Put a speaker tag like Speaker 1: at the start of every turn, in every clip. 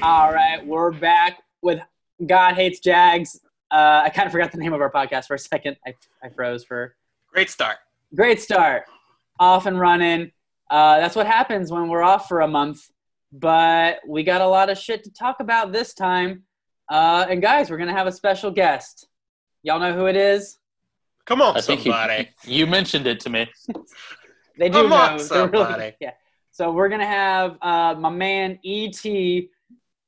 Speaker 1: All right, we're back with God Hates Jags. Uh, I kind of forgot the name of our podcast for a second. I, I froze for.
Speaker 2: Great start.
Speaker 1: Great start. Off and running. Uh, that's what happens when we're off for a month. But we got a lot of shit to talk about this time. Uh, and guys, we're going to have a special guest. Y'all know who it is?
Speaker 2: Come on,
Speaker 3: I think he-
Speaker 2: somebody.
Speaker 3: You mentioned it to me.
Speaker 1: They do
Speaker 2: Come
Speaker 1: know.
Speaker 2: on,
Speaker 1: They're really-
Speaker 2: somebody.
Speaker 1: yeah. So we're gonna have uh, my man ET,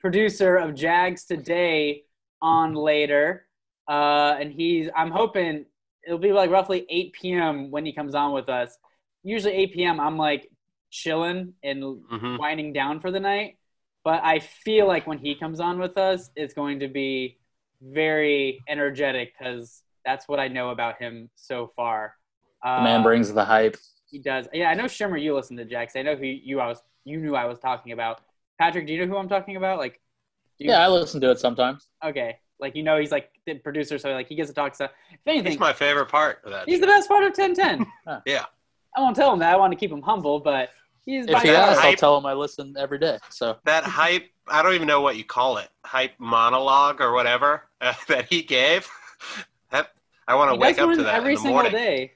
Speaker 1: producer of Jags Today, on later, uh, and he's. I'm hoping it'll be like roughly 8 p.m. when he comes on with us. Usually 8 p.m. I'm like chilling and
Speaker 3: Mm-hmm.
Speaker 1: winding down for the night, but I feel like when he comes on with us, it's going to be very energetic because that's what I know about him so far.
Speaker 3: The man
Speaker 1: Uh,
Speaker 3: brings the hype.
Speaker 1: he does. Yeah, I know Shimmer. You listen to Jax. I know who you I was. You knew I was talking about. Patrick, do you know who I'm talking about? Like, do you,
Speaker 3: Yeah, I listen to it sometimes.
Speaker 1: Okay, like you know, he's like the producer, so like he gets to talk stuff. If anything,
Speaker 2: He's
Speaker 1: he's,
Speaker 2: my favorite part of that.
Speaker 1: the best part of 1010.
Speaker 3: Huh.
Speaker 2: Yeah.
Speaker 1: I won't tell him that. I want to keep him humble, but he's.
Speaker 3: If
Speaker 1: by
Speaker 3: he
Speaker 1: far-
Speaker 3: asks, I'll
Speaker 2: Hype.
Speaker 3: tell him I listen every day. So
Speaker 2: that hype, I don't even know what you call it, hype monologue or whatever uh, that he gave. That, I want
Speaker 1: he
Speaker 2: to
Speaker 1: does
Speaker 2: wake up
Speaker 1: one
Speaker 2: to that
Speaker 1: every
Speaker 2: in the
Speaker 1: single
Speaker 2: morning.
Speaker 1: day.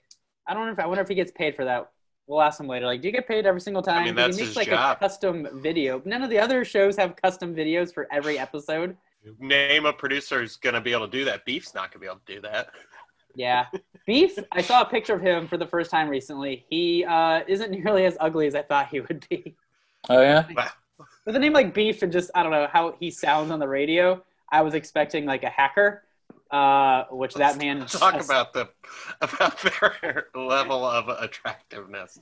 Speaker 1: I don't know if I wonder if he gets paid for that. We'll ask him later. Like, do you get paid every single time?
Speaker 2: mean,
Speaker 1: He
Speaker 2: that's
Speaker 1: makes,
Speaker 2: his
Speaker 1: like
Speaker 2: job.
Speaker 1: a custom video. None of the other shows have custom videos for every episode.
Speaker 2: Name a producer who's going to be able to do that. Beef's not going to be able to do that.
Speaker 1: Yeah. Beef, I saw a picture of him for the first time recently. He uh, isn't nearly as ugly as I thought he would be.
Speaker 3: oh yeah,
Speaker 1: With a name like Beef and just, I don't know, how he sounds on the radio, I was expecting like a hacker, uh, which that man
Speaker 2: Talk
Speaker 1: just-
Speaker 2: about the about their level of attractiveness.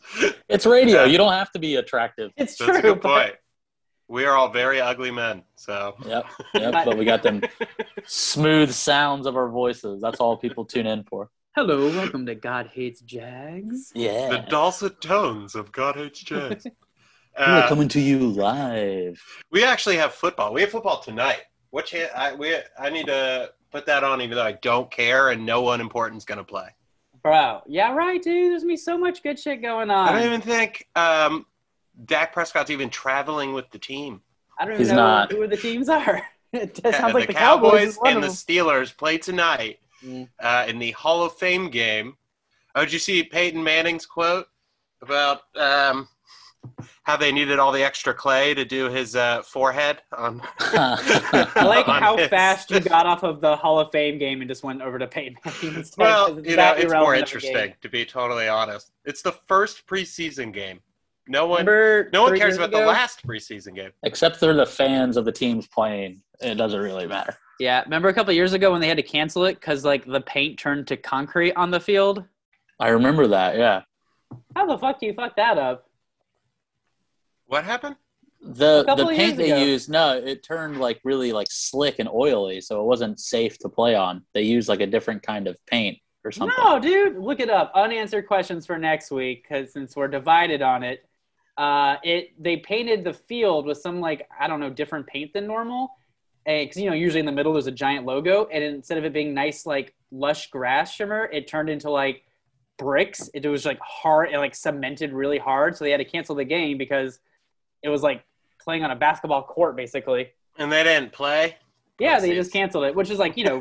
Speaker 3: it's radio. You don't have to be attractive.
Speaker 1: It's
Speaker 2: That's
Speaker 1: true.
Speaker 2: a good
Speaker 1: but-
Speaker 2: point. We are all very ugly men, so
Speaker 3: Yep, yep. but we got them smooth sounds of our voices. That's all people tune in for.
Speaker 1: Hello, welcome to God Hates Jags.
Speaker 2: the
Speaker 3: Yeah,
Speaker 2: dulcet tones of God H. Jones.
Speaker 3: we're
Speaker 2: Uh,
Speaker 3: coming to you live.
Speaker 2: We actually have football. We have football tonight. What cha- I we I need to put that on, even though I don't care, and no one important's going to play.
Speaker 1: Bro, yeah, right, dude. There's gonna be so much good shit going on.
Speaker 2: I don't even think um, Dak Prescott's even traveling with the team.
Speaker 1: I don't even
Speaker 3: He's
Speaker 1: know
Speaker 3: not.
Speaker 1: who the teams are. it sounds
Speaker 2: Uh,
Speaker 1: like
Speaker 2: the
Speaker 1: the Cowboys,
Speaker 2: Cowboys
Speaker 1: is one
Speaker 2: and the
Speaker 1: of
Speaker 2: Steelers play tonight
Speaker 1: Mm.
Speaker 2: uh, in the Hall of Fame game. Oh, did you see Peyton Manning's quote about um, how they needed all the extra clay to do his uh, forehead on?
Speaker 1: I like
Speaker 2: on
Speaker 1: how
Speaker 2: his-
Speaker 1: fast you got off of the Hall of Fame game and just went over to Peyton Manning instead.
Speaker 2: Well,
Speaker 1: 'cause
Speaker 2: you know,
Speaker 1: that
Speaker 2: it's more
Speaker 1: irrelevant of a game.
Speaker 2: interesting to be totally honest. It's the first preseason game. No one,
Speaker 1: Remember
Speaker 2: no one
Speaker 1: three
Speaker 2: cares
Speaker 1: years
Speaker 2: about the
Speaker 1: ago?
Speaker 2: last preseason game.
Speaker 3: Except they're the fans of the teams playing. It doesn't really matter.
Speaker 1: Yeah, remember a couple of years ago when they had to cancel it because like the paint turned to concrete on the field.
Speaker 3: I remember that. Yeah,
Speaker 1: How the fuck do you fuck that up?
Speaker 2: What happened?
Speaker 3: the
Speaker 1: A couple
Speaker 3: the
Speaker 1: of years
Speaker 3: paint they
Speaker 1: ago.
Speaker 3: used no it turned like really like slick and oily so it wasn't safe to play on they used like a different kind of paint or something
Speaker 1: No, dude, look it up. Unanswered questions for next week because since we're divided on it, uh, it they painted the field with some like I don't know different paint than normal, because you know usually in the middle there's a giant logo, and instead of it being nice like lush grass shimmer, it turned into like bricks. It was like hard and like cemented really hard, so they had to cancel the game because it was like playing on a basketball court basically.
Speaker 2: And they didn't play.
Speaker 1: Yeah, they
Speaker 2: Pussies.
Speaker 1: just canceled it, which is like you know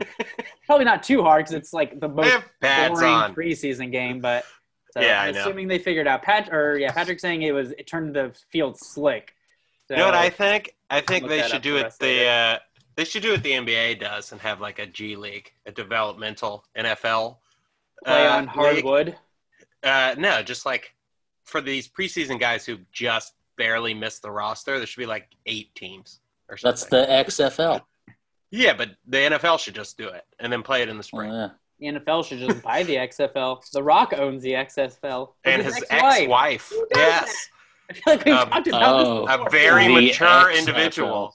Speaker 1: probably not too hard because it's like the most
Speaker 2: They have pads
Speaker 1: boring
Speaker 2: on.
Speaker 1: preseason game, but so
Speaker 2: Yeah, I
Speaker 1: I'm
Speaker 2: know.
Speaker 1: assuming they figured out Pat or yeah, Patrick's saying it was it turned the field slick. So,
Speaker 2: You know what I think? I think
Speaker 1: Look
Speaker 2: they
Speaker 1: that
Speaker 2: should
Speaker 1: up
Speaker 2: do
Speaker 1: for
Speaker 2: it
Speaker 1: us
Speaker 2: the
Speaker 1: later.
Speaker 2: uh, they should do what the NBA does and have like a G League, a developmental NFL
Speaker 1: play
Speaker 2: uh,
Speaker 1: on
Speaker 2: league.
Speaker 1: hardwood.
Speaker 2: Uh, no, just like for these preseason guys who just barely missed the roster, there should be like eight teams or something.
Speaker 3: that's the xfl
Speaker 2: yeah, but the NFL should just do it and then play it in the spring.
Speaker 3: Yeah.
Speaker 1: The NFL should just buy the XFL. The Rock owns the XFL. With
Speaker 2: and his,
Speaker 1: ex-wife.
Speaker 2: ex-wife.
Speaker 1: Who does
Speaker 2: Yes,
Speaker 1: I feel like we've
Speaker 2: Um,
Speaker 1: talked about this.
Speaker 3: oh
Speaker 2: a very
Speaker 3: The
Speaker 2: mature
Speaker 3: XFL.
Speaker 2: individual.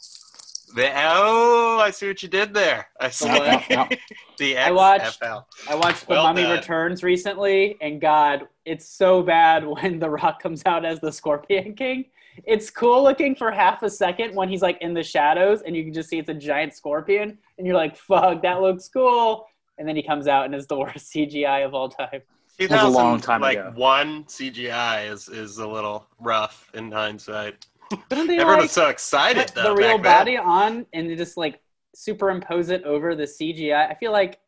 Speaker 2: The, oh, I see what you did there. I see
Speaker 3: Yeah, yeah.
Speaker 2: the
Speaker 1: I watched-
Speaker 2: XFL.
Speaker 1: I watched The
Speaker 2: Well
Speaker 1: Mummy
Speaker 2: done.
Speaker 1: Returns recently, and God, it's so bad when The Rock comes out as the Scorpion King. It's cool looking for half a second when he's like in the shadows, and you can just see it's a giant scorpion, and you're like, "Fuck, that looks cool." And then he comes out and is the worst CGI of all time.
Speaker 2: It
Speaker 3: was a long time
Speaker 2: like,
Speaker 3: ago.
Speaker 2: One CGI is is a little rough in hindsight.
Speaker 1: Couldn't they
Speaker 2: Everyone
Speaker 1: like
Speaker 2: was so excited
Speaker 1: put
Speaker 2: though.
Speaker 1: the real
Speaker 2: back
Speaker 1: body
Speaker 2: then.
Speaker 1: on and they just like superimpose it over the CGI? I feel like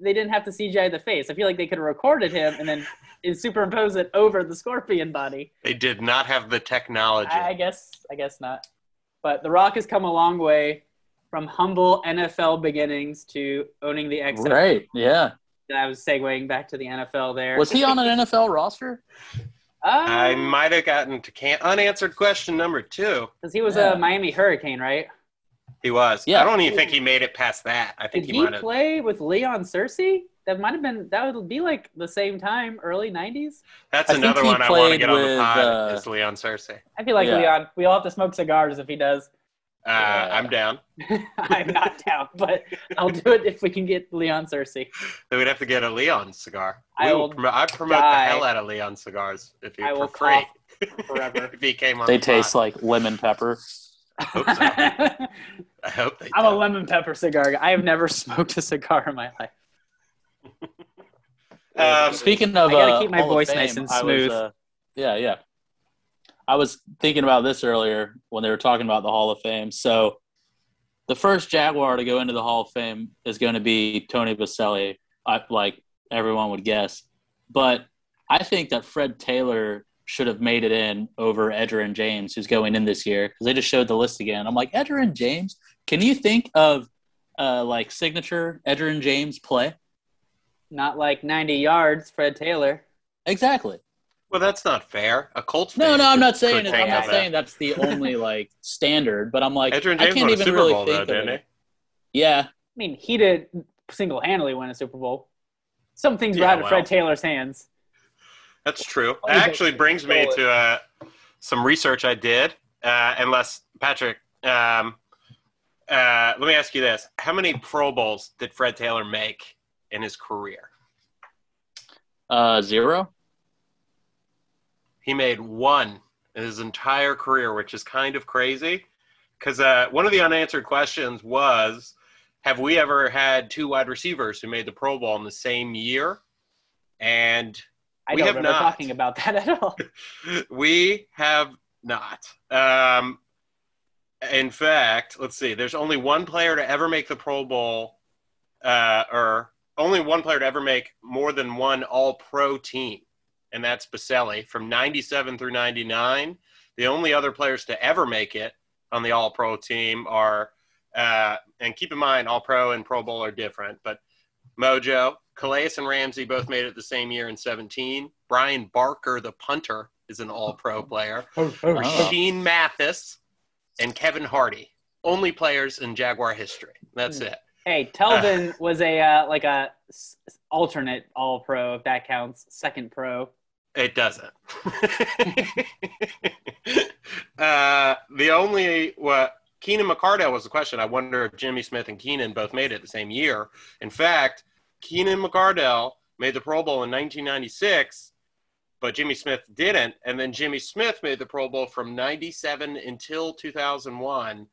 Speaker 1: they didn't have to CGI the face. I feel like they could have recorded him and then and superimpose it over the scorpion body.
Speaker 2: They did not have the technology.
Speaker 1: I, I guess I guess not. But The Rock has come a long way from humble NFL beginnings to owning the XFL.
Speaker 3: Right. Yeah.
Speaker 1: I was segueing back to the NFL there.
Speaker 3: Was he on an NFL roster?
Speaker 2: I
Speaker 1: Um,
Speaker 2: might have gotten to can unanswered question number two.
Speaker 1: because he was
Speaker 3: Yeah.
Speaker 1: a Miami Hurricane, right?
Speaker 2: He was.
Speaker 3: Yeah.
Speaker 2: I don't even think he made it past that. I
Speaker 1: Did
Speaker 2: think he
Speaker 1: he
Speaker 2: might have.
Speaker 1: play with Leon Cersei? That might have been that would be like the same time, early '90s.
Speaker 2: That's
Speaker 3: I think
Speaker 2: another
Speaker 3: he
Speaker 2: one I want to
Speaker 3: played
Speaker 2: get on the
Speaker 3: with,
Speaker 2: pod.
Speaker 3: uh,
Speaker 2: is Leon Cersei.
Speaker 1: I feel like
Speaker 3: Yeah.
Speaker 1: Leon. We all have to smoke cigars if he does.
Speaker 2: Uh,
Speaker 3: Yeah.
Speaker 2: I'm down.
Speaker 1: I'm not down, but I'll do it if we can get Leon Cersei.
Speaker 2: Then we'd have to get a Leon cigar.
Speaker 1: I
Speaker 2: We will
Speaker 1: will
Speaker 2: promo- I promote
Speaker 1: die.
Speaker 2: the hell out of Leon cigars if you
Speaker 1: I will
Speaker 2: for free.
Speaker 1: forever.
Speaker 2: if he came on
Speaker 3: They
Speaker 2: the
Speaker 3: taste
Speaker 2: pod.
Speaker 3: like lemon pepper.
Speaker 2: hope so. I hope they
Speaker 1: I'm a
Speaker 2: do.
Speaker 1: lemon pepper cigar guy. I have never smoked a cigar in my life.
Speaker 2: Um,
Speaker 3: Speaking of,
Speaker 1: I gotta
Speaker 3: uh,
Speaker 1: keep my
Speaker 3: Hall of
Speaker 1: voice
Speaker 3: Fame,
Speaker 1: nice and
Speaker 3: I was,
Speaker 1: smooth.
Speaker 3: uh, yeah, yeah. I was thinking about this earlier when they were talking about the Hall of Fame. So, the first Jaguar to go into the Hall of Fame is going to be Tony Baselli, I, like everyone would guess. But I think that Fred Taylor should have made it in over Edger and James, who's going in this year, because they just showed the list again. I'm like, Edger and James, can you think of uh, like signature Edger and James play?
Speaker 1: Not like 90 yards, Fred Taylor.
Speaker 3: Exactly.
Speaker 2: well, that's not fair. A Colts.
Speaker 3: No,
Speaker 2: fan
Speaker 3: no, I'm
Speaker 2: could-
Speaker 3: not saying
Speaker 2: could
Speaker 3: it.
Speaker 2: think
Speaker 3: I'm not
Speaker 2: of it.
Speaker 3: saying that's the only like standard, but I'm like
Speaker 2: Edgerrin
Speaker 3: I
Speaker 2: James
Speaker 3: can't
Speaker 2: won a
Speaker 3: even
Speaker 2: Super
Speaker 3: really
Speaker 2: Bowl
Speaker 3: think
Speaker 2: though,
Speaker 3: of
Speaker 2: didn't
Speaker 3: it. Yeah,
Speaker 1: I mean, he did single-handedly win a Super Bowl. Some things were
Speaker 2: Yeah,
Speaker 1: out of Fred
Speaker 2: well.
Speaker 1: Taylor's hands.
Speaker 2: That's true.
Speaker 1: Why
Speaker 2: That
Speaker 1: is that
Speaker 2: actually brings me
Speaker 1: stolen?
Speaker 2: to uh, some research I did. Uh, unless Patrick, um, uh, let me ask you this: How many Pro Bowls did Fred Taylor make in his career?
Speaker 3: uh, zero.
Speaker 2: He made one in his entire career, which is kind of crazy. Because uh, one of the unanswered questions was, have we ever had two wide receivers who made the Pro Bowl in the same year? And
Speaker 1: I
Speaker 2: We
Speaker 1: don't
Speaker 2: have
Speaker 1: remember
Speaker 2: not.
Speaker 1: talking about that at all.
Speaker 2: we have not. Um, in fact, let's see. There's only one player to ever make the Pro Bowl, uh, or only one player to ever make more than one All Pro team, and that's Baselli from '97 through '99. The only other players to ever make it on the All Pro team are, uh, and keep in mind, All Pro and Pro Bowl are different, but Mojo, Calais, and Ramsey both made it the same year in 17. Brian Barker, the punter, is an all pro player.
Speaker 3: Oh,
Speaker 1: Oh.
Speaker 2: Rasheen Mathis and Kevin Hardy, only players in Jaguar history. That's it.
Speaker 1: hey, Telvin was a uh, like a s- alternate All-Pro, if that counts, second pro.
Speaker 2: It doesn't. uh, the only what Keenan McCardell was the question. I wonder if Jimmy Smith and Keenan both made it the same year. In fact, Keenan McCardell made the Pro Bowl in 1996, but Jimmy Smith didn't. And then Jimmy Smith made the Pro Bowl from 97 until 2001,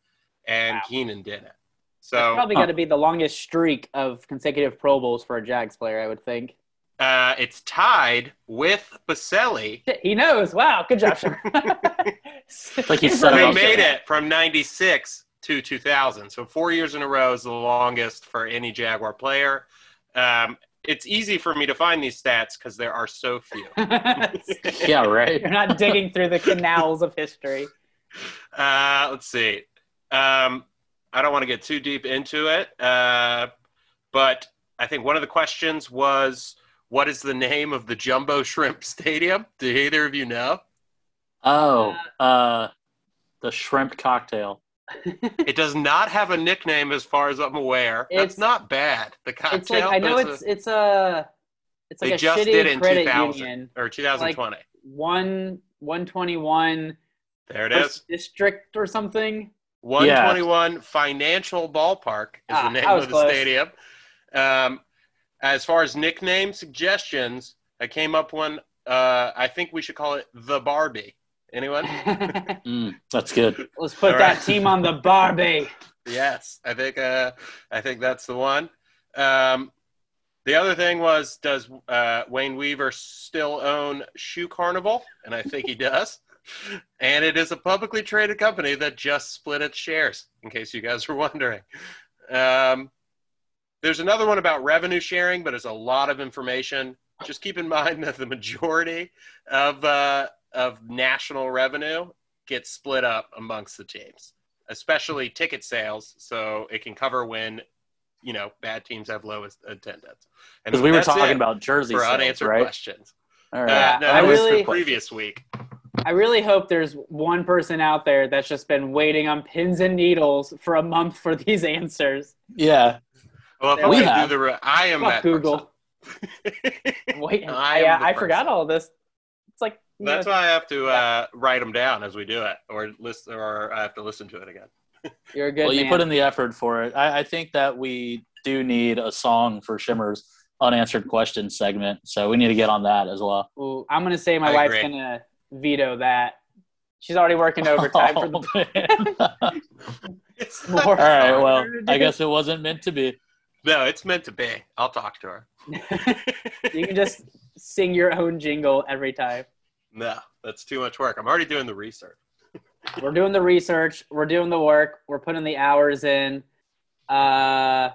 Speaker 2: and
Speaker 1: Wow.
Speaker 2: Keenan didn't.
Speaker 1: That's
Speaker 2: So
Speaker 1: probably
Speaker 3: Huh.
Speaker 1: going to be the longest streak of consecutive Pro Bowls for a Jags player, I would think.
Speaker 2: uh, it's tied with Baselli.
Speaker 1: Shit, He knows. Wow, good job, Sean.
Speaker 3: like he set it
Speaker 2: They
Speaker 3: up.
Speaker 2: made it from 96 to 2000. So four years in a row is the longest for any Jaguar player. Um, it's easy for me to find these stats because there are so few.
Speaker 3: Yeah, right.
Speaker 1: You're not digging through the canals of history.
Speaker 2: Uh, let's see. Um, I don't want to get too deep into it, uh, but I think one of the questions was, what is the name of the Jumbo Shrimp Stadium? Do either of you know?
Speaker 3: Oh, uh, the shrimp cocktail.
Speaker 2: It does not have a nickname, as far as I'm aware.
Speaker 1: It's-
Speaker 2: That's not bad. The cocktail.
Speaker 1: It's like I know
Speaker 2: but a-
Speaker 1: it's it's a it's like
Speaker 2: They
Speaker 1: a
Speaker 2: just
Speaker 1: shitty
Speaker 2: did it in
Speaker 1: credit
Speaker 2: 2000.
Speaker 1: union.
Speaker 2: or 2020.
Speaker 1: One one twenty one
Speaker 2: there it is.
Speaker 1: district or something.
Speaker 2: 121 Financial Ballpark is
Speaker 1: Ah,
Speaker 2: the name
Speaker 1: I was
Speaker 2: of the
Speaker 1: close.
Speaker 2: stadium. Um, as far as nickname suggestions, I came up one. Uh, I think we should call it the Barbie. Anyone?
Speaker 1: Let's
Speaker 3: Mm, that's good.
Speaker 1: put
Speaker 2: All
Speaker 1: that
Speaker 2: right.
Speaker 1: team on the Barbie.
Speaker 2: yes, I think. Uh, I think that's the one. Um, the other thing was, does uh, Wayne Weaver still own Shoe Carnival? And I think he does. and it is a publicly traded company that just split its shares, in case you guys were wondering. Um, there's another one about revenue sharing, but it's a lot of information. Just keep in mind that the majority of, uh, of national revenue gets split up amongst the teams, especially ticket sales, so it can cover when you know bad teams have lowest attendance. And
Speaker 3: Because we were
Speaker 2: that's
Speaker 3: talking
Speaker 2: it
Speaker 3: about jersey
Speaker 2: for
Speaker 3: sales,
Speaker 2: unanswered
Speaker 3: right?
Speaker 2: questions.
Speaker 3: All
Speaker 2: Uh,
Speaker 3: right.
Speaker 1: Yeah,
Speaker 2: no,
Speaker 1: I
Speaker 2: that was
Speaker 1: really-
Speaker 2: the previous week.
Speaker 1: I really hope there's one person out there that's just been waiting on pins and needles for a month for these answers.
Speaker 3: yeah.
Speaker 2: Well, if I'm
Speaker 1: We
Speaker 2: gonna
Speaker 3: have-
Speaker 2: do the, re- I am
Speaker 1: Fuck
Speaker 2: that
Speaker 1: Google.
Speaker 2: person.
Speaker 1: Wait,
Speaker 2: I
Speaker 1: I,
Speaker 2: am
Speaker 1: yeah,
Speaker 2: the
Speaker 1: I forgot all this. It's like you
Speaker 2: That's
Speaker 1: know,
Speaker 2: why I have to uh, write them down as we do it, or list, or I have to listen to it again.
Speaker 1: you're a good.
Speaker 3: well, you
Speaker 1: man.
Speaker 3: put in the effort for it. I, I think that we do need a song for Shimmer's unanswered questions segment, so we need to get on that as well.
Speaker 1: Ooh, I'm gonna say my
Speaker 2: I
Speaker 1: wife's
Speaker 2: agree.
Speaker 1: gonna veto that. She's already working overtime for the
Speaker 3: Oh, man.
Speaker 2: It's
Speaker 1: More-
Speaker 2: not
Speaker 3: All right.
Speaker 2: hard.
Speaker 3: Well, I guess it wasn't meant to be.
Speaker 2: no, it's meant to be. I'll talk to her.
Speaker 1: you can just sing your own jingle every time.
Speaker 2: No, that's too much work. I'm already doing the research.
Speaker 1: We're doing the research. We're doing the work. We're putting the hours in. Uh,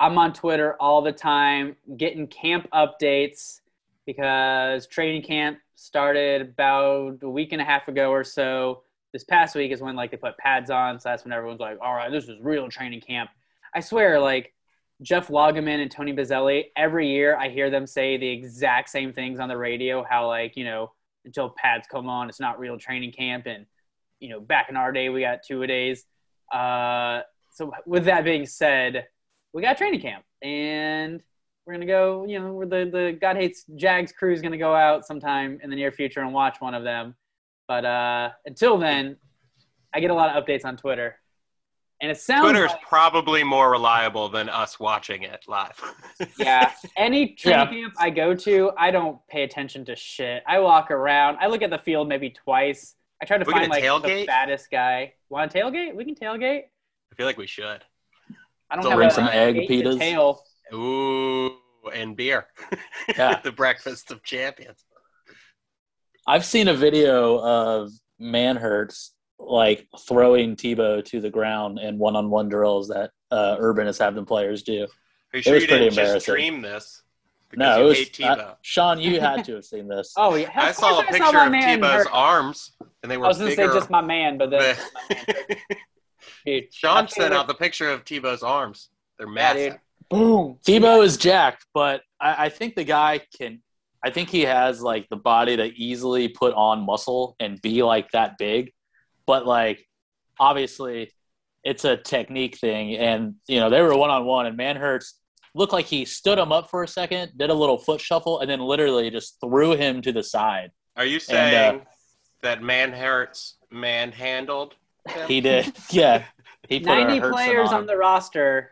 Speaker 1: I'm on Twitter all the time, getting camp updates because training camp started about a week and a half ago or so. This past week is when like they put pads on, so that's when everyone's like, "All right, this is real training camp." I swear, like Jeff Loggeman and Tony Bazzelli, every year I hear them say the exact same things on the radio. How like you know until pads come on, it's not real training camp, and you know back in our day we got two a days. Uh, so with that being said, we got training camp, and we're gonna go. You know, we're the the God hates Jags crew is gonna go out sometime in the near future and watch one of them. But uh, until then, I get a lot of updates on Twitter, and it sounds
Speaker 2: Twitter's
Speaker 1: like-
Speaker 2: probably more reliable than us watching it live.
Speaker 1: yeah. Any training
Speaker 3: Yeah.
Speaker 1: camp I go to, I don't pay attention to shit. I walk around. I look at the field maybe twice. I try to
Speaker 2: We
Speaker 1: find like
Speaker 2: gonna
Speaker 1: the
Speaker 2: tailgate?
Speaker 1: fattest guy. Want to tailgate? We can tailgate.
Speaker 2: I feel like we should.
Speaker 1: I don't
Speaker 2: So
Speaker 1: have
Speaker 2: bring
Speaker 1: a,
Speaker 2: some
Speaker 1: a
Speaker 3: egg
Speaker 1: gate
Speaker 3: pitas.
Speaker 1: To tail.
Speaker 2: Ooh, and beer.
Speaker 3: Yeah.
Speaker 2: the breakfast of champions.
Speaker 3: I've seen a video of Manhurts like throwing Tebow to the ground in one-on-one drills that uh, Urban has having players do.
Speaker 2: Are you
Speaker 3: It
Speaker 2: sure
Speaker 3: was
Speaker 2: you
Speaker 3: pretty
Speaker 2: didn't just
Speaker 3: embarrassing.
Speaker 2: dream this? Because
Speaker 3: No,
Speaker 2: you
Speaker 3: it was
Speaker 2: hate Tebow.
Speaker 3: uh, Sean. You had to have seen this.
Speaker 1: Oh yeah.
Speaker 2: I
Speaker 1: Of
Speaker 2: saw
Speaker 1: course
Speaker 2: a
Speaker 1: I
Speaker 2: picture
Speaker 1: my
Speaker 2: of
Speaker 1: man
Speaker 2: Tebow's
Speaker 1: hurt.
Speaker 2: arms, and they were
Speaker 1: I was gonna
Speaker 2: bigger.
Speaker 1: say just my man, but then
Speaker 2: than-
Speaker 1: dude,
Speaker 2: Sean
Speaker 1: My
Speaker 2: sent out the picture of Tebow's arms. They're
Speaker 1: yeah,
Speaker 2: massive.
Speaker 1: dude. Boom.
Speaker 3: Tebow is jacked, but I, I think the guy can. I think he has like the body to easily put on muscle and be like that big, but like obviously, it's a technique thing. And you know they were one on one, and Manhurts looked like he stood him up for a second, did a little foot shuffle, and then literally just threw him to the side.
Speaker 2: Are you
Speaker 3: And, uh,
Speaker 2: saying that Manhurts manhandled? him?
Speaker 3: He did, yeah. He put
Speaker 1: Ninety
Speaker 3: Hurtson
Speaker 1: players
Speaker 3: on.
Speaker 1: on the roster.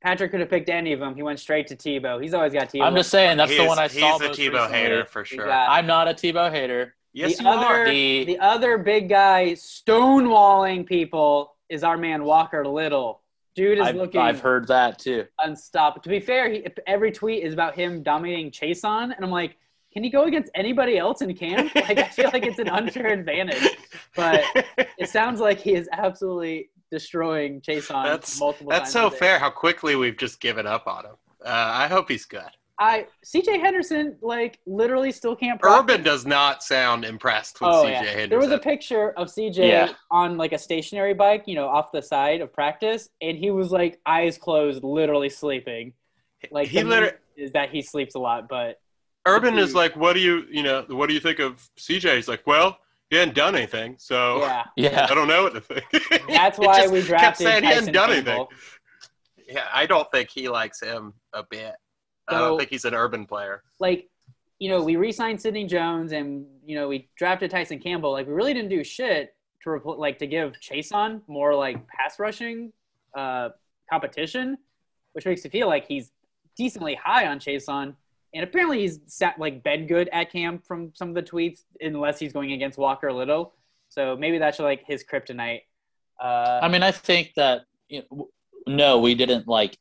Speaker 1: Patrick could have picked any of them. He went straight to Tebow. He's always got Tebow.
Speaker 3: I'm just saying that's the
Speaker 2: He's-
Speaker 3: one I saw.
Speaker 2: He's a
Speaker 3: most
Speaker 2: Tebow
Speaker 3: recently.
Speaker 2: hater for sure.
Speaker 1: got-
Speaker 3: I'm not a Tebow hater.
Speaker 2: Yes,
Speaker 1: The
Speaker 2: you
Speaker 1: other-
Speaker 2: are.
Speaker 3: The-
Speaker 1: The other big guy stonewalling people is our man Walker Little. Dude is
Speaker 3: I've,
Speaker 1: looking
Speaker 3: I've heard that too.
Speaker 1: unstoppable. To be fair, he, every tweet is about him dominating Chase on, and I'm like, can he go against anybody else in camp? Like, I feel like it's an unfair advantage. But it sounds like he is absolutely destroying Chase on
Speaker 2: That's-
Speaker 1: multiple times.
Speaker 2: That's so
Speaker 1: a day.
Speaker 2: fair. How quickly we've just given up on him. Uh, I hope he's good.
Speaker 1: I CJ Henderson like literally still can't. practice.
Speaker 2: Urban does not sound impressed with
Speaker 1: Oh,
Speaker 2: CJ
Speaker 1: yeah.
Speaker 2: Henderson.
Speaker 1: There was a picture of CJ
Speaker 3: Yeah.
Speaker 1: on like a stationary bike, you know, off the side of practice, and he was like eyes closed, literally sleeping. Like
Speaker 2: he
Speaker 1: the
Speaker 2: literally.
Speaker 1: meme is that he sleeps a lot, but
Speaker 2: Urban is
Speaker 1: Dude.
Speaker 2: like, what do you, you know, what do you think of CJ? He's like, well, he hadn't done anything, so
Speaker 1: yeah,
Speaker 3: Yeah.
Speaker 2: I don't know what to think.
Speaker 1: that's
Speaker 2: Oh. He
Speaker 1: why
Speaker 2: just
Speaker 1: we
Speaker 2: kept
Speaker 1: drafted
Speaker 2: saying he
Speaker 1: Tyson
Speaker 2: hadn't done
Speaker 1: Campbell.
Speaker 2: anything. Yeah, I don't think he likes him a bit. I
Speaker 1: So-
Speaker 2: don't think he's an Urban player.
Speaker 1: Like, you know, we re-signed Sidney Jones, and you know, we drafted Tyson Campbell. Like, we really didn't do shit to repl- like to give Chase on more like pass rushing uh, competition, which makes you feel like he's decently high on Chase on. And apparently he's sat, like been good at camp from some of the tweets, unless he's going against Walker Little. So maybe that's like his kryptonite. Uh,
Speaker 3: I mean, I think that you know, w- no, we didn't like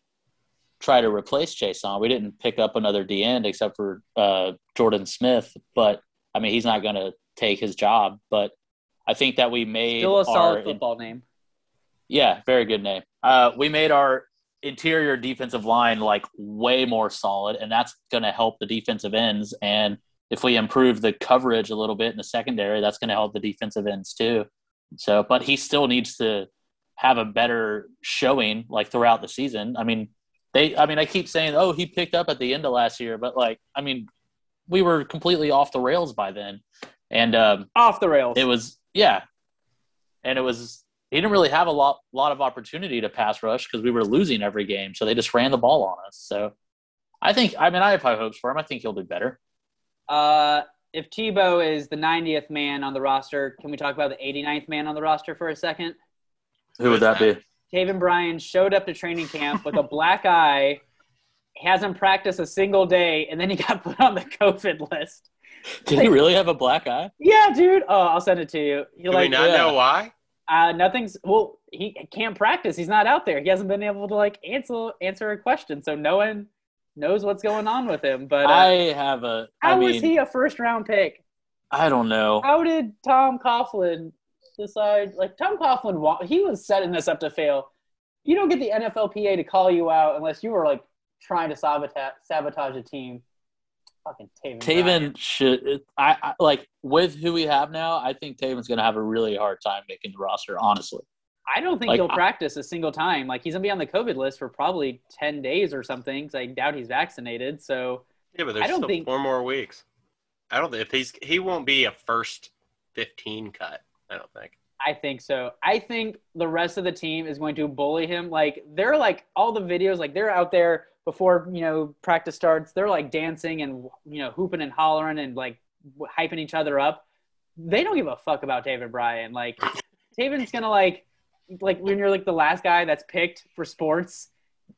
Speaker 3: try to replace Jason. We didn't pick up another D end except for uh, Jordan Smith. But I mean, he's not going to take his job. But I think that we made
Speaker 1: Still a
Speaker 3: our
Speaker 1: solid football name.
Speaker 3: yeah, very good name. Uh, we made our interior defensive line like way more solid, and that's going to help the defensive ends. And if we improve the coverage a little bit in the secondary, that's going to help the defensive ends too. So, but he still needs to have a better showing like throughout the season. I mean, they, I mean, I keep saying, oh, he picked up at the end of last year, but like, I mean, we were completely off the rails by then. And, um,
Speaker 1: Off the rails.
Speaker 3: it was yeah, and it was he didn't really have a lot lot of opportunity to pass rush because we were losing every game, so they just ran the ball on us. So I think I mean I have high hopes for him. I think he'll do better.
Speaker 1: Uh, if Tebow is the 90th man on the roster, can we talk about the 89th man on the roster for a second?
Speaker 3: Who would that be?
Speaker 1: Taven Bryan showed up to training camp with a black eye, hasn't practiced a single day, and then he got put on the COVID list.
Speaker 3: Did he really have a black eye?
Speaker 1: Yeah, dude. Oh, I'll send it to you. You're
Speaker 2: Do we
Speaker 1: like,
Speaker 2: not
Speaker 3: yeah.
Speaker 2: know why?
Speaker 1: uh, nothing's. Well, he can't practice. He's not out there. He hasn't been able to like answer answer a question, so no one knows what's going on with him. But uh,
Speaker 3: I have a. I
Speaker 1: how was
Speaker 3: mean,
Speaker 1: he a first round pick?
Speaker 3: I don't know.
Speaker 1: How did Tom Coughlin decide? Like Tom Coughlin, wa- he was setting this up to fail. You don't get the NFLPA to call you out unless you were like trying to sabotage sabotage a team. Fucking Taven. Bryan.
Speaker 3: Taven should. I, I like with who we have now. I think Taven's going to have a really hard time making the roster. Honestly,
Speaker 1: I don't think
Speaker 3: like,
Speaker 1: he'll
Speaker 3: I-
Speaker 1: practice a single time. Like he's gonna be on the COVID list for probably ten days or something. Because I doubt he's vaccinated. So
Speaker 2: Yeah, but there's
Speaker 1: don't
Speaker 2: still
Speaker 1: think-
Speaker 2: four more weeks. I don't think if he's he won't be a first fifteen cut. I don't think.
Speaker 1: I think so. I think the rest of the team is going to bully him. Like they're like all the videos, like they're out there before you know practice starts. They're like dancing and you know hooping and hollering and like w- hyping each other up. They don't give a fuck about David Bryan. Like Taven's gonna like like when you're like the last guy that's picked for sports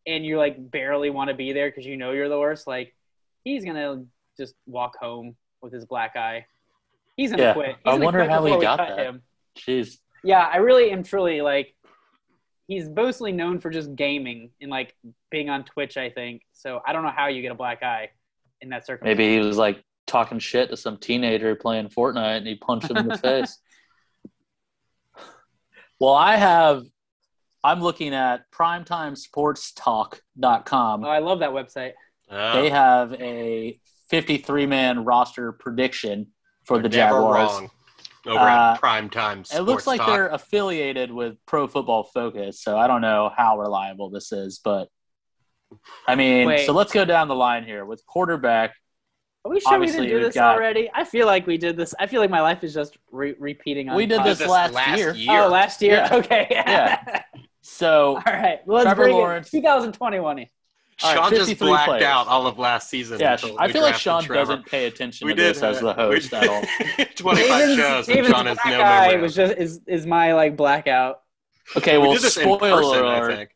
Speaker 1: and you like barely want to be there because you know you're the worst. Like he's gonna just walk home with his black eye. He's gonna
Speaker 3: Yeah.
Speaker 1: quit. He's
Speaker 3: I
Speaker 1: gonna
Speaker 3: wonder
Speaker 1: quit
Speaker 3: how he
Speaker 1: before we
Speaker 3: got
Speaker 1: cut
Speaker 3: that. jeez.
Speaker 1: yeah, I really am truly like he's mostly known for just gaming and like being on Twitch, I think. So I don't know how you get a black eye in that circumstance.
Speaker 3: Maybe he was like talking shit to some teenager playing Fortnite and he punched him in the face. Well, I have, I'm looking at primetimesportstalk.com.
Speaker 1: Oh, I love that website.
Speaker 2: Oh,
Speaker 3: They have a 53 man roster prediction for the
Speaker 2: they're never
Speaker 3: Jaguars.
Speaker 2: wrong Over
Speaker 3: Uh,
Speaker 2: at prime time.
Speaker 3: It looks
Speaker 2: Sports
Speaker 3: like
Speaker 2: Talk.
Speaker 3: they're affiliated with Pro Football Focus, so I don't know how reliable this is, but I mean,
Speaker 1: Wait.
Speaker 3: so let's go down the line here with quarterback.
Speaker 1: Are we sure
Speaker 3: Obviously,
Speaker 1: we didn't do
Speaker 3: we've
Speaker 1: this
Speaker 3: got-
Speaker 1: already? I feel like we did this. I feel like my life is just re- repeating. On
Speaker 3: We did
Speaker 1: pod-
Speaker 2: Did
Speaker 3: this last year.
Speaker 1: Oh, last year.
Speaker 3: Yeah.
Speaker 1: Okay.
Speaker 3: Yeah. So
Speaker 1: All right. Well, let's
Speaker 3: Trevor
Speaker 1: bring
Speaker 3: Lawrence.
Speaker 1: it 2021.
Speaker 3: All
Speaker 2: Sean
Speaker 3: right,
Speaker 2: just
Speaker 3: 53
Speaker 2: blacked
Speaker 3: players.
Speaker 2: out all of last season.
Speaker 3: Yeah,
Speaker 2: until
Speaker 3: I
Speaker 2: we
Speaker 3: feel like
Speaker 2: drafted
Speaker 3: Sean
Speaker 2: Trevor.
Speaker 3: doesn't pay attention
Speaker 2: We
Speaker 3: to this
Speaker 2: did
Speaker 3: as the host at all.
Speaker 2: Twenty-five
Speaker 1: David's-
Speaker 2: shows, and
Speaker 1: David's
Speaker 2: Sean has
Speaker 1: black
Speaker 2: no
Speaker 1: eye
Speaker 2: memory.
Speaker 1: was just is is my like blackout.
Speaker 3: Okay,
Speaker 2: we
Speaker 3: well,
Speaker 2: did this
Speaker 3: spoiler
Speaker 2: in person, I
Speaker 3: alert.
Speaker 2: think.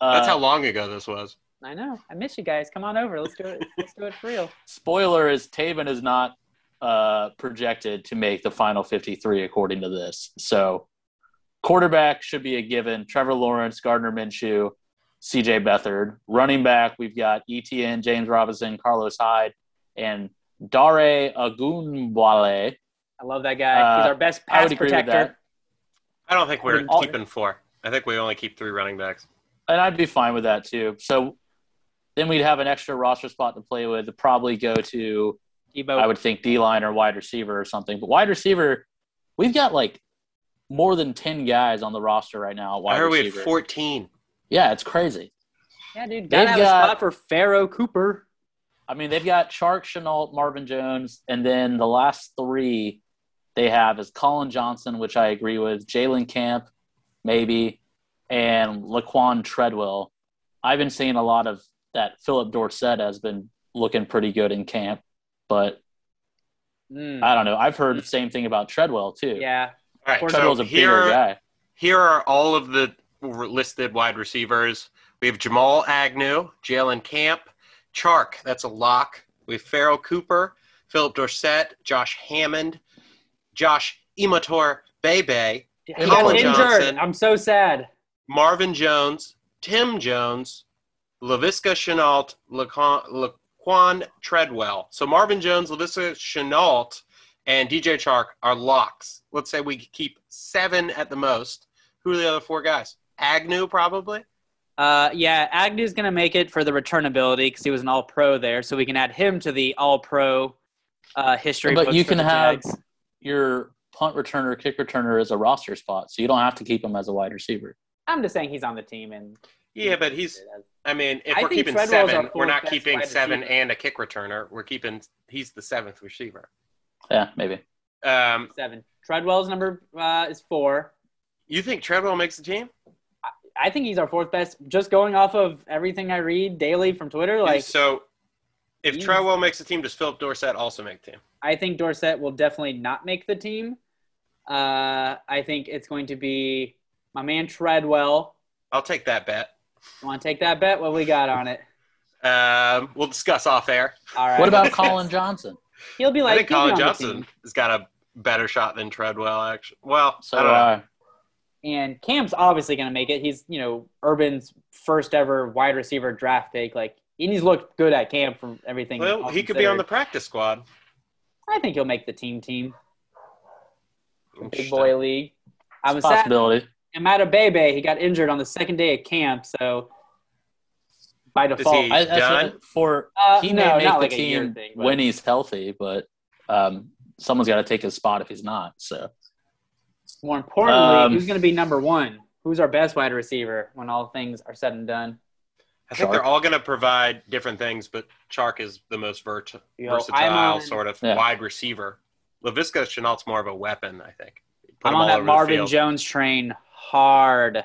Speaker 3: uh,
Speaker 2: That's how long ago this was.
Speaker 1: I know. I miss you guys. Come on over. Let's do it. Let's do it for real.
Speaker 3: spoiler is Taven is not uh, projected to make the final 53 according to this. So quarterback should be a given. Trevor Lawrence, Gardner Minshew, CJ Beathard. Running back, we've got ETN, James Robinson, Carlos Hyde, and Dare Agunbale.
Speaker 1: I love that guy. He's
Speaker 3: Uh,
Speaker 1: our best
Speaker 3: I
Speaker 1: pass
Speaker 3: would agree with
Speaker 1: protector.
Speaker 3: that.
Speaker 2: I don't think we're
Speaker 3: All-
Speaker 2: keeping four. I think we only keep three running backs.
Speaker 3: and I'd be fine with that too. So then we'd have an extra roster spot to play with. Probably go to
Speaker 1: Debo.
Speaker 3: I would think D line or wide receiver or something. But wide receiver, we've got like more than ten guys on the roster right now. at Wide
Speaker 2: I heard we
Speaker 3: receiver.
Speaker 2: had fourteen.
Speaker 3: Yeah, it's crazy.
Speaker 1: yeah, dude, gotta
Speaker 3: They've
Speaker 1: have
Speaker 3: got-
Speaker 1: a spot for Pharaoh Cooper.
Speaker 3: I mean, they've got Chark, Chenault, Marvin Jones, and then the last three they have is Colin Johnson, which I agree with, Jalen Camp, maybe, and Laquan Treadwell. I've been seeing a lot of that. Philip Dorsett has been looking pretty good in camp, but
Speaker 1: Mm,
Speaker 3: I don't know. I've heard the same thing about Treadwell too.
Speaker 1: yeah,
Speaker 2: All right, so
Speaker 3: Treadwell's a bigger
Speaker 2: here,
Speaker 3: guy.
Speaker 2: here are all of the listed wide receivers. We have Jamal Agnew, Jalen Camp, Chark. That's a lock. We have Farrell Cooper, Philip Dorsett, Josh Hammond, Josh Imator Bebe,
Speaker 1: he
Speaker 3: Colin
Speaker 1: got injured.
Speaker 2: Johnson.
Speaker 1: I'm so sad.
Speaker 2: Marvin Jones, Tim Jones, LaVisca Chenault, Laquan, Laquan Treadwell. So Marvin Jones, LaVisca Chenault, and DJ Chark are locks. Let's say we keep seven at the most. Who are the other four guys? Agnew, probably.
Speaker 1: Uh, yeah, Agnew's going to make it for the returnability because he was an All Pro there, so we can add him to the All Pro uh, history.
Speaker 3: But
Speaker 1: books
Speaker 3: you
Speaker 1: for
Speaker 3: can
Speaker 1: the
Speaker 3: have-
Speaker 1: Jags.
Speaker 3: Your punt returner, kick returner is a roster spot, so you don't have to keep him as a wide receiver.
Speaker 1: I'm just saying he's on the team, and
Speaker 2: Yeah, but he's. I mean, if
Speaker 1: I
Speaker 2: we're
Speaker 1: think
Speaker 2: keeping
Speaker 1: Treadwell's our
Speaker 2: seven, we're
Speaker 1: fourth
Speaker 2: not
Speaker 1: best
Speaker 2: keeping
Speaker 1: wide
Speaker 2: seven
Speaker 1: receiver.
Speaker 2: and a kick returner. We're keeping. He's the seventh receiver.
Speaker 3: Yeah, maybe.
Speaker 2: Um,
Speaker 1: seven. Treadwell's number uh, is four.
Speaker 2: you think Treadwell makes the team?
Speaker 1: I think he's our fourth best. Just going off of everything I read daily from Twitter, like
Speaker 2: so, if
Speaker 1: He's-
Speaker 2: Treadwell makes the team, does Philip Dorsett also make the team?
Speaker 1: I think Dorsett will definitely not make the team. Uh, I think it's going to be my man Treadwell.
Speaker 2: I'll take that bet.
Speaker 1: Want to take that bet? What we got on it?
Speaker 2: Um, we'll discuss off air.
Speaker 1: All right.
Speaker 3: What about Colin Johnson?
Speaker 1: He'll be
Speaker 2: I
Speaker 1: like
Speaker 2: think
Speaker 1: he'll be
Speaker 2: Colin
Speaker 1: on the
Speaker 2: Johnson
Speaker 1: team.
Speaker 2: has got a better shot than Treadwell. Actually, well,
Speaker 3: So
Speaker 2: I don't know.
Speaker 3: uh,
Speaker 1: and Cam's obviously going to make it. He's you know Urban's first ever wide receiver draft pick. Like and he's looked good at Cam from everything.
Speaker 2: well,
Speaker 1: all
Speaker 2: he could be on the
Speaker 1: considered.
Speaker 2: practice squad.
Speaker 1: I think he'll make the team team. Big
Speaker 2: Interesting.
Speaker 1: boy league. I'm
Speaker 3: it's a
Speaker 1: sad
Speaker 3: possibility.
Speaker 1: And Matt Abebe, he got injured on the second day of camp, so by default,
Speaker 2: he-
Speaker 3: I, that's
Speaker 2: Done?
Speaker 3: what- for
Speaker 1: Uh,
Speaker 3: he
Speaker 1: no,
Speaker 3: may make
Speaker 1: not
Speaker 3: the
Speaker 1: like a year
Speaker 3: team
Speaker 1: thing, but-
Speaker 3: when he's healthy, but um, someone's got to take his spot if he's not. So
Speaker 1: more importantly,
Speaker 3: Um,
Speaker 1: who's going to be number one? Who's our best wide receiver when all things are said and done?
Speaker 2: I think
Speaker 3: Chark.
Speaker 2: they're all going to provide different things, but Chark is the most vert-
Speaker 1: Yo,
Speaker 2: versatile
Speaker 1: I'm on-
Speaker 2: sort of
Speaker 3: Yeah.
Speaker 2: wide receiver. Lavisca Chenault's more of a weapon, I think. Put
Speaker 1: I'm on
Speaker 2: him all
Speaker 1: that
Speaker 2: over the
Speaker 1: Marvin
Speaker 2: field.
Speaker 1: Jones train hard.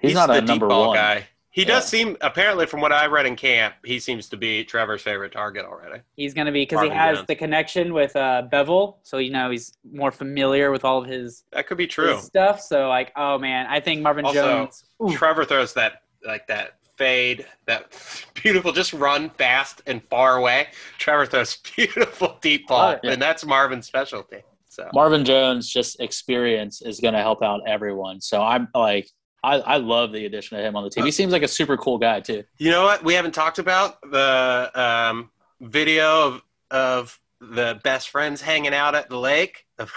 Speaker 3: he's, not
Speaker 2: the
Speaker 3: a
Speaker 2: deep
Speaker 3: number
Speaker 2: ball
Speaker 3: one.
Speaker 2: guy. He does seem, apparently, from what I read in camp, he seems to be Trevor's favorite target already.
Speaker 1: He's going to be because he
Speaker 2: Marvin
Speaker 1: has
Speaker 2: Jones.
Speaker 1: the connection with uh, Bevel, so you know he's more familiar with all of his,
Speaker 2: That could be true.
Speaker 1: his stuff. So like, oh man, I think Marvin
Speaker 2: Also,
Speaker 1: Jones. Ooh.
Speaker 2: Trevor throws that like that fade, that beautiful, just run fast and far away. Trevor throws beautiful deep ball,
Speaker 1: Love
Speaker 3: it.
Speaker 2: and that's Marvin's specialty. So
Speaker 3: Marvin Jones just experience is going to help out everyone. So I'm like, I, I love the addition of him on the team. He seems like a super cool guy too.
Speaker 2: you know what we haven't talked about the um, video of of the best friends hanging out at the lake of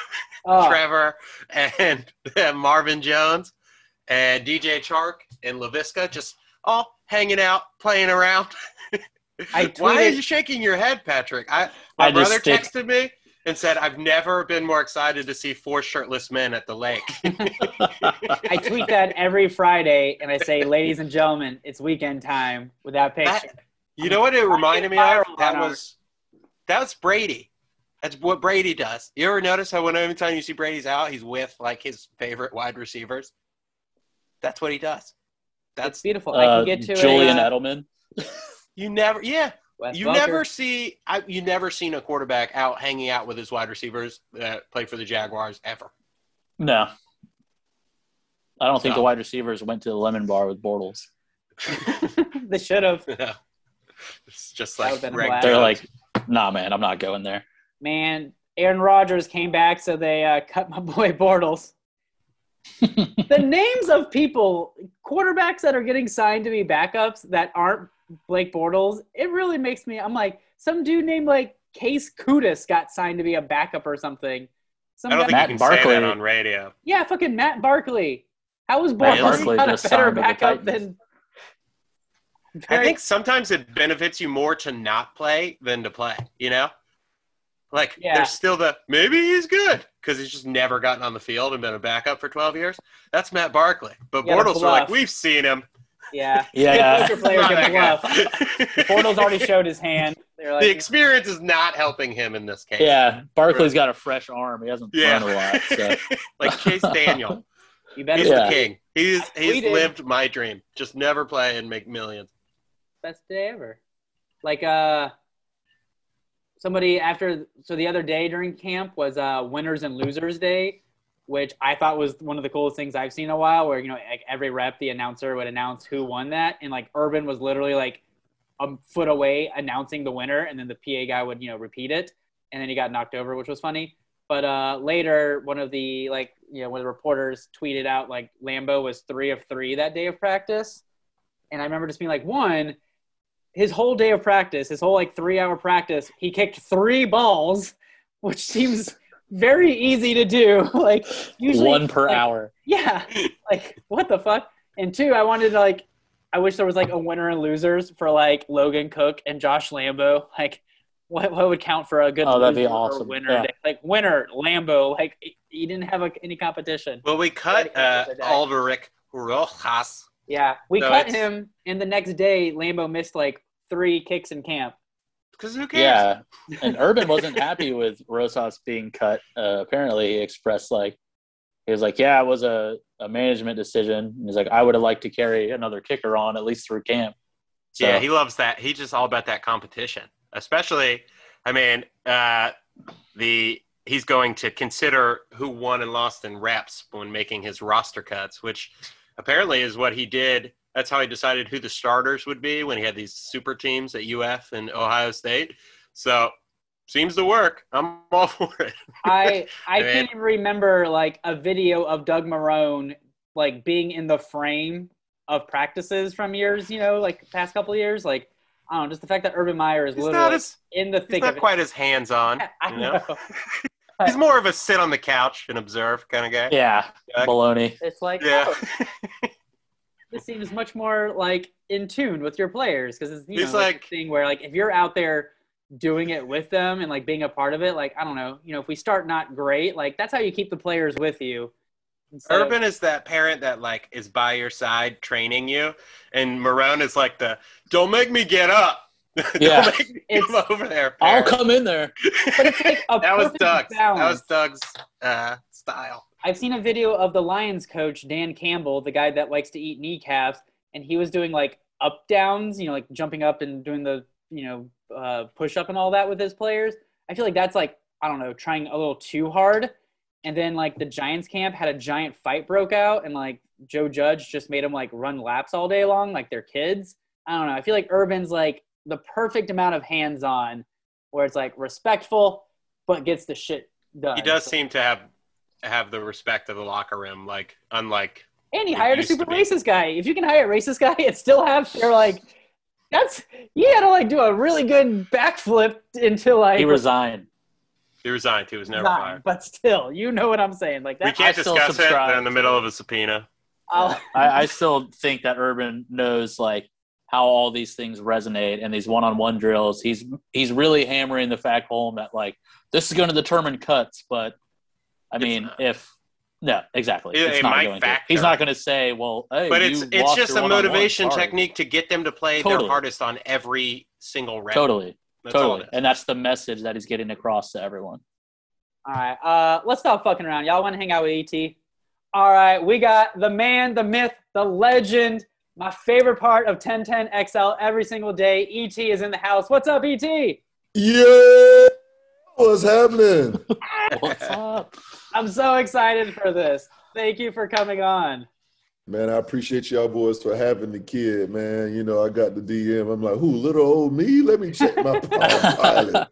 Speaker 1: Oh,
Speaker 2: Trevor and Marvin Jones and DJ Chark and Lavisca just all hanging out playing around.
Speaker 1: I
Speaker 2: Why are
Speaker 1: tweeted-
Speaker 2: you shaking your head, Patrick? I my
Speaker 3: I just
Speaker 2: brother
Speaker 3: did-
Speaker 2: texted me and said I've never been more excited to see four shirtless men at the lake.
Speaker 1: I tweet that every Friday, and I say, "Ladies and gentlemen, it's weekend time." With that picture,
Speaker 2: That- you know what it reminded me of?
Speaker 1: viral
Speaker 2: That
Speaker 1: on our-
Speaker 2: was that was Brady. That's what Brady does. You ever notice how when every time you see Brady's out, he's with like his favorite wide receivers? That's what he does.
Speaker 1: that's
Speaker 2: That's
Speaker 1: beautiful. I
Speaker 3: Uh,
Speaker 1: can get to
Speaker 3: Julian
Speaker 1: a, uh,
Speaker 3: Edelman.
Speaker 2: you never yeah,
Speaker 1: Wes
Speaker 2: you
Speaker 1: Welker.
Speaker 2: never see I, you never seen a quarterback out hanging out with his wide receivers that play for the Jaguars ever.
Speaker 3: No, I don't think
Speaker 2: No.
Speaker 3: the wide receivers went to the lemon bar with Bortles.
Speaker 1: they should have.
Speaker 2: Yeah. It's just
Speaker 1: That
Speaker 2: like
Speaker 1: would've been a
Speaker 2: reg-
Speaker 1: blast.
Speaker 3: They're like, nah, man, I'm not going there.
Speaker 1: Man, Aaron Rodgers came back, so they uh, cut my boy Bortles. the names of people, quarterbacks that are getting signed to be backups that aren't Blake Bortles, it really makes me. I'm like, some dude named like Case Kudis got signed to be a backup or something. Some
Speaker 2: I don't
Speaker 1: guy-
Speaker 2: think
Speaker 3: Matt
Speaker 2: you can say
Speaker 3: Barkley-
Speaker 2: that on radio.
Speaker 1: Yeah, fucking Matt Barkley. How was
Speaker 3: Matt
Speaker 1: Bortles
Speaker 3: Barkley
Speaker 1: not a
Speaker 3: just
Speaker 1: better
Speaker 3: signed with the
Speaker 1: backup than?
Speaker 3: Titans.
Speaker 2: I think sometimes it benefits you more to not play than to play, you know? Like
Speaker 1: Yeah.
Speaker 2: there's still the maybe he's good because he's just never gotten on the field and been a backup for 12 years. That's Matt Barkley. But
Speaker 1: You gotta
Speaker 2: Bortles were like,
Speaker 1: bluff.
Speaker 2: we've seen him.
Speaker 1: yeah,
Speaker 3: Yeah,
Speaker 1: poker player
Speaker 2: Not
Speaker 1: can
Speaker 2: that
Speaker 1: bluff.
Speaker 2: guy.
Speaker 1: Bortles already showed his hand. They're like,
Speaker 2: the experience is not helping him in this case.
Speaker 3: yeah. Barkley's got a fresh arm. He hasn't
Speaker 2: Yeah.
Speaker 3: thrown a lot. So.
Speaker 2: like Chase Daniel.
Speaker 1: you better
Speaker 2: He's
Speaker 3: Yeah.
Speaker 2: the king. He's he's
Speaker 1: Tweeted.
Speaker 2: lived my dream. Just never play and make millions.
Speaker 1: best day ever. Like uh somebody after so the other day during camp was uh winners and losers day, which I thought was one of the coolest things I've seen in a while where you know like every rep the announcer would announce who won that and like Urban was literally like a foot away announcing the winner and then the PA guy would, you know, repeat it and then he got knocked over, which was funny. But uh, later, one of the like you know one of the reporters tweeted out like Lambo was three of three that day of practice, and I remember just being like one, his whole day of practice, his whole like three hour practice, he kicked three balls, which seems very easy to do. like usually
Speaker 3: one per
Speaker 1: like,
Speaker 3: hour.
Speaker 1: Yeah. Like what the fuck? And two, I wanted to like I wish there was like a winner and losers for like Logan Cook and Josh Lambo. Like what what would count for a good
Speaker 3: Oh, that'd be
Speaker 1: loser or
Speaker 3: awesome.
Speaker 1: winner?
Speaker 3: Yeah.
Speaker 1: day? Like winner Lambo. Like y- you didn't have like, any competition.
Speaker 2: Well, we cut uh, Alderic Rojas.
Speaker 1: Yeah, we
Speaker 2: So
Speaker 1: cut
Speaker 2: it's-
Speaker 1: him, and the next day Lambo missed like three kicks in camp.
Speaker 2: Because who cares?
Speaker 3: Yeah, and Urban wasn't happy with Rosas being cut. Uh, apparently, he expressed like he was like, "Yeah, it was a, a management decision." And he's like, "I would have liked to carry another kicker on at least through camp." So,
Speaker 2: Yeah, he loves that. He's just all about that competition. Especially, I mean, uh, the he's going to consider who won and lost in reps when making his roster cuts, which apparently is what he did. That's how he decided who the starters would be when he had these super teams at UF and Ohio State. So seems to work. I'm all for it.
Speaker 1: I I
Speaker 2: Man.
Speaker 1: can't even remember like a video of Doug Marone like being in the frame of practices from years, you know, like past couple of years. Like I don't know, just the fact that Urban Meyer is
Speaker 2: He's
Speaker 1: literally
Speaker 2: not as
Speaker 1: in the
Speaker 2: he's
Speaker 1: thick of
Speaker 2: not
Speaker 1: it.
Speaker 2: quite as hands on.
Speaker 1: Yeah, I
Speaker 2: You know?
Speaker 1: know.
Speaker 2: He's more of a sit on the couch and observe kind of guy.
Speaker 3: yeah,
Speaker 2: Yeah.
Speaker 3: baloney.
Speaker 1: It's like
Speaker 2: Yeah.
Speaker 1: oh, this seems much more like in tune with your players because it's you
Speaker 2: It's
Speaker 1: know like,
Speaker 2: like-
Speaker 1: the thing where like if you're out there doing it with them and like being a part of it, like I don't know, you know, if we start not great, like that's how you keep the players with you. instead of-
Speaker 2: Urban is that parent that like is by your side training you, and Marone is like the "Don't make me get up." Don't
Speaker 3: Yeah.
Speaker 2: make me
Speaker 1: It's-
Speaker 2: come over there.
Speaker 3: I'll
Speaker 2: parent."
Speaker 3: come in there.
Speaker 1: but it's like a
Speaker 2: that was
Speaker 1: perfect
Speaker 2: Doug's. That
Speaker 1: balance.
Speaker 2: was Doug's uh, style.
Speaker 1: I've seen a video of the Lions coach Dan Campbell, the guy that likes to eat kneecaps, and he was doing like up downs, you know, like jumping up and doing the you know uh, push up and all that with his players. I feel like that's like I don't know, trying a little too hard. And then like the Giants camp had a giant fight broke out, and like Joe Judge just made them like run laps all day long, like they're kids. I don't know. I feel like Urban's like the perfect amount of hands on, where it's like respectful but gets the shit done.
Speaker 2: He does seem to have have the respect of the locker room, like unlike
Speaker 1: And he
Speaker 2: It
Speaker 1: hired a
Speaker 2: used to
Speaker 1: super
Speaker 2: be.
Speaker 1: racist guy. If you can hire a racist guy and still have, they're like, that's you gotta like do a really good backflip until like
Speaker 3: He resigned.
Speaker 2: he resigned. He was never
Speaker 1: nine,
Speaker 2: fired.
Speaker 1: but still, you know what I'm saying. Like
Speaker 2: We
Speaker 1: that,
Speaker 2: can't
Speaker 3: I still
Speaker 2: discuss it.
Speaker 3: subscribe
Speaker 2: They're in the
Speaker 3: to
Speaker 2: middle
Speaker 3: it.
Speaker 2: of a subpoena.
Speaker 1: I'll,
Speaker 3: I, I still think that Urban knows like how all these things resonate and these one-on-one drills. He's he's really hammering the fact home that like this is going to determine cuts, but I
Speaker 2: It's
Speaker 3: mean,
Speaker 2: not.
Speaker 3: if no, exactly,
Speaker 2: It-
Speaker 3: it's
Speaker 2: it
Speaker 3: not
Speaker 2: might
Speaker 3: going to.
Speaker 2: factor.
Speaker 3: He's not going to say, well, hey,
Speaker 2: But
Speaker 3: you
Speaker 2: it's it's
Speaker 3: lost
Speaker 2: just
Speaker 3: your
Speaker 2: a
Speaker 3: one-on-one,
Speaker 2: motivation
Speaker 3: sorry.
Speaker 2: technique to get them to play
Speaker 3: Totally.
Speaker 2: their hardest on every single round.
Speaker 3: Totally,
Speaker 2: That's all it
Speaker 3: totally,
Speaker 2: is.
Speaker 3: and that's the message that he's getting across to everyone.
Speaker 1: all right, uh, let's stop fucking around. Y'all want to hang out with ET? All right, we got the man, the myth, the legend. My favorite part of 1010 XL every single day. ET is in the house. What's up, E ET?
Speaker 4: Yeah, what's happening?
Speaker 3: What's up?
Speaker 1: I'm so excited for this. Thank you for coming on.
Speaker 4: Man, I appreciate y'all boys for having the kid, man. You know, I got the DM. I'm like, who, little old me? Let me check my pilot.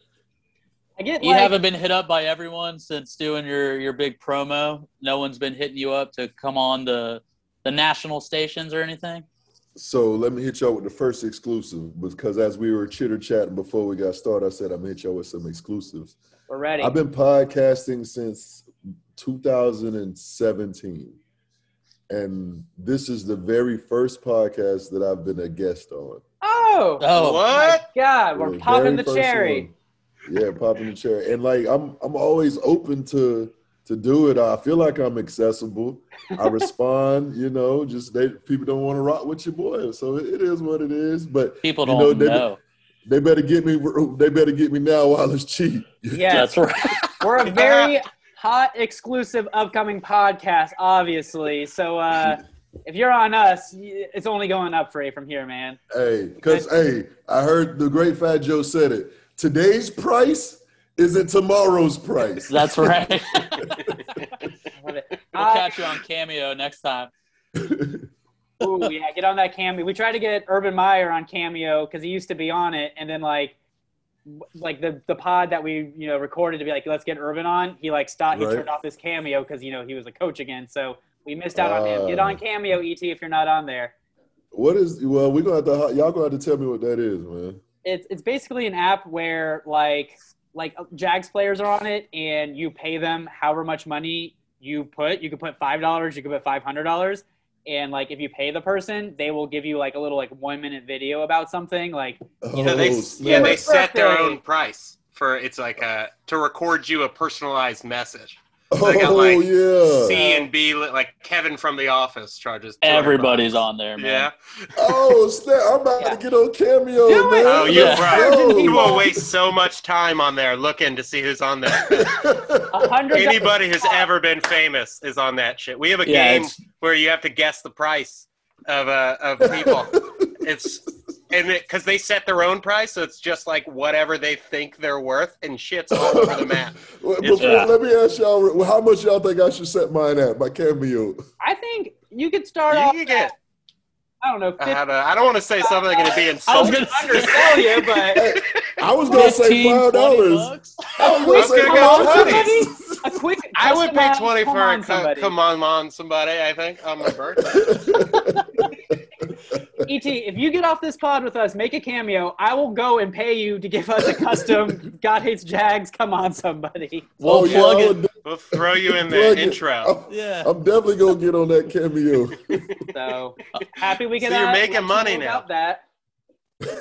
Speaker 1: I get
Speaker 3: You
Speaker 1: like,
Speaker 3: haven't been hit up by everyone since doing your your big promo. No one's been hitting you up to come on the the national stations or anything.
Speaker 4: So let me hit y'all with the first exclusive because as we were chitter chatting before we got started, I said I'm gonna hit y'all with some exclusives.
Speaker 1: we're ready.
Speaker 4: I've been podcasting since 2017, and this is the very first podcast that I've been a guest on.
Speaker 1: Oh,
Speaker 3: Oh,
Speaker 1: my
Speaker 2: What?
Speaker 1: God, we're
Speaker 4: The
Speaker 1: popping
Speaker 4: very
Speaker 1: the
Speaker 4: first
Speaker 1: cherry.
Speaker 4: one. Yeah, popping the cherry. And like I'm I'm always open to to do it. I feel like I'm accessible. I respond, you know, just they people don't want to rock with your boy. So it- it is what it is. But
Speaker 3: people
Speaker 4: You
Speaker 3: don't
Speaker 4: know,
Speaker 3: know.
Speaker 4: they- they better get me they better get me now while it's cheap.
Speaker 1: Yes,
Speaker 3: That's right.
Speaker 1: we're a very hot, exclusive upcoming podcast, obviously. So uh, if you're on us, y- it's only going up free from here, man.
Speaker 4: Hey, because hey, I heard the great fat Joe said it. Today's price isn't tomorrow's price.
Speaker 3: That's right.
Speaker 1: I love it.
Speaker 3: we'll
Speaker 1: Uh,
Speaker 3: catch you on Cameo next time.
Speaker 1: ooh, yeah, get on that cameo. We tried to get Urban Meyer on cameo because he used to be on it, and then like, w- like the the pod that we you know recorded to be like, let's get Urban on. He like stopped. He
Speaker 4: Right.
Speaker 1: turned off his cameo because you know he was a coach again. So we missed out on him. Get
Speaker 4: Ah.
Speaker 1: on cameo, et, if you're not on there.
Speaker 4: What is well, we're gonna have to y'all gonna have to tell me what that is, man.
Speaker 1: it's it's basically an app where like like uh, Jags players are on it, and you pay them however much money you put. You could put five dollars, you could put five hundred dollars, and like if you pay the person, they will give you like a little like one minute video about something. Like
Speaker 4: Oh,
Speaker 2: So they, yeah,
Speaker 4: snap.
Speaker 2: they set their
Speaker 1: Birthday.
Speaker 2: own price for it's like a, to record you a personalized message.
Speaker 4: oh,
Speaker 2: they got, like,
Speaker 4: yeah.
Speaker 2: C and B, li- like Kevin from The Office charges. $200.
Speaker 3: Everybody's on there, man.
Speaker 2: Yeah.
Speaker 4: Oh, snap. I'm about
Speaker 1: Yeah.
Speaker 4: to get on Cameo,
Speaker 1: Do
Speaker 4: man. Oh.
Speaker 1: it.
Speaker 2: Oh, you're
Speaker 3: Yeah.
Speaker 2: right. You will
Speaker 4: Yo.
Speaker 2: waste so much time on there looking to see who's on there.
Speaker 1: a hundred.
Speaker 2: Anybody who's ever been famous is on that shit. We have a
Speaker 3: Yeah,
Speaker 2: game
Speaker 3: it's-
Speaker 2: where you have to guess the price of uh, of people. it's and because they set their own price, so it's just like whatever they think they're worth, and shit's all over the map.
Speaker 4: Well,
Speaker 2: It's-
Speaker 4: before-
Speaker 3: yeah.
Speaker 4: Let me ask y'all well, how much y'all think I should set mine at, my Cameo?
Speaker 1: I think you could start
Speaker 2: You
Speaker 1: off.
Speaker 2: can get.
Speaker 1: I don't know. 50,
Speaker 2: I don't, I don't want to say something that's going to be
Speaker 3: I was
Speaker 2: insulting.
Speaker 3: gonna
Speaker 1: undersell you, but
Speaker 4: I was going to say
Speaker 3: 15,
Speaker 4: $5.
Speaker 3: 20 bucks?
Speaker 4: I was
Speaker 2: Okay,
Speaker 4: going to
Speaker 2: go on,
Speaker 4: say
Speaker 1: somebody. a quick.
Speaker 2: I would pay
Speaker 1: customized
Speaker 2: twenty
Speaker 1: come
Speaker 2: for
Speaker 1: on
Speaker 2: a co-
Speaker 1: somebody.
Speaker 2: come on, on somebody. I think on my birthday.
Speaker 4: 5
Speaker 1: Et, E if you get off this pod with us, make a cameo. I will go and pay you to give us a custom God hates Jags. Come on, somebody.
Speaker 3: We'll
Speaker 4: Oh, yeah,
Speaker 3: plug
Speaker 4: I
Speaker 3: it.
Speaker 4: would-
Speaker 2: We'll throw you
Speaker 4: Plug
Speaker 2: in the
Speaker 4: it. Oh,
Speaker 2: intro.
Speaker 4: I'm-
Speaker 3: Yeah.
Speaker 4: I'm definitely going to get on that Cameo.
Speaker 1: So happy we
Speaker 2: So
Speaker 1: can.
Speaker 2: you're
Speaker 1: uh,
Speaker 2: making
Speaker 1: let you
Speaker 2: money
Speaker 1: know
Speaker 2: now.
Speaker 1: About that.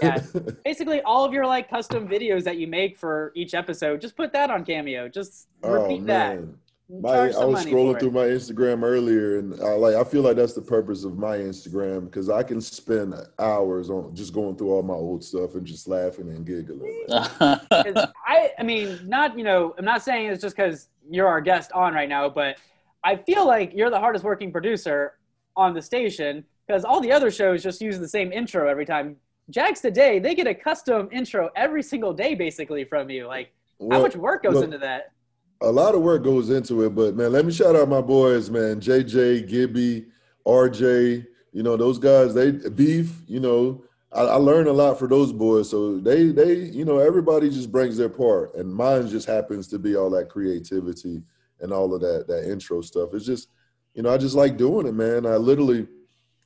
Speaker 1: Yeah. Basically, all of your like custom videos that you make for each episode, just put that on Cameo. Just
Speaker 4: oh,
Speaker 1: repeat that.
Speaker 4: man.
Speaker 1: and
Speaker 4: My,
Speaker 1: charge
Speaker 4: I
Speaker 1: some
Speaker 4: was
Speaker 1: money for
Speaker 4: scrolling
Speaker 1: it.
Speaker 4: through my Instagram earlier, and I, like I feel like that's the purpose of my Instagram because I can spend hours on just going through all my old stuff and just laughing and giggling. Like,
Speaker 1: 'Cause I, I mean, not you know, I'm not saying it's just because you're our guest on right now, but I feel like you're the hardest working producer on the station because all the other shows just use the same intro every time. Jags today, they get a custom intro every single day, basically from you. Like, how
Speaker 4: well,
Speaker 1: much work goes
Speaker 4: well-
Speaker 1: into that?
Speaker 4: a lot of work goes into it, but man, let me shout out my boys, man. JJ, Gibby, RJ, you know, those guys, they beef, you know. I, I learn a lot for those boys. So they they, you know, everybody just brings their part. And mine just happens to be all that creativity and all of that that intro stuff. It's just, you know, I just like doing it, man. I literally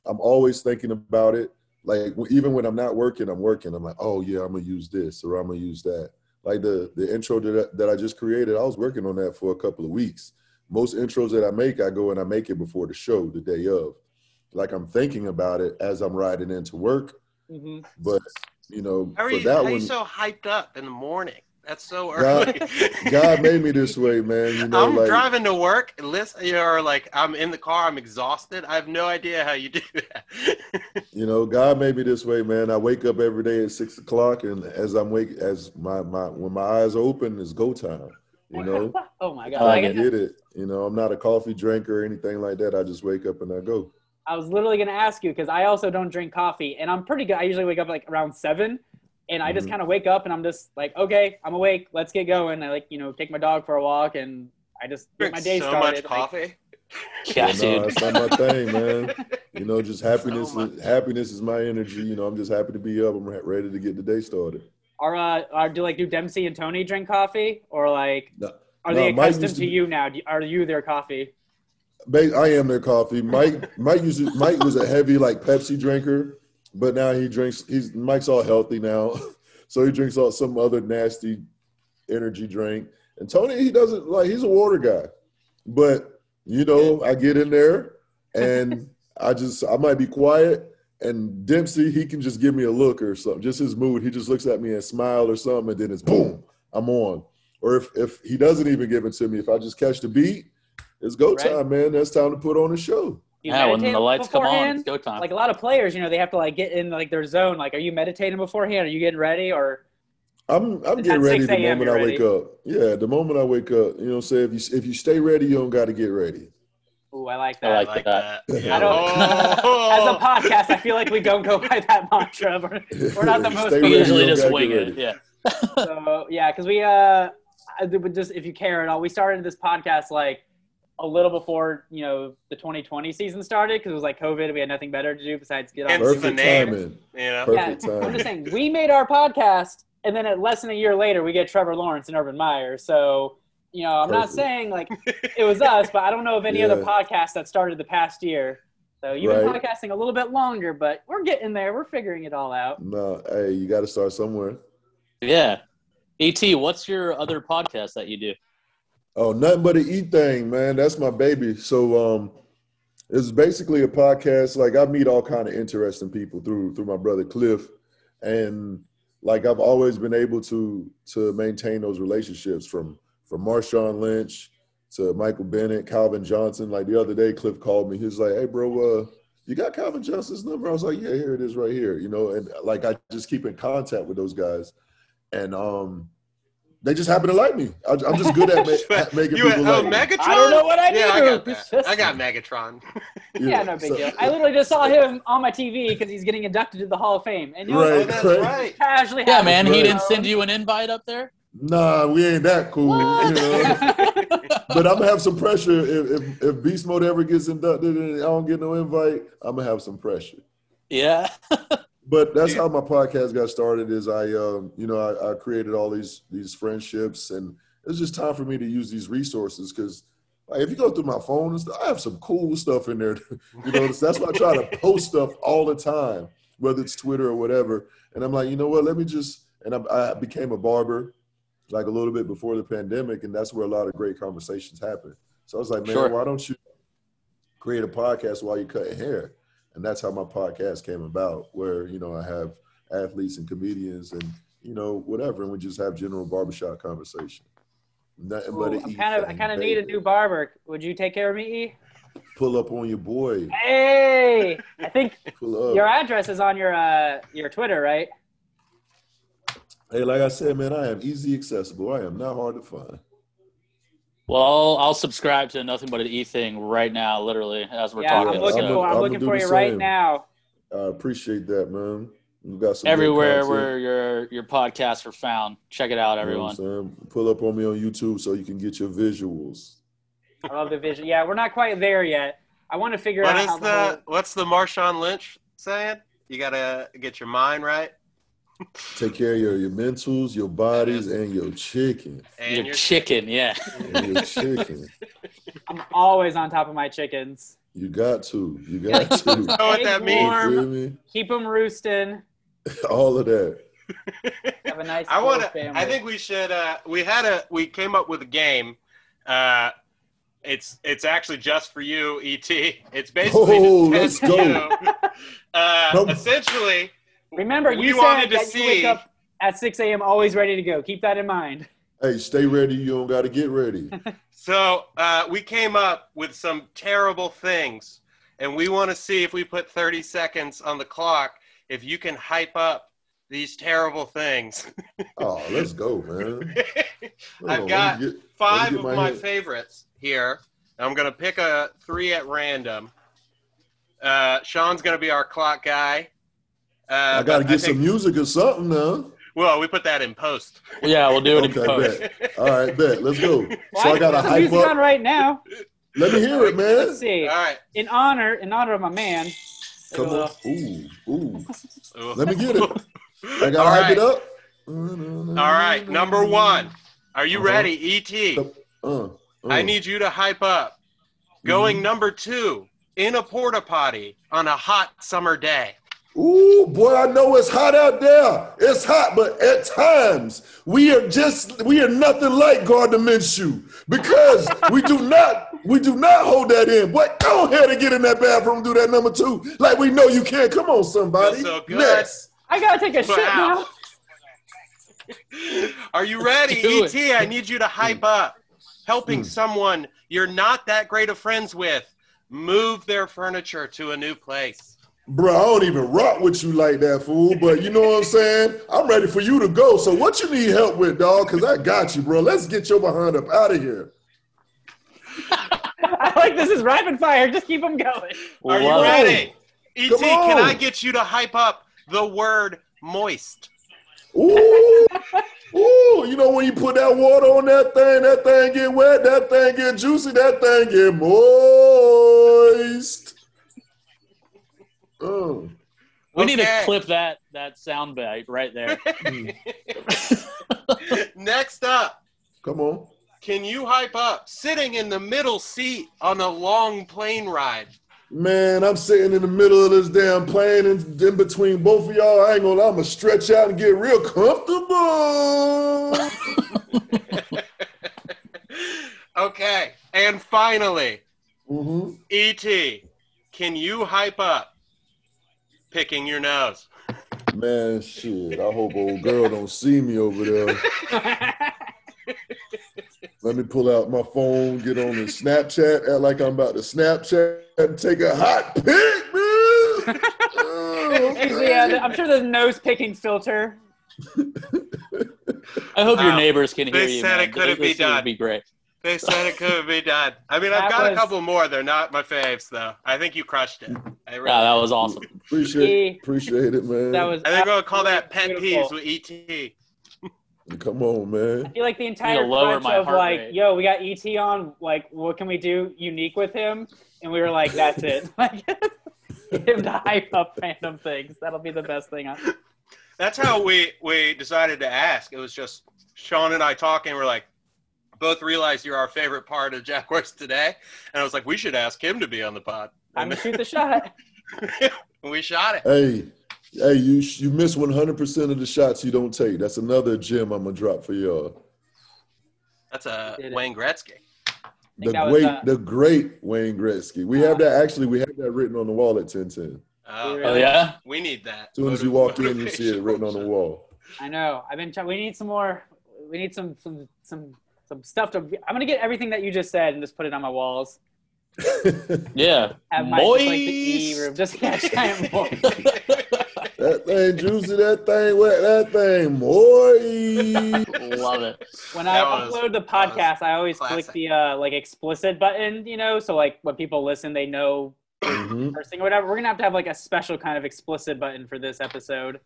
Speaker 4: I'm always thinking about it. Like w- even when I'm not working, I'm working. I'm like, oh yeah, I'm gonna use this or I'm gonna use that. Like the the intro that I, that I just created, I was working on that for a couple of weeks. Most intros that I make, I go and I make it before the show, the day of. Like I'm thinking about it as I'm riding into work,
Speaker 1: hmm
Speaker 4: but you know,
Speaker 2: How are
Speaker 4: for
Speaker 2: you, how
Speaker 4: that
Speaker 2: are you
Speaker 4: one,
Speaker 2: so hyped up in the morning? That's so
Speaker 4: God-
Speaker 2: early.
Speaker 4: God made me this way, man. You know,
Speaker 2: I'm
Speaker 4: like
Speaker 2: driving to work. and Listen, you're like, I'm in the car. I'm exhausted. I have no idea how you do that.
Speaker 4: You know, God made me this way, man. I wake up every day at six o'clock, and as I'm wake, as my my when my eyes open, it's go time. You know,
Speaker 1: oh my god!
Speaker 3: I like
Speaker 4: I
Speaker 3: it.
Speaker 4: get it. You know, I'm not a coffee drinker or anything like that. I just wake up and I go.
Speaker 1: I was literally going to ask you because I also don't drink coffee, and I'm pretty good. I usually wake up like around seven, and I just
Speaker 4: Mhm.
Speaker 1: kind of wake up and I'm just like, okay, I'm awake. Let's get going. I like you know take my dog for a walk, and I just get
Speaker 2: Drink
Speaker 1: my day
Speaker 2: so
Speaker 1: started.
Speaker 2: much
Speaker 1: Like,
Speaker 2: coffee.
Speaker 3: yeah,
Speaker 4: But no,
Speaker 3: dude.
Speaker 4: that's not my thing, man. You know, just happiness.
Speaker 2: So
Speaker 4: is, happiness is my energy. You know, I'm just happy to be up. I'm re- ready to get the day started.
Speaker 1: are uh, are do like do Dempsey and Tony drink coffee or like
Speaker 4: No-
Speaker 1: are
Speaker 4: no,
Speaker 1: they
Speaker 4: Mike
Speaker 1: accustomed
Speaker 4: used
Speaker 1: to,
Speaker 4: to be-
Speaker 1: you now? Do, are you their coffee?
Speaker 4: Ba- I am their coffee. Mike Mike used to, Mike was a heavy like Pepsi drinker, but now he drinks. He's Mike's all healthy now, so he drinks all some other nasty energy drink. And Tony, he doesn't like. He's a water guy, but you know, I get in there and I just I might be quiet. And Dempsey, he can just give me a look or something. Just his mood. He just looks at me and smile or something, and then it's boom, I'm on. Or if if he doesn't even give it to me, if I just catch the beat, it's go
Speaker 1: Right.
Speaker 4: time, man. That's time to put on a show.
Speaker 1: Do you
Speaker 3: yeah, when
Speaker 1: meditate
Speaker 3: the lights come on,
Speaker 1: beforehand?
Speaker 3: it's go time.
Speaker 1: Like a lot of players, you know, they have to like get in like their zone. Like, are you meditating beforehand? Are you getting ready? Or
Speaker 4: I'm I'm
Speaker 1: It's
Speaker 4: getting
Speaker 1: at
Speaker 4: ready
Speaker 1: 6
Speaker 4: the
Speaker 1: a.m.,
Speaker 4: moment I
Speaker 1: you're
Speaker 4: wake
Speaker 1: ready.
Speaker 4: up. Yeah, the moment I wake up, you know, what I'm saying if you if you stay ready, you don't got to get ready.
Speaker 1: ooh, I like
Speaker 3: I
Speaker 1: that.
Speaker 2: I
Speaker 3: like that.
Speaker 2: Yeah.
Speaker 1: I don't-
Speaker 2: Oh.
Speaker 1: As a podcast, I feel like we don't go by that mantra. We're, we're not the
Speaker 4: Stay
Speaker 1: most.
Speaker 4: ready.
Speaker 3: we
Speaker 4: radio
Speaker 3: usually just
Speaker 4: gotta
Speaker 3: wing
Speaker 4: get
Speaker 3: it.
Speaker 4: ready.
Speaker 3: Yeah.
Speaker 1: so yeah, because we uh, I did- but just if you care at all, we started this podcast like a little before you know the 2020 season started because it was like COVID. We had nothing better to do besides get on.
Speaker 2: And- Hence the
Speaker 4: Perfect
Speaker 2: name.
Speaker 4: timing.
Speaker 2: You know?
Speaker 4: Perfect
Speaker 1: I'm just
Speaker 4: timing.
Speaker 1: saying we made our podcast, and then at less than a year later, we get Trevor Lawrence and Urban Meyer. So you know, I'm not
Speaker 4: Perfect.
Speaker 1: saying like it was us, but I don't know of any other
Speaker 4: Yeah.
Speaker 1: podcast that started the past year. So you've been
Speaker 4: Right.
Speaker 1: podcasting a little bit longer, but we're getting there. We're figuring it all out.
Speaker 4: No, hey, you got to start somewhere.
Speaker 3: Yeah. Et, what's your other podcast that you do?
Speaker 4: Oh, nothing but an E thing, man. That's my baby. So um it's basically a podcast. Like I meet all kind of interesting people through through my brother Cliff. And like I've always been able to to maintain those relationships from from Marshawn Lynch to Michael Bennett, Calvin Johnson. Like the other day, Cliff called me. He was like, "Hey, bro, uh, you got Calvin Johnson's number?" I was like, "Yeah, here it is, right here." You know, and like I just keep in contact with those guys, and um, they just happen to like me. I, am just good at, ma- at making
Speaker 2: you
Speaker 4: people
Speaker 2: oh,
Speaker 4: like me.
Speaker 2: Megatron?
Speaker 1: I don't know what I do.
Speaker 2: yeah, I got
Speaker 1: It's
Speaker 2: that.
Speaker 1: just-
Speaker 2: I got Megatron.
Speaker 1: Yeah,
Speaker 4: Yeah,
Speaker 1: no big
Speaker 4: so-
Speaker 1: deal. I literally just saw him on my TV because he's getting inducted to the Hall of Fame, and you
Speaker 2: Oh,
Speaker 4: Right.
Speaker 2: that's right.
Speaker 1: casually.
Speaker 3: Yeah,
Speaker 1: happened
Speaker 3: man,
Speaker 1: to
Speaker 3: he
Speaker 1: know.
Speaker 3: didn't send you an invite up there.
Speaker 4: Nah, we ain't that cool. You know? but I'm gonna have some pressure if, if if Beast Mode ever gets inducted and I don't get no invite. I'm gonna have some pressure.
Speaker 3: Yeah.
Speaker 4: But that's
Speaker 2: Yeah.
Speaker 4: how my podcast got started. Is I, um, you know, I, I created all these these friendships, and it was just time for me to use these resources because. Like if you go through my phone and stuff, I have some cool stuff in there. You know, that's why I try to post stuff all the time, whether it's Twitter or whatever. And I'm like, you know what? Let me just. And I, I became a barber, like a little bit before the pandemic, and that's where a lot of great conversations happen. So I was like, man,
Speaker 3: Sure.
Speaker 4: why don't you create a podcast while you're cutting hair? And that's how my podcast came about, where you know I have athletes and comedians and you know whatever, and we just have general barbershop conversation. Nothing
Speaker 1: Ooh,
Speaker 4: but a
Speaker 1: I'm
Speaker 4: E
Speaker 1: kind of, I
Speaker 4: thing,
Speaker 1: kind of need a
Speaker 4: baby.
Speaker 1: new barber. Would you take care of me? E?
Speaker 4: pull up on your boy.
Speaker 1: Hey, I think
Speaker 4: Pull up.
Speaker 1: your address is on your uh, your Twitter, right?
Speaker 4: Hey, like I said, man, I am easy accessible. I am not hard to find.
Speaker 3: Well, I'll, I'll subscribe to nothing but an E thing right now, literally, as we're
Speaker 1: yeah,
Speaker 3: talking.
Speaker 1: I'm
Speaker 4: Yeah,
Speaker 1: looking
Speaker 4: I'm
Speaker 1: for
Speaker 4: gonna-
Speaker 1: I'm,
Speaker 4: I'm
Speaker 1: looking
Speaker 4: gonna
Speaker 1: for
Speaker 4: do
Speaker 1: you
Speaker 4: the
Speaker 1: right
Speaker 4: same.
Speaker 1: now.
Speaker 4: I appreciate that, man. You got some
Speaker 3: Everywhere
Speaker 4: good
Speaker 3: where your your podcasts are found, check it out,
Speaker 4: content, you know
Speaker 3: everyone.
Speaker 4: what I'm saying? Pull up on me on YouTube so you can get your visuals.
Speaker 1: I love the vision. Yeah, we're not quite there yet. I want to figure
Speaker 2: What
Speaker 1: out
Speaker 2: is
Speaker 1: how the
Speaker 2: the what's the Marshawn Lynch saying? You gotta get your mind right
Speaker 4: Take care of your, your mentals, your bodies, and your chicken.
Speaker 2: and
Speaker 3: your
Speaker 2: your
Speaker 3: chicken, yeah.
Speaker 4: And your chicken.
Speaker 1: I'm always on top of my chickens.
Speaker 4: You got to. You got to.
Speaker 2: know what that
Speaker 1: Egg
Speaker 2: means.
Speaker 1: warm.
Speaker 4: You feel me?
Speaker 1: Keep them roosting.
Speaker 4: All of that.
Speaker 1: Have a nice.
Speaker 2: I want
Speaker 1: little
Speaker 2: to.
Speaker 1: family.
Speaker 2: I think we should. Uh, we had a. We came up with a game. Uh, it's it's actually just for you, Et. It's basically
Speaker 4: Oh, let's
Speaker 2: just test
Speaker 4: go.
Speaker 2: you. Uh,
Speaker 4: Nope.
Speaker 2: Essentially,
Speaker 1: Remember,
Speaker 2: we
Speaker 1: you said
Speaker 2: wanted to
Speaker 1: that you wake
Speaker 2: see-
Speaker 1: up at 6 a.m. always ready to go. Keep that in mind.
Speaker 4: Hey, stay ready. You don't got to get ready.
Speaker 2: so uh, we came up with some terrible things, and we want to see if we put 30 seconds on the clock. If you can hype up these terrible things,
Speaker 4: Oh, let's go, man. Hold on,
Speaker 2: I've
Speaker 4: let me
Speaker 2: got uh,
Speaker 4: get-
Speaker 2: five
Speaker 4: get
Speaker 2: of
Speaker 4: my
Speaker 2: my
Speaker 4: head.
Speaker 2: favorites here. I'm gonna pick a three at random. Uh, Sean's gonna be our clock guy. Uh,
Speaker 4: I got to
Speaker 2: but
Speaker 4: get
Speaker 2: think-
Speaker 4: some music or something now.
Speaker 2: Well, we put that in post.
Speaker 3: yeah, we'll do it in
Speaker 4: Okay,
Speaker 3: post.
Speaker 4: bet. All right, bet. Let's go.
Speaker 1: Well,
Speaker 4: so I
Speaker 1: can
Speaker 4: got to
Speaker 1: put some
Speaker 4: hype
Speaker 1: music on
Speaker 4: up.
Speaker 1: right now.
Speaker 4: Let me hear it,
Speaker 1: Let's
Speaker 4: man.
Speaker 2: All
Speaker 1: see.
Speaker 2: right.
Speaker 1: In honor, in honor of my man.
Speaker 4: Come on. Ooh, ooh.
Speaker 2: Ooh.
Speaker 4: Let me get it. I got to
Speaker 2: All
Speaker 4: hype it
Speaker 2: right.
Speaker 4: up.
Speaker 2: All right. Number one. Are you
Speaker 4: Uh-huh.
Speaker 2: ready, ET?
Speaker 4: Uh, uh.
Speaker 2: I need you to hype up.
Speaker 4: Mm-hmm.
Speaker 2: Going number two in a porta potty on a hot summer day.
Speaker 4: Ooh, boy, I know it's hot out there. It's hot, but at times we are just we are nothing like Gardner Minshew because we do not we do not hold that in. Boy, go ahead and get in that bathroom, and do that number two. Like we know you can. Come on, somebody.
Speaker 2: Feels so good.
Speaker 4: Next.
Speaker 1: I gotta take a shit now.
Speaker 2: Wow. Are you ready,
Speaker 3: Do
Speaker 2: ET? I need you to hype up. Helping
Speaker 4: Mm.
Speaker 2: someone you're not that great of friends with move their furniture to a new place.
Speaker 4: Bro, I don't even rock with you like that, fool. But you know what I'm saying? I'm ready for you to go. So what you need help with, dog? Cause I got you, bro. Let's get your behind up out of here.
Speaker 1: I like this is rapid fire. Just keep them going.
Speaker 2: Are you
Speaker 3: Love it.
Speaker 2: ready? ET,
Speaker 4: Come
Speaker 2: can
Speaker 4: on.
Speaker 2: I get you to hype up the word moist?
Speaker 4: Ooh, ooh, you know when you put that water on that thing, that thing get wet, that thing get juicy, that thing get moist. Mm.
Speaker 3: We need to
Speaker 2: Okay.
Speaker 3: clip that that sound bite right there.
Speaker 2: Next up,
Speaker 4: Come on.
Speaker 2: can you hype up sitting in the middle seat on a long plane ride?
Speaker 4: Man, I'm sitting in the middle of this damn plane and in between both of y'all. I ain't gonna. I'm gonna stretch out and get real comfortable.
Speaker 2: okay, and finally,
Speaker 4: hmm
Speaker 2: E.T., E can you hype up picking your nose?
Speaker 4: Man, shit. I hope old girl don't see me over there. Let me pull out my phone, get on the Snapchat, act like I'm about to Snapchat and take a hot pic, man. Oh,
Speaker 1: yeah,
Speaker 4: man.
Speaker 1: uh, I'm sure there's nose picking filter.
Speaker 3: I hope your
Speaker 2: Wow.
Speaker 3: neighbors can hear
Speaker 2: They
Speaker 3: you.
Speaker 2: said
Speaker 3: man.
Speaker 2: it couldn't be
Speaker 3: This would
Speaker 2: done.
Speaker 3: Be great.
Speaker 2: They said it could be done. I mean, I've
Speaker 1: That
Speaker 2: got a
Speaker 1: was-
Speaker 2: couple more. They're not my faves, though. I think you crushed it. I, really,
Speaker 3: Wow, that was awesome.
Speaker 4: Appreciate,
Speaker 1: E.
Speaker 4: appreciate it, man.
Speaker 1: That was.
Speaker 2: I think we're gonna call that
Speaker 1: absolutely
Speaker 2: pet
Speaker 1: beautiful.
Speaker 2: peeves with E E.T.
Speaker 4: Come on, man.
Speaker 1: I feel like the entire
Speaker 3: gonna lower
Speaker 1: crunch
Speaker 3: my
Speaker 1: of
Speaker 3: heart
Speaker 1: like,
Speaker 3: rate.
Speaker 1: yo, we got ET on. Like, what can we do unique with him? And we were like, that's it. Like, get him to hype up random things. That'll be the best thing. I-
Speaker 2: That's how we we decided to ask. It was just Sean and I talking. We're like, both realized you're our favorite part of Jack West today, and I was like, we should ask him to be on the pod.
Speaker 1: I'm
Speaker 2: And
Speaker 1: gonna shoot the shot.
Speaker 2: we shot it.
Speaker 4: Hey, hey, you you miss 100% of the shots you don't take. That's another gem I'm gonna drop for y'all.
Speaker 2: That's a
Speaker 1: Did it.
Speaker 2: Wayne Gretzky.
Speaker 4: The
Speaker 1: that was,
Speaker 4: great,
Speaker 1: uh,
Speaker 4: the great Wayne Gretzky. We have that actually. We have that written on the wall at 1010.
Speaker 2: Oh,
Speaker 1: Yeah.
Speaker 3: Oh yeah.
Speaker 2: we need that.
Speaker 4: As soon as you walk in, you see it written on the wall.
Speaker 1: I know. I've been. Trying, we need some more. We need some some some some stuff to. I'm gonna get everything that you just said and just put it on my walls.
Speaker 3: Yeah.
Speaker 1: Have my just, like the E room, just yeah, giant wall.
Speaker 4: That thing juicy, that thing wet, that thing moist.
Speaker 3: Love it.
Speaker 1: When
Speaker 2: That
Speaker 1: I
Speaker 2: was-
Speaker 1: upload the
Speaker 2: that was
Speaker 1: podcast, I always
Speaker 2: classic.
Speaker 1: click the uh, like explicit button, you know, so like when people listen, they know
Speaker 4: Mhm.
Speaker 1: first thing or whatever. We're gonna have to have like a special kind of explicit button for this episode.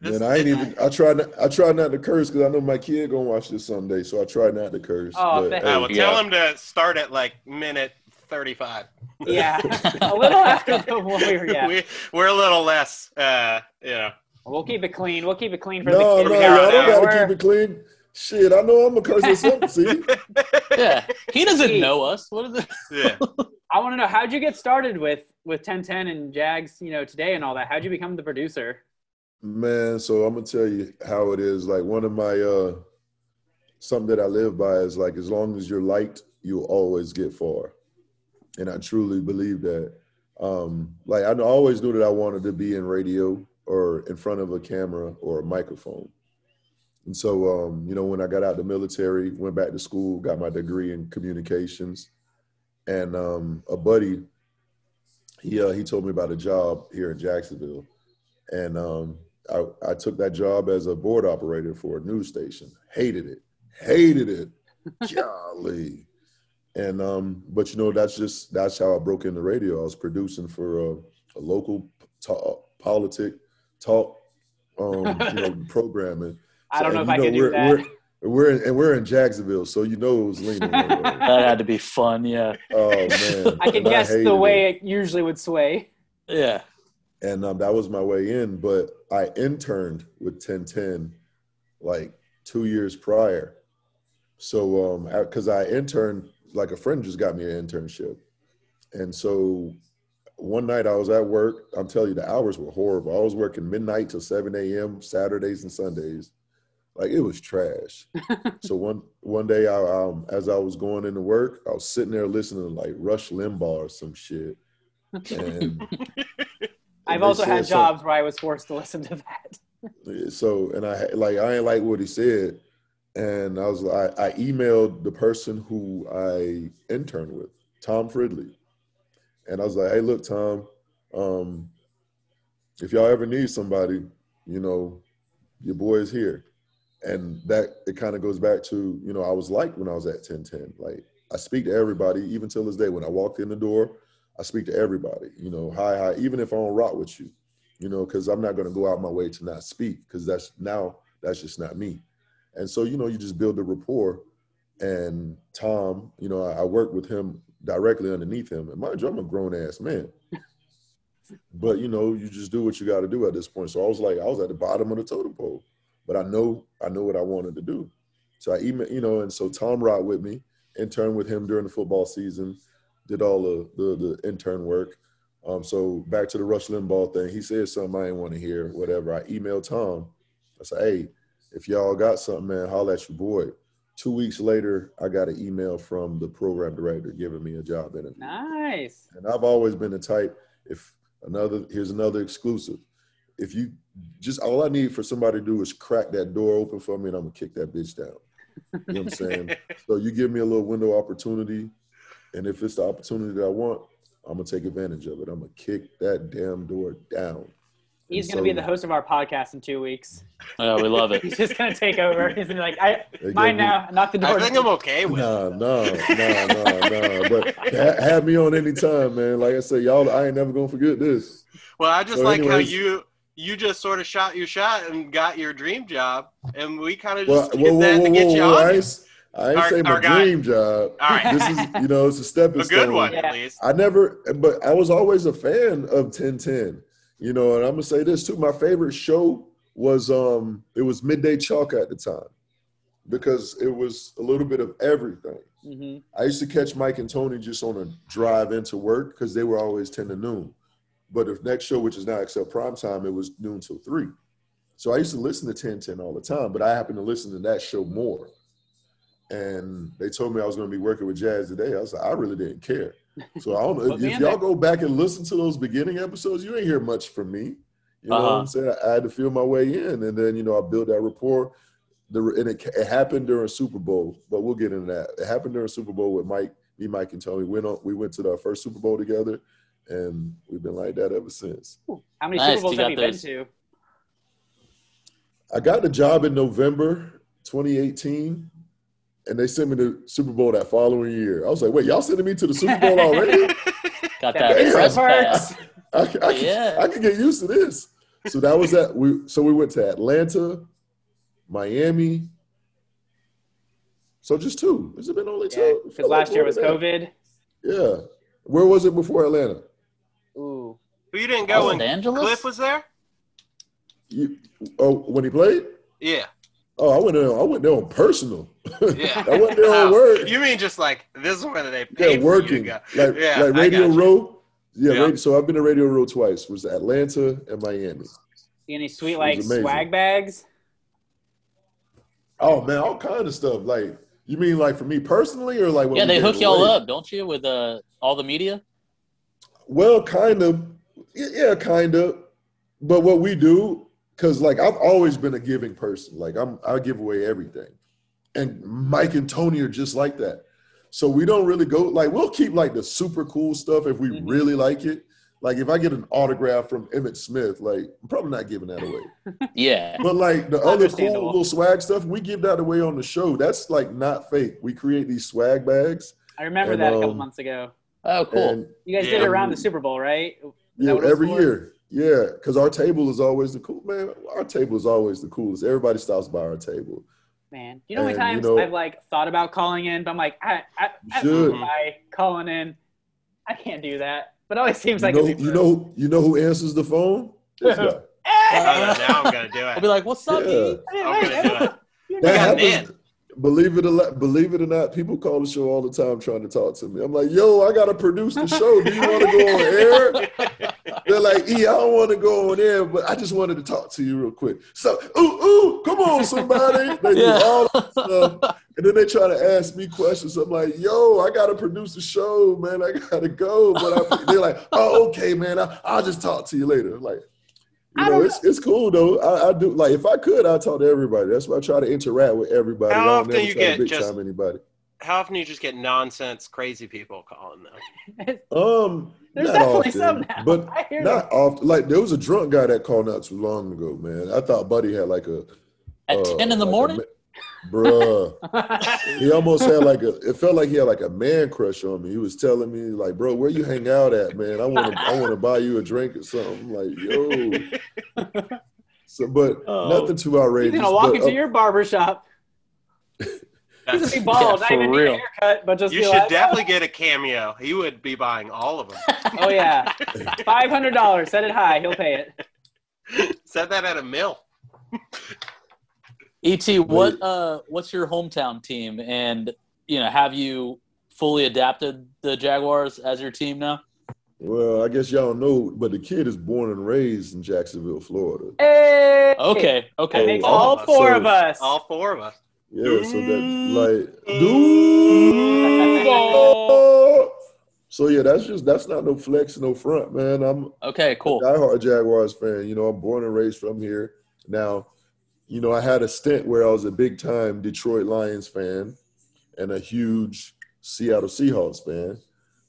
Speaker 2: This-
Speaker 4: Man, I ain't even. I tried. Not, I tried not to curse because I know my kid gonna watch this someday. So I tried not to curse.
Speaker 1: Oh,
Speaker 4: but,
Speaker 1: thank-
Speaker 2: Oh, well,
Speaker 4: hey,
Speaker 2: tell him to start at like minute 35.
Speaker 1: Yeah, a little after the warrior. Yeah,
Speaker 2: we, we're a little less, uh, you know.
Speaker 1: we'll keep it clean. We'll keep it clean for
Speaker 4: no, no,
Speaker 1: the kids.
Speaker 2: we
Speaker 4: y'all
Speaker 2: got it.
Speaker 4: don't
Speaker 1: We're-
Speaker 4: gotta keep it clean. Shit, I know I'm gonna curse at something. See,
Speaker 3: Yeah. He
Speaker 1: E.
Speaker 3: doesn't know us. What is it?
Speaker 2: Yeah.
Speaker 1: I want to know how'd you get started with with 1010 and Jags, you know, today and all that. How'd you become the producer?
Speaker 4: man. So I'm gonna tell you how it is. Like one of my uh, something that I live by is like as long as you're liked, you'll always get far. And I truly believe that. Um, like I always knew that I wanted to be in radio or in front of a camera or a microphone. And so, um, you know, when I got out of the military, went back to school, got my degree in communications, and um, a buddy, he uh, he told me about a job here in Jacksonville, and um, I, I took that job as a board operator for a news station. Hated it, hated it, golly. And um, but you know, that's just that's how I broke into radio. I was producing for a, a local talk, politic talk, um, you know, programming.
Speaker 1: I don't
Speaker 4: So,
Speaker 1: know if
Speaker 4: and
Speaker 1: I
Speaker 4: you
Speaker 1: can do
Speaker 4: we're-
Speaker 1: that.
Speaker 4: We're, we're in, and we're in Jacksonville, so you know it was leaning. that way.
Speaker 3: That had to be fun. Yeah.
Speaker 4: oh man!
Speaker 1: I can
Speaker 4: And
Speaker 1: guess
Speaker 4: hated
Speaker 1: the
Speaker 4: it.
Speaker 1: way it usually would sway.
Speaker 3: Yeah.
Speaker 4: and um, that was my way in. But I interned with 1010 like two years prior. So, um, because I interned, like a friend just got me an internship, and so one night I was at work. I'm telling you, the hours were horrible. I was working midnight till 7 a.m. Saturdays and Sundays, like it was trash. so one one day, I um, as I was going into work, I was sitting there listening to like Rush Limbaugh or some shit, and
Speaker 1: I've
Speaker 4: they
Speaker 1: also
Speaker 4: said
Speaker 1: had
Speaker 4: something.
Speaker 1: jobs where I was forced to listen to that.
Speaker 4: So, and I like I ain't like what he said, and I was like, I emailed the person who I interned with, Tom Fridley, and I was like, Hey, look, Tom, um, if y'all ever need somebody, you know, your boy is here, and that it kind of goes back to you know I was like when I was at 1010, like I speak to everybody, even till this day. When I walked in the door, I speak to everybody. You know, hi, hi. Even if I don't rock with you, you know, because I'm not going to go out my way to not speak because that's now that's just not me. And so, you know, you just build the rapport. And Tom, you know, I, I work with him directly underneath him. And mind you, I'm a grown ass man. But you know, you just do what you got to do at this point. So I was like, I was at the bottom of the totem pole, but I know I know what I wanted to do. So I email, you know, and so Tom rocked with me, interned with him during the football season, did all the the, the intern work, Um, so back to the Rush Limbaugh thing. He said something I didn't want to hear, whatever. I emailed Tom. I said, hey, if y'all got something, man, holla at your boy. Two weeks later, I got an email from the program director giving me a job interview.
Speaker 1: Nice.
Speaker 4: And I've always been the type, if another, here's another exclusive. If you just, all I need for somebody to do is crack that door open for me and I'm going to kick that bitch down. You know what I'm saying? so you give me a little window opportunity. And if it's the opportunity that I want, I'm going to take advantage of it. I'm going to kick that damn door down.
Speaker 1: He's
Speaker 4: And
Speaker 1: going to
Speaker 4: so
Speaker 1: be the host of our podcast in two weeks.
Speaker 3: Oh, we love it.
Speaker 1: He's just going to take over. He's gonna be like, I,
Speaker 4: they
Speaker 1: mine
Speaker 4: gave me-
Speaker 1: now, not the door.
Speaker 2: I think I'm okay with
Speaker 4: Nah, nah, nah, nah, nah. But ha- have me on any time, man. Like I said, y'all, I ain't never gonna forget this.
Speaker 2: Well, I just
Speaker 4: So
Speaker 2: like how
Speaker 4: anyways-
Speaker 2: you you just sort of shot your shot and got your dream job, and we kind of
Speaker 4: Well,
Speaker 2: just
Speaker 4: whoa,
Speaker 2: did that
Speaker 4: whoa,
Speaker 2: to
Speaker 4: whoa,
Speaker 2: get
Speaker 4: whoa,
Speaker 2: you
Speaker 4: whoa. I
Speaker 2: on.
Speaker 4: ain't,
Speaker 2: here.
Speaker 4: s- I ain't
Speaker 2: Our-
Speaker 4: say my
Speaker 2: our guy.
Speaker 4: dream job.
Speaker 2: All right,
Speaker 4: This is, you know, it's a stepping
Speaker 2: a
Speaker 4: stone.
Speaker 2: good one
Speaker 1: Yeah.
Speaker 2: at least.
Speaker 4: I never, but I was always a fan of 1010. You know, and I'm gonna say this too. My favorite show was um, it was Midday Chalk at the time because it was a little bit of everything.
Speaker 1: hmm
Speaker 4: I used to catch Mike and Tony just on a drive into work because they were always 10 to noon. But the next show, which is now except prime time, it was noon till three. So I used to listen to 1010 all the time, but I happened to listen to that show more. And they told me I was going to be working with Jazz today. I was like, I really didn't care. So I don't know.
Speaker 1: Put
Speaker 4: if,
Speaker 1: me
Speaker 4: if
Speaker 1: in
Speaker 4: y'all
Speaker 1: there.
Speaker 4: go back and listen to those beginning episodes, you ain't hear much from me. You know what
Speaker 3: Uh-huh.
Speaker 4: I'm saying? I had to feel my way in. And then, you know, I built that rapport. The, and it, it happened during Super Bowl, but we'll get into that. It happened during Super Bowl with Mike, me, Mike, and Tony. Went on, we went to our first Super Bowl together, and we've been like that ever since.
Speaker 1: How many
Speaker 3: Nice,
Speaker 1: Super Bowls
Speaker 3: you
Speaker 1: have
Speaker 3: got
Speaker 1: you
Speaker 3: those.
Speaker 1: been to?
Speaker 4: I got the job in November 2018, and they sent me to Super Bowl that following year. I was like, wait, y'all sending me to the Super Bowl already?
Speaker 1: That
Speaker 3: Got that
Speaker 4: Damn.
Speaker 3: press
Speaker 1: works.
Speaker 3: pass.
Speaker 4: I, I, can-
Speaker 3: Yeah.
Speaker 4: I can get used to this. So that was that. We so we went to Atlanta, Miami. So just two. Has it been only
Speaker 1: Yeah,
Speaker 4: two?
Speaker 1: because last year was
Speaker 4: More than that.
Speaker 1: COVID.
Speaker 4: Yeah. Where was it before Atlanta?
Speaker 1: Ooh.
Speaker 2: Well, you didn't go
Speaker 3: Los
Speaker 2: when
Speaker 3: Angeles?
Speaker 2: Cliff was there.
Speaker 4: You, oh, when he played?
Speaker 2: Yeah,
Speaker 4: Oh, I went there. I went there on personal.
Speaker 2: yeah.
Speaker 4: I went there
Speaker 2: Oh,
Speaker 4: on work.
Speaker 2: You mean just like this is where they
Speaker 4: Yeah,
Speaker 2: paid for you
Speaker 4: working.
Speaker 2: to go?
Speaker 4: Like,
Speaker 2: Yeah, I
Speaker 4: like Radio
Speaker 2: got you.
Speaker 4: Row. Yeah,
Speaker 2: Yeah.
Speaker 4: radio, so I've been to Radio Row twice. Was Atlanta and Miami.
Speaker 1: See any
Speaker 4: It was
Speaker 1: sweet like
Speaker 4: amazing.
Speaker 1: swag bags?
Speaker 4: Oh man, all kind of stuff. Like, you mean like for me personally, or like when
Speaker 3: Yeah,
Speaker 4: we
Speaker 3: they
Speaker 4: gave
Speaker 3: hook y'all
Speaker 4: away?
Speaker 3: up, don't you, with uh, all the media?
Speaker 4: Well, kind of. Yeah, yeah, kind of. But what we do, because like I've always been a giving person. Like I'm, I give away everything, and Mike and Tony are just like that. So we don't really go like we'll keep like the super cool stuff if we
Speaker 3: Mm-hmm.
Speaker 1: Mhm.
Speaker 4: really like it. Like if I get an autograph from Emmett Smith, like I'm probably not giving that away.
Speaker 3: Yeah.
Speaker 4: But like the other cool
Speaker 1: Understandable.
Speaker 4: little swag stuff, we give that away on the show. That's like not fake. We create these swag bags.
Speaker 1: I remember
Speaker 4: And,
Speaker 1: that a couple
Speaker 4: um,
Speaker 1: months ago.
Speaker 3: Oh, cool.
Speaker 4: And
Speaker 1: You guys
Speaker 2: Yeah.
Speaker 1: did it around the Super Bowl, right? Oh, Is that
Speaker 4: Yeah,
Speaker 1: what it was
Speaker 4: every
Speaker 1: for?
Speaker 4: year. Yeah, because our table is always the cool man. Our table is always the coolest. Everybody stops by our table.
Speaker 1: Man, you know how many
Speaker 4: And, you
Speaker 1: times
Speaker 4: know-
Speaker 1: I've like thought about calling in, but I'm like, I, I, I
Speaker 4: should.
Speaker 1: by calling in, I can't do that. But it always seems
Speaker 4: you
Speaker 1: like
Speaker 4: know,
Speaker 1: it's
Speaker 4: you know, you know who answers the phone? This guy.
Speaker 2: Oh, now I'm gonna do
Speaker 3: I'll
Speaker 2: it.
Speaker 3: be like, what's up,
Speaker 4: Yeah.
Speaker 3: E?
Speaker 2: I'm gonna do it.
Speaker 4: That
Speaker 2: got
Speaker 4: happens. Believe it or not, believe it or not, people call the show all the time trying to talk to me. I'm like, yo, I gotta produce the show. Do you want to go on air? They're like, E, I don't want to go on air, but I just wanted to talk to you real quick. So, ooh, ooh, come on, somebody. They do
Speaker 3: Yeah.
Speaker 4: all stuff. And then they try to ask me questions. I'm like, yo, I gotta produce the show, man. I gotta go. But I, they're like, oh, okay, man. I, I'll just talk to you later. I'm like, you
Speaker 1: I
Speaker 4: know,
Speaker 1: don't
Speaker 4: it's, it's cool though. I, I do like if I could, I talk to everybody. That's why I try to interact with everybody.
Speaker 2: How
Speaker 4: I don't
Speaker 2: often
Speaker 4: never
Speaker 2: you
Speaker 4: try
Speaker 2: get
Speaker 4: to big
Speaker 2: just-
Speaker 4: time anybody.
Speaker 2: How often do you just get nonsense, crazy people calling them?
Speaker 4: Um,
Speaker 1: There's
Speaker 4: not
Speaker 1: definitely
Speaker 4: often,
Speaker 1: some now.
Speaker 4: but
Speaker 1: I hear
Speaker 4: not often. Like there was a drunk guy that called not too long ago, man. I thought Buddy had like a
Speaker 3: At
Speaker 4: uh,
Speaker 3: 10 in the
Speaker 4: like a
Speaker 3: morning?
Speaker 4: ma- bruh.
Speaker 1: that.
Speaker 4: He almost had like a. It felt like he had like a man crush on me. He was telling me like, "Bro, where you hang out at, man? I want to, I want to buy you a drink or something." I'm like, yo. So, but
Speaker 3: Oh.
Speaker 4: nothing too outrageous.
Speaker 1: He's gonna walk
Speaker 4: but
Speaker 1: into
Speaker 4: up-
Speaker 1: your barber shop. He's gonna
Speaker 2: That's-
Speaker 1: be bald,
Speaker 3: Yeah,
Speaker 1: not even
Speaker 3: for
Speaker 1: need a
Speaker 3: real.
Speaker 1: haircut, but just
Speaker 2: you
Speaker 1: be
Speaker 2: should
Speaker 1: like,
Speaker 2: definitely get a cameo. He would be buying all of
Speaker 1: oh yeah, five hundred dollars. Set it high. He'll pay it.
Speaker 2: them. Set that at a mill.
Speaker 3: Et, E what uh, what's your hometown team, and you know, have you fully adapted the Jaguars as your team now?
Speaker 4: Well, I guess y'all know, but the kid is born and raised in Jacksonville, Florida.
Speaker 1: Hey!
Speaker 3: Okay,
Speaker 1: That
Speaker 3: okay.
Speaker 1: makes
Speaker 4: Oh,
Speaker 1: all
Speaker 2: so-
Speaker 1: four of us.
Speaker 2: All four of us.
Speaker 4: Yeah, so that like
Speaker 1: Mm-hmm.
Speaker 4: dude.
Speaker 3: Dude.
Speaker 4: So yeah, that's just that's not no flex, no front, man. I'm
Speaker 3: Okay, cool.
Speaker 4: Die hard Jaguars fan. You know, I'm born and raised from here. Now, you know, I had a stint where I was a big time Detroit Lions fan and a huge Seattle Seahawks fan,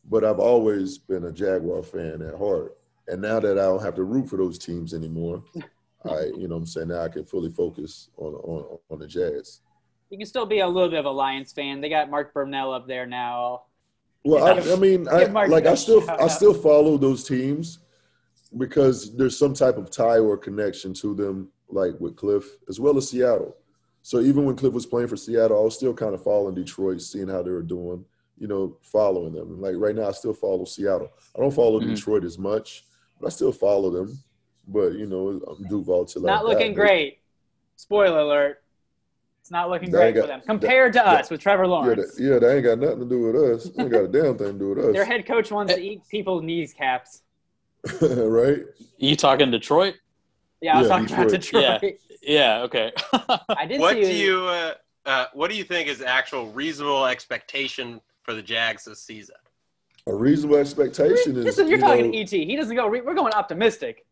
Speaker 4: but I've always been a Jaguar fan at heart. And now that I don't have to root for those teams anymore, I, you know, what I'm saying now I can fully focus on on, on the Jazz.
Speaker 1: You can still be a little bit of a Lions fan. They got Mark Brunell up there now.
Speaker 4: Well, I, I mean, I,
Speaker 1: Give Mark
Speaker 4: like I
Speaker 1: that
Speaker 4: still
Speaker 1: shout
Speaker 4: I
Speaker 1: out.
Speaker 4: still follow those teams because there's some type of tie or connection to them, like with Cliff as well as Seattle. So even when Cliff was playing for Seattle, I was still kind of following Detroit, seeing how they were doing, you know, following them. Like right now, I still follow Seattle. I don't follow
Speaker 1: Mm-hmm.
Speaker 3: Mhm.
Speaker 4: Detroit as much, but I still follow them. But you know, I'm Duval to like
Speaker 1: not looking
Speaker 4: that.
Speaker 1: great. Spoiler alert. It's not looking
Speaker 4: They
Speaker 1: great
Speaker 4: got-
Speaker 1: for them compared to
Speaker 4: that-
Speaker 1: us with Trevor
Speaker 4: Yeah,
Speaker 1: Lawrence.
Speaker 4: that, yeah, that ain't got nothing to do with us. Ain't got a damn thing to do with
Speaker 1: Their
Speaker 4: us,
Speaker 1: head coach
Speaker 2: Eh.
Speaker 1: wants to eat people's kneecaps.
Speaker 4: right?
Speaker 3: You talking Detroit?
Speaker 1: Yeah, I was
Speaker 4: Yeah,
Speaker 1: talking about Detroit.
Speaker 3: Detroit. Yeah, okay.
Speaker 1: I did
Speaker 2: What
Speaker 1: see
Speaker 2: do you uh, uh, what do you think is actual reasonable expectation for the Jags this season?
Speaker 4: A reasonable expectation is.
Speaker 1: Listen, you're
Speaker 4: you
Speaker 1: talking
Speaker 4: know,
Speaker 1: to ET. He doesn't go. Re- we're going optimistic.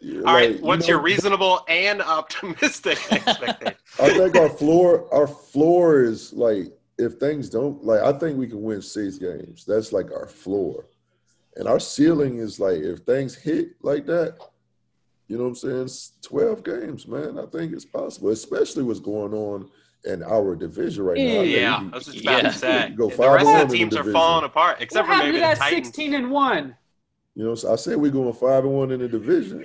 Speaker 4: Yeah,
Speaker 2: All right,
Speaker 4: like, you
Speaker 2: what's
Speaker 4: know,
Speaker 2: your reasonable and optimistic expectation?
Speaker 4: I think our floor, our floor is like if things don't like, I think we can win six games. That's like our floor, and our ceiling is like if things hit like that, you know what I'm saying? It's Twelve games, man. I think it's possible, especially what's going on in our division right now. I think
Speaker 2: Yeah,
Speaker 4: we
Speaker 2: I
Speaker 4: can-
Speaker 2: was just about
Speaker 3: Yeah.
Speaker 2: to say.
Speaker 4: Go
Speaker 2: the
Speaker 4: five
Speaker 2: rest
Speaker 4: and one
Speaker 2: of the
Speaker 4: in
Speaker 2: teams
Speaker 4: the
Speaker 2: are
Speaker 4: division.
Speaker 2: falling apart,
Speaker 1: What
Speaker 2: except for
Speaker 1: happened to
Speaker 2: maybe the
Speaker 1: that
Speaker 2: Titans.
Speaker 1: 16 and one?
Speaker 4: you know, so I said we're going five and one in the division.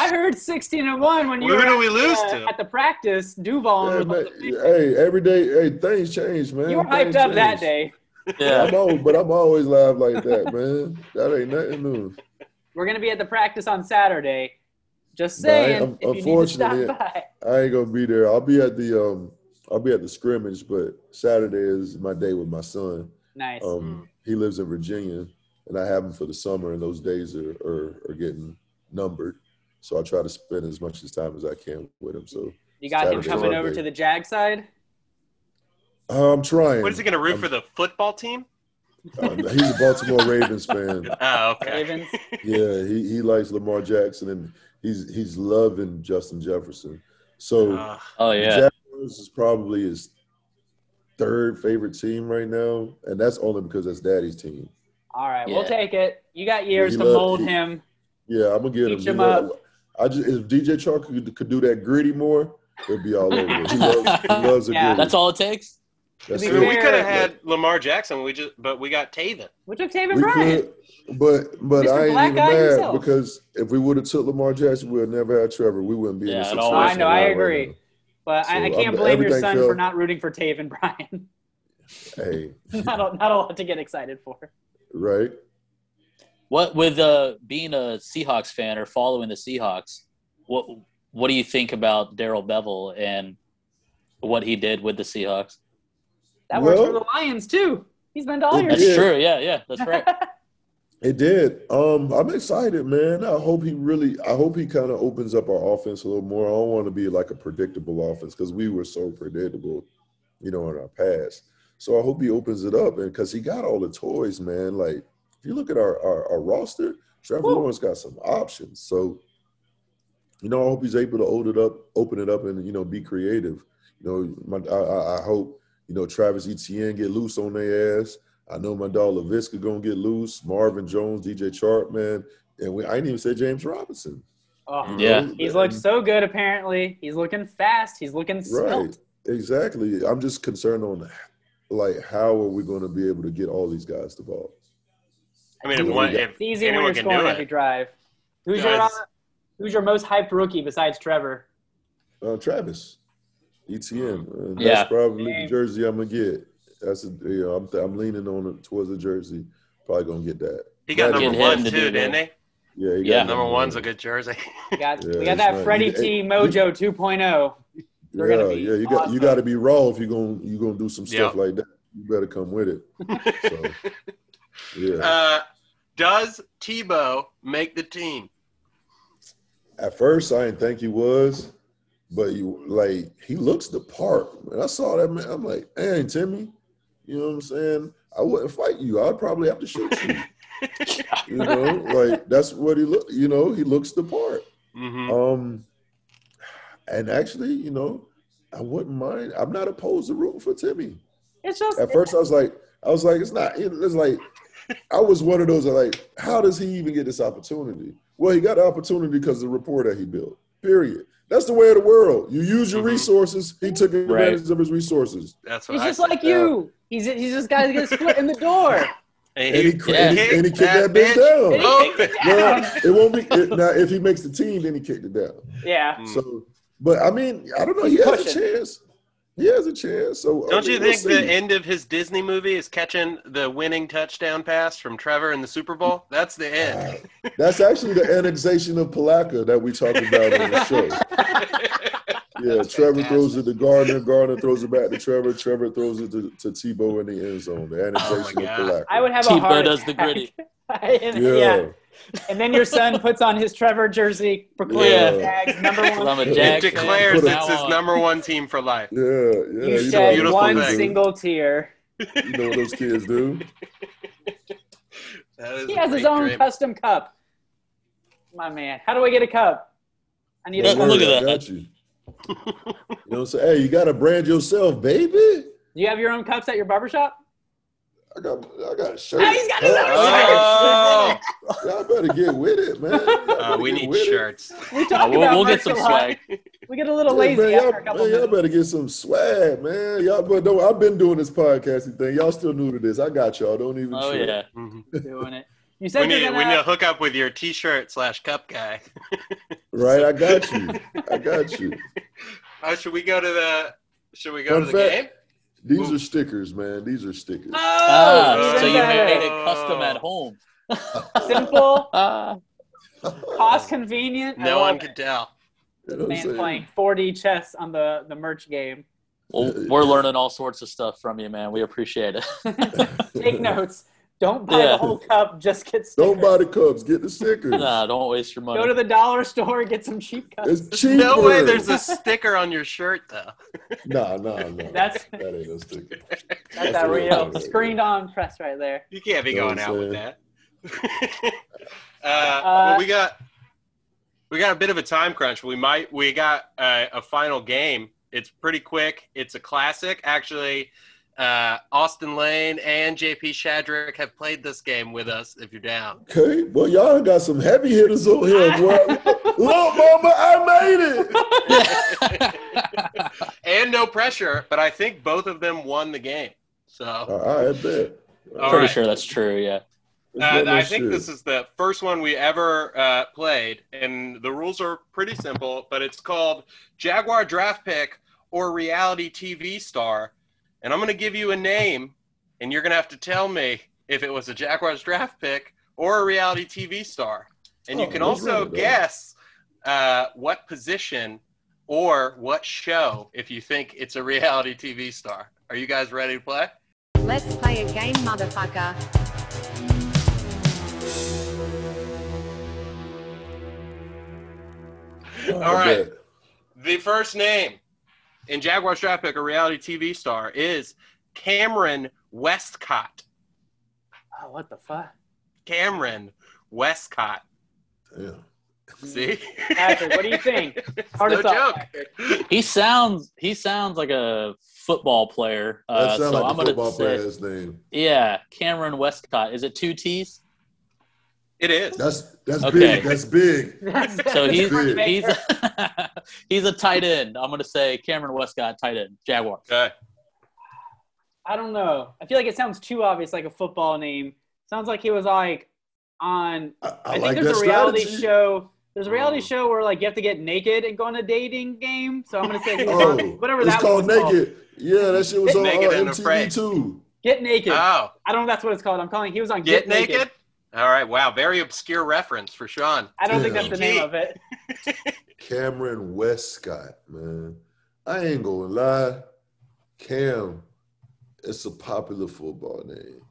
Speaker 1: I heard 16 and one when you
Speaker 2: Who
Speaker 1: were
Speaker 2: do
Speaker 1: at,
Speaker 2: we lose
Speaker 1: uh,
Speaker 2: to?
Speaker 1: at the practice. Duval.
Speaker 4: Yeah,
Speaker 1: and
Speaker 4: man,
Speaker 1: Ronaldo.
Speaker 4: hey, every day, hey, things change, man.
Speaker 1: you were hyped
Speaker 4: Things
Speaker 1: up that
Speaker 4: change.
Speaker 1: day.
Speaker 3: Yeah.
Speaker 4: I'm always, but I'm always live like that, man. That ain't nothing new.
Speaker 1: We're gonna be at the practice on Saturday. Just
Speaker 4: Nah, I-
Speaker 1: saying,
Speaker 4: um,
Speaker 1: if you need to stop
Speaker 4: unfortunately-
Speaker 1: by.
Speaker 4: I ain't gonna be there. I'll be at the um, I'll be at the scrimmage, but Saturday is my day with my son.
Speaker 1: Nice.
Speaker 4: Um, he lives in Virginia, and I have him for the summer, and those days are are, are getting numbered. So I try to spend as much as time as I can with him. So
Speaker 1: you got him
Speaker 4: Saturday's
Speaker 1: coming
Speaker 4: our
Speaker 1: over
Speaker 4: day.
Speaker 1: to the Jag side.
Speaker 4: uh, I'm trying.
Speaker 2: What is he going to root
Speaker 4: Um,
Speaker 2: for the football team?
Speaker 4: Um, he's a Baltimore Ravens fan.
Speaker 2: Oh, okay.
Speaker 1: Ravens.
Speaker 4: Yeah, he, he likes Lamar Jackson, and he's he's loving Justin Jefferson. So.
Speaker 2: Uh,
Speaker 3: Oh
Speaker 4: The
Speaker 3: yeah.
Speaker 4: Jaguars is probably his third favorite team right now, and that's only because that's Daddy's team.
Speaker 1: All right, we'll
Speaker 3: Yeah.
Speaker 1: take it. You got years
Speaker 4: He
Speaker 1: to
Speaker 4: loves-
Speaker 1: mold
Speaker 4: he-
Speaker 1: him.
Speaker 4: Yeah, I'm gonna get him.
Speaker 1: Teach
Speaker 4: you
Speaker 1: him
Speaker 4: know,
Speaker 1: up.
Speaker 4: I just if DJ Chark could, could do that gritty more, it'd be all over. it. He loves, he loves a
Speaker 1: Yeah.
Speaker 4: gritty.
Speaker 3: That's all it takes?
Speaker 4: That's
Speaker 1: To
Speaker 2: I
Speaker 1: be
Speaker 2: mean, we
Speaker 1: fair-
Speaker 2: could have had Lamar Jackson, we just but we got Taven.
Speaker 1: We took Taven
Speaker 4: We
Speaker 1: Bryant.
Speaker 4: could, but but
Speaker 1: Mr.
Speaker 4: I ain't
Speaker 1: Black
Speaker 4: even
Speaker 1: Guy
Speaker 4: mad
Speaker 1: himself.
Speaker 4: because if we would have took Lamar Jackson, we'd never had Trevor. We wouldn't be in
Speaker 3: Yeah,
Speaker 4: this
Speaker 3: it
Speaker 4: situation.
Speaker 3: always- I know,
Speaker 1: I
Speaker 4: we're at
Speaker 1: agree.
Speaker 4: right
Speaker 1: But
Speaker 4: So,
Speaker 1: I, I
Speaker 4: I'm-
Speaker 1: can't blame your
Speaker 4: everything
Speaker 1: son
Speaker 4: fell-
Speaker 1: for not rooting for Taven Bryan.
Speaker 4: now. Hey,
Speaker 1: not, a, not a lot to get excited for.
Speaker 4: right?
Speaker 3: What with uh, being a Seahawks fan or following the Seahawks, what what do you think about Daryl Bevel and what he did with the Seahawks?
Speaker 1: That works for
Speaker 4: Well-
Speaker 1: the Lions too. He's been to all your
Speaker 3: That's
Speaker 4: Yeah.
Speaker 3: true. Yeah, yeah, that's right.
Speaker 4: It did. Um, I'm excited, man. I hope he really. I hope he kind of opens up our offense a little more. I don't want to be like a predictable offense because we were so predictable, you know, in our past. So I hope he opens it up, and because he got all the toys, man. Like if you look at our our, our roster, Trevor
Speaker 1: Woo.
Speaker 4: Lawrence got some options. So, you know, I hope he's able to open it up, open it up, and you know, be creative. You know, my, I, I- I hope you know Travis Etienne get loose on their ass. I know my dog LaVisca gonna get loose. Marvin Jones, DJ Chark, man, and we, I didn't even say James Robinson.
Speaker 1: Oh,
Speaker 3: Yeah.
Speaker 1: He's looked so good apparently. He's looking fast. He's looking svelte.
Speaker 4: right. Exactly. I'm just concerned on like how are we gonna be able to get all these guys the ball?
Speaker 2: I mean, if,
Speaker 4: Yeah,
Speaker 2: one,
Speaker 4: we got-
Speaker 2: if
Speaker 1: It's easy when
Speaker 2: anyone
Speaker 1: you're
Speaker 2: can
Speaker 1: scoring
Speaker 2: do
Speaker 1: every
Speaker 2: it,
Speaker 1: drive. Who's your uh,
Speaker 2: Guys.
Speaker 1: who's your most hyped rookie besides Trevor?
Speaker 4: Uh, Travis, Etienne. Uh, that's
Speaker 3: Yeah.
Speaker 4: probably
Speaker 1: Same.
Speaker 4: the jersey I'm gonna get. That's a, you know I'm, I'm leaning on it towards the jersey. Probably gonna get that.
Speaker 2: he got
Speaker 4: Get
Speaker 2: number
Speaker 4: him
Speaker 2: one
Speaker 3: to do
Speaker 2: too,
Speaker 3: that.
Speaker 2: didn't he?
Speaker 4: Yeah. he got
Speaker 3: Yeah.
Speaker 2: Number one's a
Speaker 4: one.
Speaker 2: good jersey.
Speaker 1: We got
Speaker 4: Yeah,
Speaker 1: we got
Speaker 4: it's
Speaker 1: that
Speaker 4: not-
Speaker 1: Freddie
Speaker 4: you-
Speaker 1: T Mojo oh. 2.0. They're
Speaker 4: yeah,
Speaker 1: gonna be
Speaker 4: yeah. You got
Speaker 1: awesome.
Speaker 4: you got to be raw if you're gonna you gonna do some stuff
Speaker 2: Yeah.
Speaker 4: like that. You better come with it. So, yeah.
Speaker 2: uh, Does Tebow make the team?
Speaker 4: At first, I didn't think he was, but you like he looks the part. Man, I saw that man. I'm like, dang, Timmy, you know what I'm saying? I wouldn't fight you. I'd probably have to shoot you. you know, like that's what he look. You know, he looks the part.
Speaker 2: hmm
Speaker 4: Um, and actually, you know, I wouldn't mind. I'm not opposed to rooting for Timmy.
Speaker 1: It's just
Speaker 4: At first, I was like, I was like, it's not. It's like, I was one of those that like, how does he even get this opportunity? Well, he got the opportunity because of the rapport that he built. Period. That's the way of the world. You use your
Speaker 2: Mhm.
Speaker 4: resources. He took
Speaker 3: Right.
Speaker 4: advantage of his resources.
Speaker 2: That's what
Speaker 1: he's
Speaker 2: I
Speaker 1: just
Speaker 2: said.
Speaker 1: like you. He's he's just got to get his foot in the door.
Speaker 4: And
Speaker 2: And
Speaker 4: he,
Speaker 2: he,
Speaker 4: cra-
Speaker 3: yeah.
Speaker 4: and he, and he kicked that, bitch
Speaker 1: And
Speaker 4: down.
Speaker 1: he
Speaker 2: Oh.
Speaker 1: kicked it
Speaker 4: Now,
Speaker 1: down.
Speaker 4: it won't be it, now if he makes the team, then he kicked it down.
Speaker 1: Yeah.
Speaker 2: Mm.
Speaker 4: So, but I mean, I don't know. He
Speaker 1: He's
Speaker 4: has
Speaker 1: pushing.
Speaker 4: a chance. He has a chance. So I
Speaker 2: Don't
Speaker 4: mean,
Speaker 2: you
Speaker 4: we'll
Speaker 2: think
Speaker 4: see.
Speaker 2: the end of his Disney movie is catching the winning touchdown pass from Trevor in the Super Bowl? That's the end.
Speaker 4: Uh, that's actually the annexation of Palaka that we talked about on the show. Yeah,
Speaker 2: That's
Speaker 4: Trevor
Speaker 2: fantastic.
Speaker 4: throws it to Gardner. Gardner throws it back to Trevor. Trevor throws it to, to Tebow in the end zone. The annexation
Speaker 2: Oh God.
Speaker 4: of Palaka.
Speaker 1: I would have a
Speaker 3: Tebow
Speaker 1: heart
Speaker 3: does the
Speaker 1: attack.
Speaker 3: gritty.
Speaker 1: And- yeah. And then your son puts on his Trevor jersey, proclaims
Speaker 4: Yeah.
Speaker 1: Jags number
Speaker 3: Because I'm
Speaker 1: one.
Speaker 3: a
Speaker 4: It
Speaker 2: It
Speaker 3: Jags fan
Speaker 2: declares
Speaker 3: from
Speaker 4: Put a-
Speaker 2: it's
Speaker 3: now
Speaker 2: his
Speaker 3: on.
Speaker 2: number one team for life.
Speaker 4: Yeah, yeah.
Speaker 1: you
Speaker 4: know
Speaker 1: shed
Speaker 4: what
Speaker 2: beautiful
Speaker 1: one
Speaker 4: those kids do.
Speaker 1: single tear.
Speaker 4: You know what those kids do?
Speaker 2: That is
Speaker 1: He
Speaker 2: a
Speaker 1: has his
Speaker 2: great
Speaker 1: own
Speaker 2: dream.
Speaker 1: custom cup. My man, how do I get a cup? I need a
Speaker 4: Don't
Speaker 1: cup.
Speaker 3: Look-
Speaker 4: worry,
Speaker 3: look at
Speaker 4: I
Speaker 3: that.
Speaker 4: got you. You know what I'm saying? Hey, you got to brand yourself, baby.
Speaker 1: Do you have your own cups at your barbershop?
Speaker 4: I got, I got a shirt.
Speaker 1: Oh, he's got his own
Speaker 2: Oh,
Speaker 4: Y'all better get with it, man. Y'all
Speaker 2: Uh,
Speaker 4: better
Speaker 2: we
Speaker 4: get
Speaker 2: need
Speaker 4: with it.
Speaker 2: shirts.
Speaker 1: We
Speaker 3: Uh,
Speaker 1: talk
Speaker 3: we'll
Speaker 1: about
Speaker 3: we'll get
Speaker 1: merch
Speaker 3: some
Speaker 1: a lot.
Speaker 3: swag.
Speaker 1: We get a little
Speaker 4: Yeah,
Speaker 1: lazy
Speaker 4: man, y'all,
Speaker 1: after a couple
Speaker 4: man, y'all
Speaker 1: minutes.
Speaker 4: better get some swag, man. Y'all, but don't, I've been doing this podcasting thing. Y'all still new to this. I got y'all. Don't even.
Speaker 3: Oh
Speaker 4: trip.
Speaker 3: yeah.
Speaker 2: Mhm.
Speaker 1: Doing it. You
Speaker 2: We
Speaker 1: said
Speaker 2: need,
Speaker 1: you're
Speaker 2: we need to
Speaker 1: gonna.
Speaker 2: hook up with your T-shirt slash cup guy.
Speaker 4: Right, I got you. I got you.
Speaker 2: Oh, should we go to the? Should we go to
Speaker 4: Fun
Speaker 2: the
Speaker 4: fact.
Speaker 2: game?
Speaker 4: These are stickers, man. These are stickers.
Speaker 1: Oh,
Speaker 3: Ah, so
Speaker 1: even
Speaker 3: you
Speaker 1: better.
Speaker 3: made it custom
Speaker 2: Oh.
Speaker 3: at home.
Speaker 1: simple,
Speaker 3: Ah,
Speaker 1: cost convenient. I
Speaker 2: No
Speaker 1: love
Speaker 2: one
Speaker 1: it.
Speaker 2: can tell.
Speaker 4: You know what I'm
Speaker 1: man
Speaker 4: saying?
Speaker 1: playing 4D chess on the the merch game.
Speaker 3: well, we're learning all sorts of stuff from you, man. We appreciate it.
Speaker 1: Take notes. Don't buy
Speaker 3: Yeah.
Speaker 1: the whole cup. Just get stickers.
Speaker 4: Don't buy the cups. Get the stickers.
Speaker 3: nah, don't waste your money.
Speaker 1: Go to the dollar store. Get some cheap cups.
Speaker 4: It's cheaper.
Speaker 2: No way. There's a sticker on your shirt though.
Speaker 4: Nah, nah, nah.
Speaker 1: That's-
Speaker 4: that ain't a sticker.
Speaker 1: That's
Speaker 4: That's
Speaker 1: that real
Speaker 4: right.
Speaker 1: screened on press right there.
Speaker 2: You can't be
Speaker 4: You know
Speaker 2: going
Speaker 4: what
Speaker 2: out
Speaker 4: I'm
Speaker 2: with that. uh, well, we got we got a bit of a time crunch. We might we got uh, a final game. It's pretty quick. It's a classic, actually. Uh, Austin Lane and JP Shadrick have played this game with us. If you're down,
Speaker 4: Okay. Well, y'all got some heavy hitters on here, boy. Look, mama, I made it.
Speaker 2: and no pressure, but I think both of them won the game. So
Speaker 4: All right, I bet.
Speaker 2: All
Speaker 3: Oh, Pretty
Speaker 2: right.
Speaker 3: sure that's true. Yeah.
Speaker 2: Uh, I think this is the first one we ever uh, played, and the rules are pretty simple, but it's called Jaguar Draft Pick or Reality TV Star. And I'm going to give you a name, and you're going to have to tell me if it was a Jaguars draft pick or a reality TV star. And you
Speaker 4: Oh,
Speaker 2: can
Speaker 4: that's
Speaker 2: also
Speaker 4: really good.
Speaker 2: guess uh, what position or what show if you think it's a reality TV star. Are you guys ready to play?
Speaker 5: Let's play a game, motherfucker.
Speaker 2: All right. The first name in Jaguars draft pick, a reality TV star, is Cameron Westcott.
Speaker 1: Oh, what the fuck?
Speaker 2: Cameron Westcott. See?
Speaker 1: Patrick, what do you think? Hard
Speaker 2: no
Speaker 1: to thought,
Speaker 2: joke.
Speaker 1: Patrick.
Speaker 3: He sounds he sounds like a football player. Uh,
Speaker 4: That
Speaker 3: so
Speaker 4: sounds like
Speaker 3: I'm
Speaker 4: a
Speaker 3: gonna
Speaker 4: football
Speaker 3: say
Speaker 4: player's name.
Speaker 3: yeah, Cameron Westcott. Is it two T's?
Speaker 2: It is.
Speaker 4: That's that's
Speaker 3: Okay.
Speaker 4: big. That's big.
Speaker 1: That's-
Speaker 3: So
Speaker 1: that's
Speaker 3: he's
Speaker 1: hard to make
Speaker 3: he's
Speaker 1: sure.
Speaker 3: he's a tight end. I'm gonna say Cameron Westcott, tight end, Jaguars.
Speaker 2: Okay.
Speaker 1: I don't know. I feel like it sounds too obvious, like a football name. Sounds like he was like on.
Speaker 4: I, I,
Speaker 1: I, think
Speaker 4: like
Speaker 1: there's
Speaker 4: that
Speaker 1: a reality
Speaker 4: strategy. Oh.
Speaker 1: show. There's a reality
Speaker 2: Mm.
Speaker 1: show where like you have to get naked and go on a dating game. So I'm gonna say he was
Speaker 4: Oh,
Speaker 1: on it. whatever
Speaker 4: it's
Speaker 1: that
Speaker 4: called
Speaker 1: was called.
Speaker 4: Naked. Yeah, that shit was on uh,
Speaker 2: Naked and Afraid.
Speaker 4: MTV too.
Speaker 1: Get naked.
Speaker 2: Oh,
Speaker 1: I don't know if that's what it's called. I'm calling. He was on
Speaker 2: get, naked? All right. Wow. Very obscure reference for Sean.
Speaker 1: I don't think
Speaker 4: Yeah.
Speaker 1: that's the name of it.
Speaker 4: Cameron Westcott, man. I ain't gonna lie. Cam, it's a popular football name.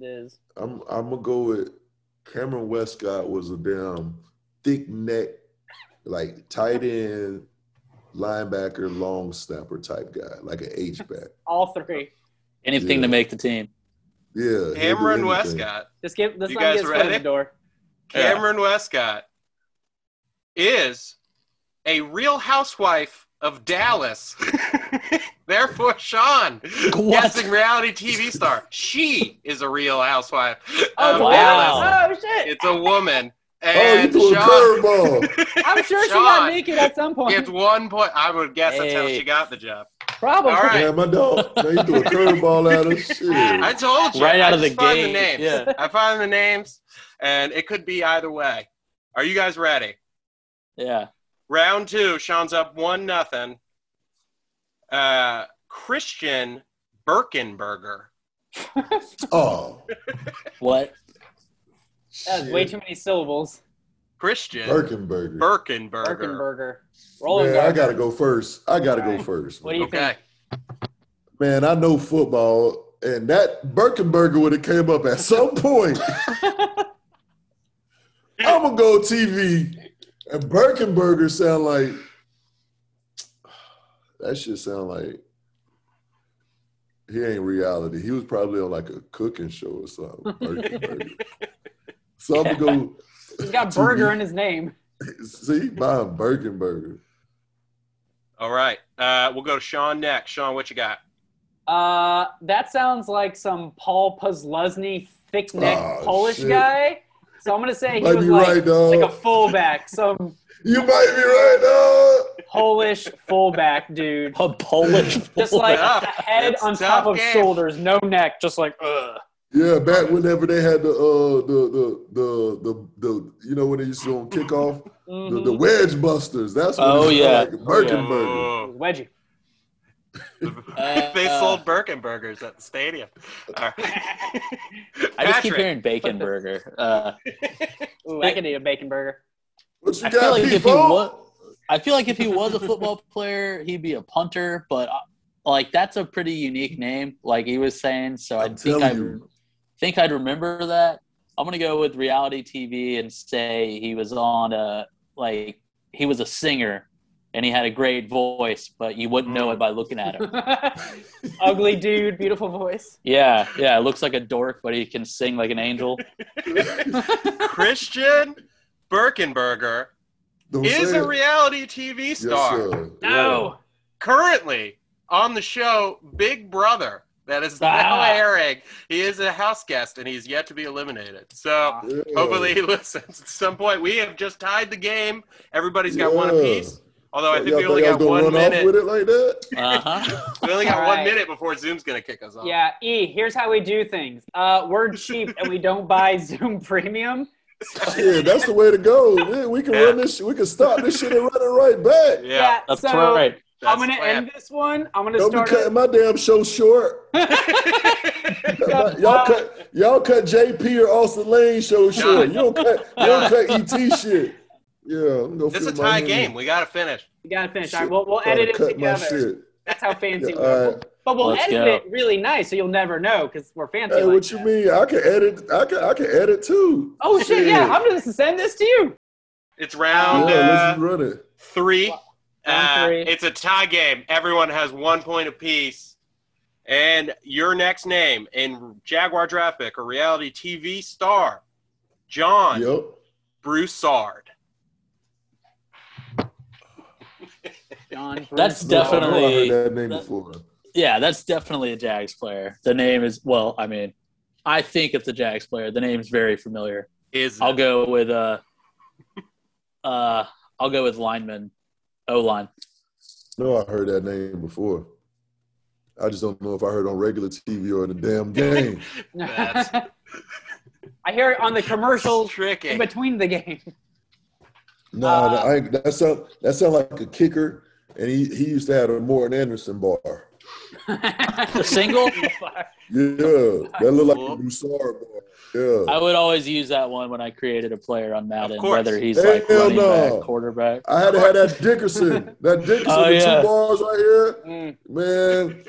Speaker 1: It is.
Speaker 4: I'm I'm gonna go with Cameron Westcott was a damn thick neck, like tight end, linebacker, long snapper type guy, like an H back.
Speaker 1: All three.
Speaker 3: Anything
Speaker 4: Yeah.
Speaker 3: to make the team.
Speaker 4: Yeah, he'll do
Speaker 2: Cameron
Speaker 4: anything.
Speaker 2: Westcott.
Speaker 1: Just give this
Speaker 2: You
Speaker 1: not
Speaker 2: guys
Speaker 1: get foot in
Speaker 2: ready?
Speaker 1: the door.
Speaker 3: Yeah.
Speaker 2: Cameron Westcott is a real housewife of Dallas. Therefore, Sean,
Speaker 3: What?
Speaker 2: guessing reality TV star, she is a real housewife of
Speaker 1: Oh,
Speaker 3: wow.
Speaker 2: Dallas.
Speaker 1: wow. oh shit!
Speaker 2: It's a woman.
Speaker 4: Oh, you
Speaker 2: And
Speaker 4: threw a
Speaker 2: Sean
Speaker 4: curveball.
Speaker 1: I'm sure she
Speaker 2: Sean
Speaker 1: got naked at some point.
Speaker 2: gets one point. I would guess that's how
Speaker 3: Hey.
Speaker 2: she got the job.
Speaker 1: Probably.
Speaker 2: All right.
Speaker 4: Man, my dog. Man, you threw a curveball at us.
Speaker 2: I
Speaker 4: Shit.
Speaker 2: told you.
Speaker 3: Right
Speaker 2: I
Speaker 3: out of the
Speaker 2: just find The
Speaker 3: gate.
Speaker 2: names.
Speaker 3: yeah.
Speaker 2: I find the names, and it could be either way. Are you guys ready?
Speaker 3: Yeah.
Speaker 2: Round two, Sean's up one nothing. Uh, Christian Birkenberger.
Speaker 4: Oh.
Speaker 3: What?
Speaker 1: That was way too many syllables.
Speaker 2: Christian
Speaker 4: Birkenberger.
Speaker 2: Birkenberger.
Speaker 1: Birkenberger. Rolling
Speaker 4: Man, I
Speaker 1: Berger.
Speaker 4: gotta go first. I gotta go first.
Speaker 1: What do you
Speaker 2: Okay.
Speaker 4: Man, I know football, and that Birkenberger would have came up at some point. I'm gonna go TV, and Birkenberger sound like that. Should sound like he ain't reality. He was probably on like a cooking show or something. Birkenberger. so I'm gonna go
Speaker 1: He's got burger in his name.
Speaker 4: see buying Birkenberger.
Speaker 2: All right. Uh, we'll go to Sean next. Sean, what you got?
Speaker 1: Uh, that sounds like some Paul Posluszny, thick neck
Speaker 4: Oh,
Speaker 1: Polish
Speaker 4: shit.
Speaker 1: guy. So I'm gonna say he
Speaker 4: Might
Speaker 1: was
Speaker 4: be
Speaker 1: like,
Speaker 4: right, dog.
Speaker 1: like a fullback, some
Speaker 4: you might be right, dog.
Speaker 1: Polish fullback dude.
Speaker 3: A Polish.
Speaker 1: Just like
Speaker 2: Tough.
Speaker 1: the head
Speaker 2: That's
Speaker 1: on
Speaker 2: tough
Speaker 1: top of
Speaker 2: game.
Speaker 1: shoulders, no neck, just like uh, ugh.
Speaker 4: Yeah, back whenever they had the uh the the the the, the you know when they used to do on kickoff the, the
Speaker 2: Mm-hmm.
Speaker 1: Mhm.
Speaker 4: wedge busters. That's what
Speaker 3: Oh,
Speaker 4: it's
Speaker 3: yeah.
Speaker 4: like, Birkenberger.
Speaker 2: Ooh.
Speaker 1: Wedgie.
Speaker 3: Uh,
Speaker 2: they
Speaker 3: uh,
Speaker 2: sold Birkenbergers at the stadium. All right.
Speaker 3: I just keep
Speaker 2: Patrick.
Speaker 3: hearing bacon burger. Uh,
Speaker 1: Ooh, I could eat a bacon burger.
Speaker 4: What you
Speaker 3: I feel
Speaker 4: got,
Speaker 3: like if he
Speaker 4: people?
Speaker 3: was, I feel like if he was a football player, he'd be a punter. But uh, like that's a pretty unique name, like he was saying. So i
Speaker 4: I'm
Speaker 3: think I
Speaker 4: telling you.
Speaker 3: think I'd remember that. I'm gonna go with reality TV and say he was on a like he was a singer and he had a great voice, but you wouldn't know it by looking at him.
Speaker 1: Ugly dude, beautiful voice.
Speaker 3: yeah, yeah, it looks like a dork, but he can sing like an angel.
Speaker 2: Christian Birkenberger
Speaker 4: Don't
Speaker 2: is
Speaker 4: say
Speaker 2: a
Speaker 4: it.
Speaker 2: reality TV
Speaker 4: Oh, Yes,
Speaker 2: star.
Speaker 4: sir.
Speaker 1: No.
Speaker 2: currently on the show Big Brother that is now
Speaker 3: Ah.
Speaker 2: airing. He is a house guest and he's yet to be eliminated. So
Speaker 4: Yeah.
Speaker 2: hopefully he listens at some point. We have just tied the game. Everybody's got one
Speaker 4: Yeah.
Speaker 2: apiece. Although I
Speaker 4: Y'all
Speaker 2: think we only
Speaker 4: y'all
Speaker 2: got
Speaker 4: gonna
Speaker 2: one
Speaker 4: run off
Speaker 2: minute.
Speaker 4: with it like that.
Speaker 3: Uh huh.
Speaker 2: We only got one
Speaker 1: Alright.
Speaker 2: minute before Zoom's gonna kick us off.
Speaker 1: Yeah, E, here's how we do things. Uh, we're cheap and we don't buy Zoom Premium.
Speaker 4: Yeah, that's the way to go. Man, we can
Speaker 2: Yeah.
Speaker 4: run this. sh- We can stop this shit and run it right back.
Speaker 2: Yeah,
Speaker 3: That's
Speaker 1: so
Speaker 3: right.
Speaker 1: I'm
Speaker 2: that's
Speaker 1: going to
Speaker 2: the plan.
Speaker 1: end this one. I'm going to
Speaker 4: Don't be
Speaker 1: start. it-
Speaker 4: cutting my damn show short. y'all cut, y'all cut JP or Austin Lane show short. You don't cut, you don't cut ET shit. Yeah, I'm gonna
Speaker 2: This is a
Speaker 4: flip my
Speaker 2: tie
Speaker 4: hand.
Speaker 2: game. We gotta finish.
Speaker 1: We got to finish.
Speaker 4: Shit,
Speaker 1: All right, we'll, we'll
Speaker 4: Gotta
Speaker 1: edit it
Speaker 4: cut my
Speaker 1: together.
Speaker 4: shit.
Speaker 1: That's how fancy
Speaker 4: Yeah,
Speaker 1: we are.
Speaker 4: all
Speaker 1: We'll-
Speaker 4: right.
Speaker 1: But we'll
Speaker 3: Let's
Speaker 1: edit
Speaker 3: go.
Speaker 1: it really nice so you'll never know because we're fancy.
Speaker 4: Hey,
Speaker 1: like
Speaker 4: what you
Speaker 1: that.
Speaker 4: mean? I can edit. I can. I can edit too.
Speaker 1: Oh, shit, yeah. I'm going to send this to you.
Speaker 2: It's round
Speaker 4: yeah,
Speaker 2: uh,
Speaker 4: let's run it.
Speaker 2: three.
Speaker 1: Round
Speaker 2: Uh,
Speaker 1: three.
Speaker 2: It's a tie game. Everyone has one point apiece. And your next name in Jaguar draft pick, a reality TV star, John
Speaker 4: Yep.
Speaker 2: Broussard.
Speaker 1: John
Speaker 3: That's
Speaker 1: Bruce.
Speaker 4: I know I
Speaker 3: Definitely.
Speaker 4: heard that name
Speaker 3: that-
Speaker 4: before.
Speaker 3: Yeah, that's definitely a Jags player. The name is well, I mean, I think it's a Jags player. The name's very familiar.
Speaker 2: Is
Speaker 3: I'll go with uh uh I'll go with lineman. O line.
Speaker 4: No, I heard that name before. I just don't know if I heard it on regular TV or in the damn game.
Speaker 2: That's-
Speaker 1: I hear it on the commercials
Speaker 2: tricky.
Speaker 1: in between the game.
Speaker 4: No,
Speaker 1: Uh,
Speaker 4: that- I ain't- that sound that sound like a kicker, and he, he used to have a Morton Anderson bar.
Speaker 3: The single?
Speaker 4: Yeah, that looked like
Speaker 2: Cool.
Speaker 4: a Broussard bar. Yeah.
Speaker 3: I would always use that one when I created a player on Madden,
Speaker 2: Of course.
Speaker 3: whether he's
Speaker 4: Hell
Speaker 3: like running
Speaker 4: no.
Speaker 3: back, quarterback.
Speaker 4: I had to have that Dickerson. That Dickerson,
Speaker 3: Oh,
Speaker 4: the
Speaker 3: yeah.
Speaker 4: two bars right here.
Speaker 1: Mm.
Speaker 4: Man,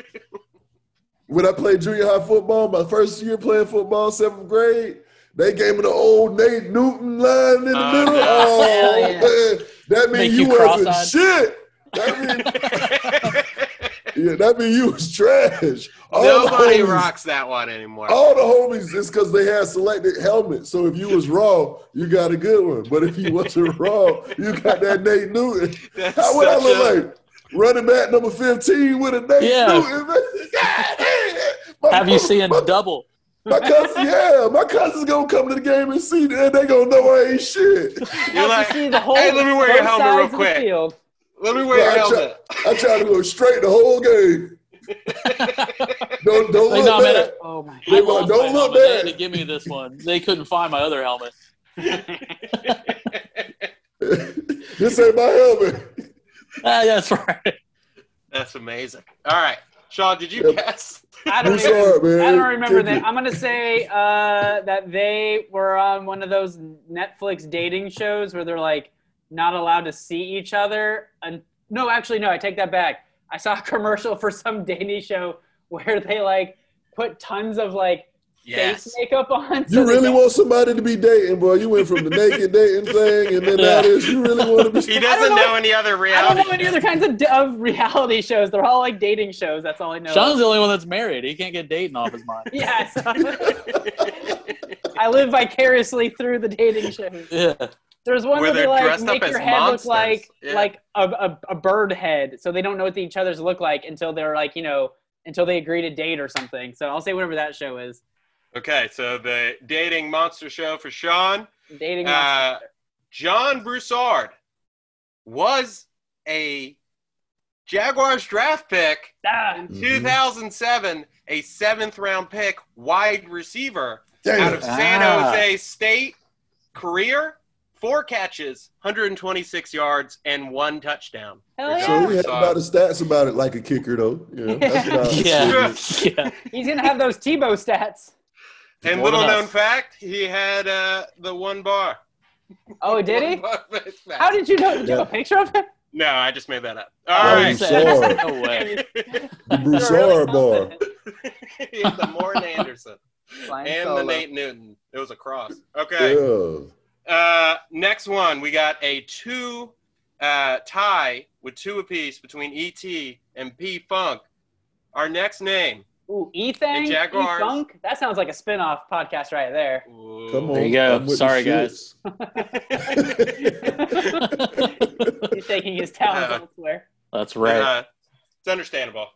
Speaker 4: when I played junior high football, my first year playing football, seventh grade, They gave me the old Nate Newton line in the
Speaker 2: Oh,
Speaker 4: middle.
Speaker 2: no.
Speaker 4: Oh,
Speaker 1: Hell yeah.
Speaker 4: man. That
Speaker 3: Make
Speaker 4: means
Speaker 3: you
Speaker 4: you, wasn't
Speaker 3: cross-eyed.
Speaker 4: shit. That mean, yeah, that mean you was trash. All the
Speaker 2: Nobody
Speaker 4: homies-
Speaker 2: rocks that one anymore.
Speaker 4: All the homies is because they had selected helmets. So if you was raw, you got a good one. But if you wasn't raw, you got that Nate Newton.
Speaker 2: That's
Speaker 4: How would I
Speaker 2: such
Speaker 4: look
Speaker 2: a-
Speaker 4: like? Running back number 15 with a Nate
Speaker 3: Yeah.
Speaker 4: Newton. man. God damn. My-
Speaker 3: Have you seen
Speaker 4: my,
Speaker 3: double?
Speaker 4: my cousin? Yeah, my cousin's gonna come to the game and see that they gonna know I ain't shit.
Speaker 2: You're
Speaker 1: Have
Speaker 2: like,
Speaker 1: you seen the whole,
Speaker 2: "Hey, let me wear your
Speaker 1: both
Speaker 2: helmet
Speaker 1: sides
Speaker 2: real
Speaker 1: of the
Speaker 2: quick."
Speaker 1: field?
Speaker 2: let me wear
Speaker 4: Yeah,
Speaker 2: your
Speaker 4: I try-
Speaker 2: helmet.
Speaker 4: I tried to go straight the whole game. Don't don't
Speaker 3: Like,
Speaker 4: look
Speaker 3: nah, man,
Speaker 4: bad.
Speaker 1: Oh my
Speaker 4: They
Speaker 3: I
Speaker 4: were,
Speaker 3: lost
Speaker 4: "Don't
Speaker 3: my
Speaker 4: look
Speaker 3: helmet. They had
Speaker 4: back."
Speaker 3: to give me this one. They couldn't find my other helmet.
Speaker 4: this ain't my helmet.
Speaker 3: Ah, that's right.
Speaker 2: That's amazing. All right, Sean, did you
Speaker 4: Yeah.
Speaker 2: guess?
Speaker 1: I don't,
Speaker 4: It's
Speaker 1: even,
Speaker 4: hard, man.
Speaker 1: I don't remember
Speaker 4: Kick
Speaker 1: that.
Speaker 4: it.
Speaker 1: I'm gonna say uh, that they were on one of those Netflix dating shows where they're like not allowed to see each other. And no, actually, no, I take that back. I saw a commercial for some dating show where they like put tons of like face makeup on. so
Speaker 4: You
Speaker 1: they
Speaker 4: really
Speaker 1: don't-
Speaker 4: want somebody to be dating, boy. You went from the naked dating thing and then
Speaker 3: Yeah.
Speaker 4: now this. You really want to be.
Speaker 2: He doesn't
Speaker 1: know-
Speaker 2: know any other
Speaker 1: I don't
Speaker 2: reality.
Speaker 1: know any other kinds of, of reality shows. They're all like dating shows. That's all I know.
Speaker 3: Sean's the only one that's married. He can't get dating off his mind.
Speaker 1: yes. I live vicariously through the dating shows.
Speaker 3: Yeah.
Speaker 1: There's one
Speaker 2: Where
Speaker 1: where, they
Speaker 2: they're
Speaker 1: like
Speaker 2: dressed
Speaker 1: make
Speaker 2: up as
Speaker 1: your head
Speaker 2: monsters.
Speaker 1: look like
Speaker 2: Yeah.
Speaker 1: like a, a, a bird head, so they don't know what each other's look like until they're like you know until they agree to date or something. So I'll say whatever that show is.
Speaker 2: Okay, so the dating monster show for Sean.
Speaker 1: Dating.
Speaker 2: Uh,
Speaker 1: monster.
Speaker 2: John Broussard was a Jaguars draft pick
Speaker 1: Ah,
Speaker 2: in
Speaker 4: Mm-hmm.
Speaker 2: 2007, a seventh round pick wide receiver out
Speaker 4: Damn.
Speaker 2: of San
Speaker 3: Ah.
Speaker 2: Jose State. Career, four catches, 126 yards, and one touchdown.
Speaker 1: Hell yeah.
Speaker 4: So we had
Speaker 2: Sorry.
Speaker 4: about the stats about it like a kicker, though. Yeah. That's about
Speaker 3: Yeah. yeah.
Speaker 1: he's gonna have those Tebow stats.
Speaker 2: And
Speaker 3: What
Speaker 2: little
Speaker 3: else?
Speaker 2: known fact, he had uh, the one bar.
Speaker 1: Oh, did
Speaker 2: One
Speaker 1: he?
Speaker 2: bar fist fact.
Speaker 1: How did you know? Did you have a
Speaker 4: Yeah.
Speaker 1: picture of him?
Speaker 2: no, I just made that up.
Speaker 4: Oh,
Speaker 2: All
Speaker 4: you
Speaker 2: right.
Speaker 4: said- Sorry.
Speaker 3: No way.
Speaker 4: The
Speaker 1: You're really
Speaker 4: Broussard bar.
Speaker 1: confident.
Speaker 2: He had the Morton Anderson
Speaker 1: Flying
Speaker 2: and
Speaker 1: solo.
Speaker 2: the Nate Newton. It was a cross. Okay.
Speaker 4: Yeah.
Speaker 2: Uh, next one, we got a two uh, tie with two apiece between ET and P Funk. Our next name.
Speaker 1: Ooh, Ethan,
Speaker 2: And
Speaker 1: E
Speaker 2: Jaguars.
Speaker 1: Funk. That sounds like a spin-off podcast right there.
Speaker 4: Come on.
Speaker 3: There you go.
Speaker 4: I'm with the
Speaker 3: Sorry,
Speaker 4: shits.
Speaker 1: He's taking his talents
Speaker 2: Uh,
Speaker 1: elsewhere.
Speaker 3: That's right.
Speaker 2: Uh, it's understandable.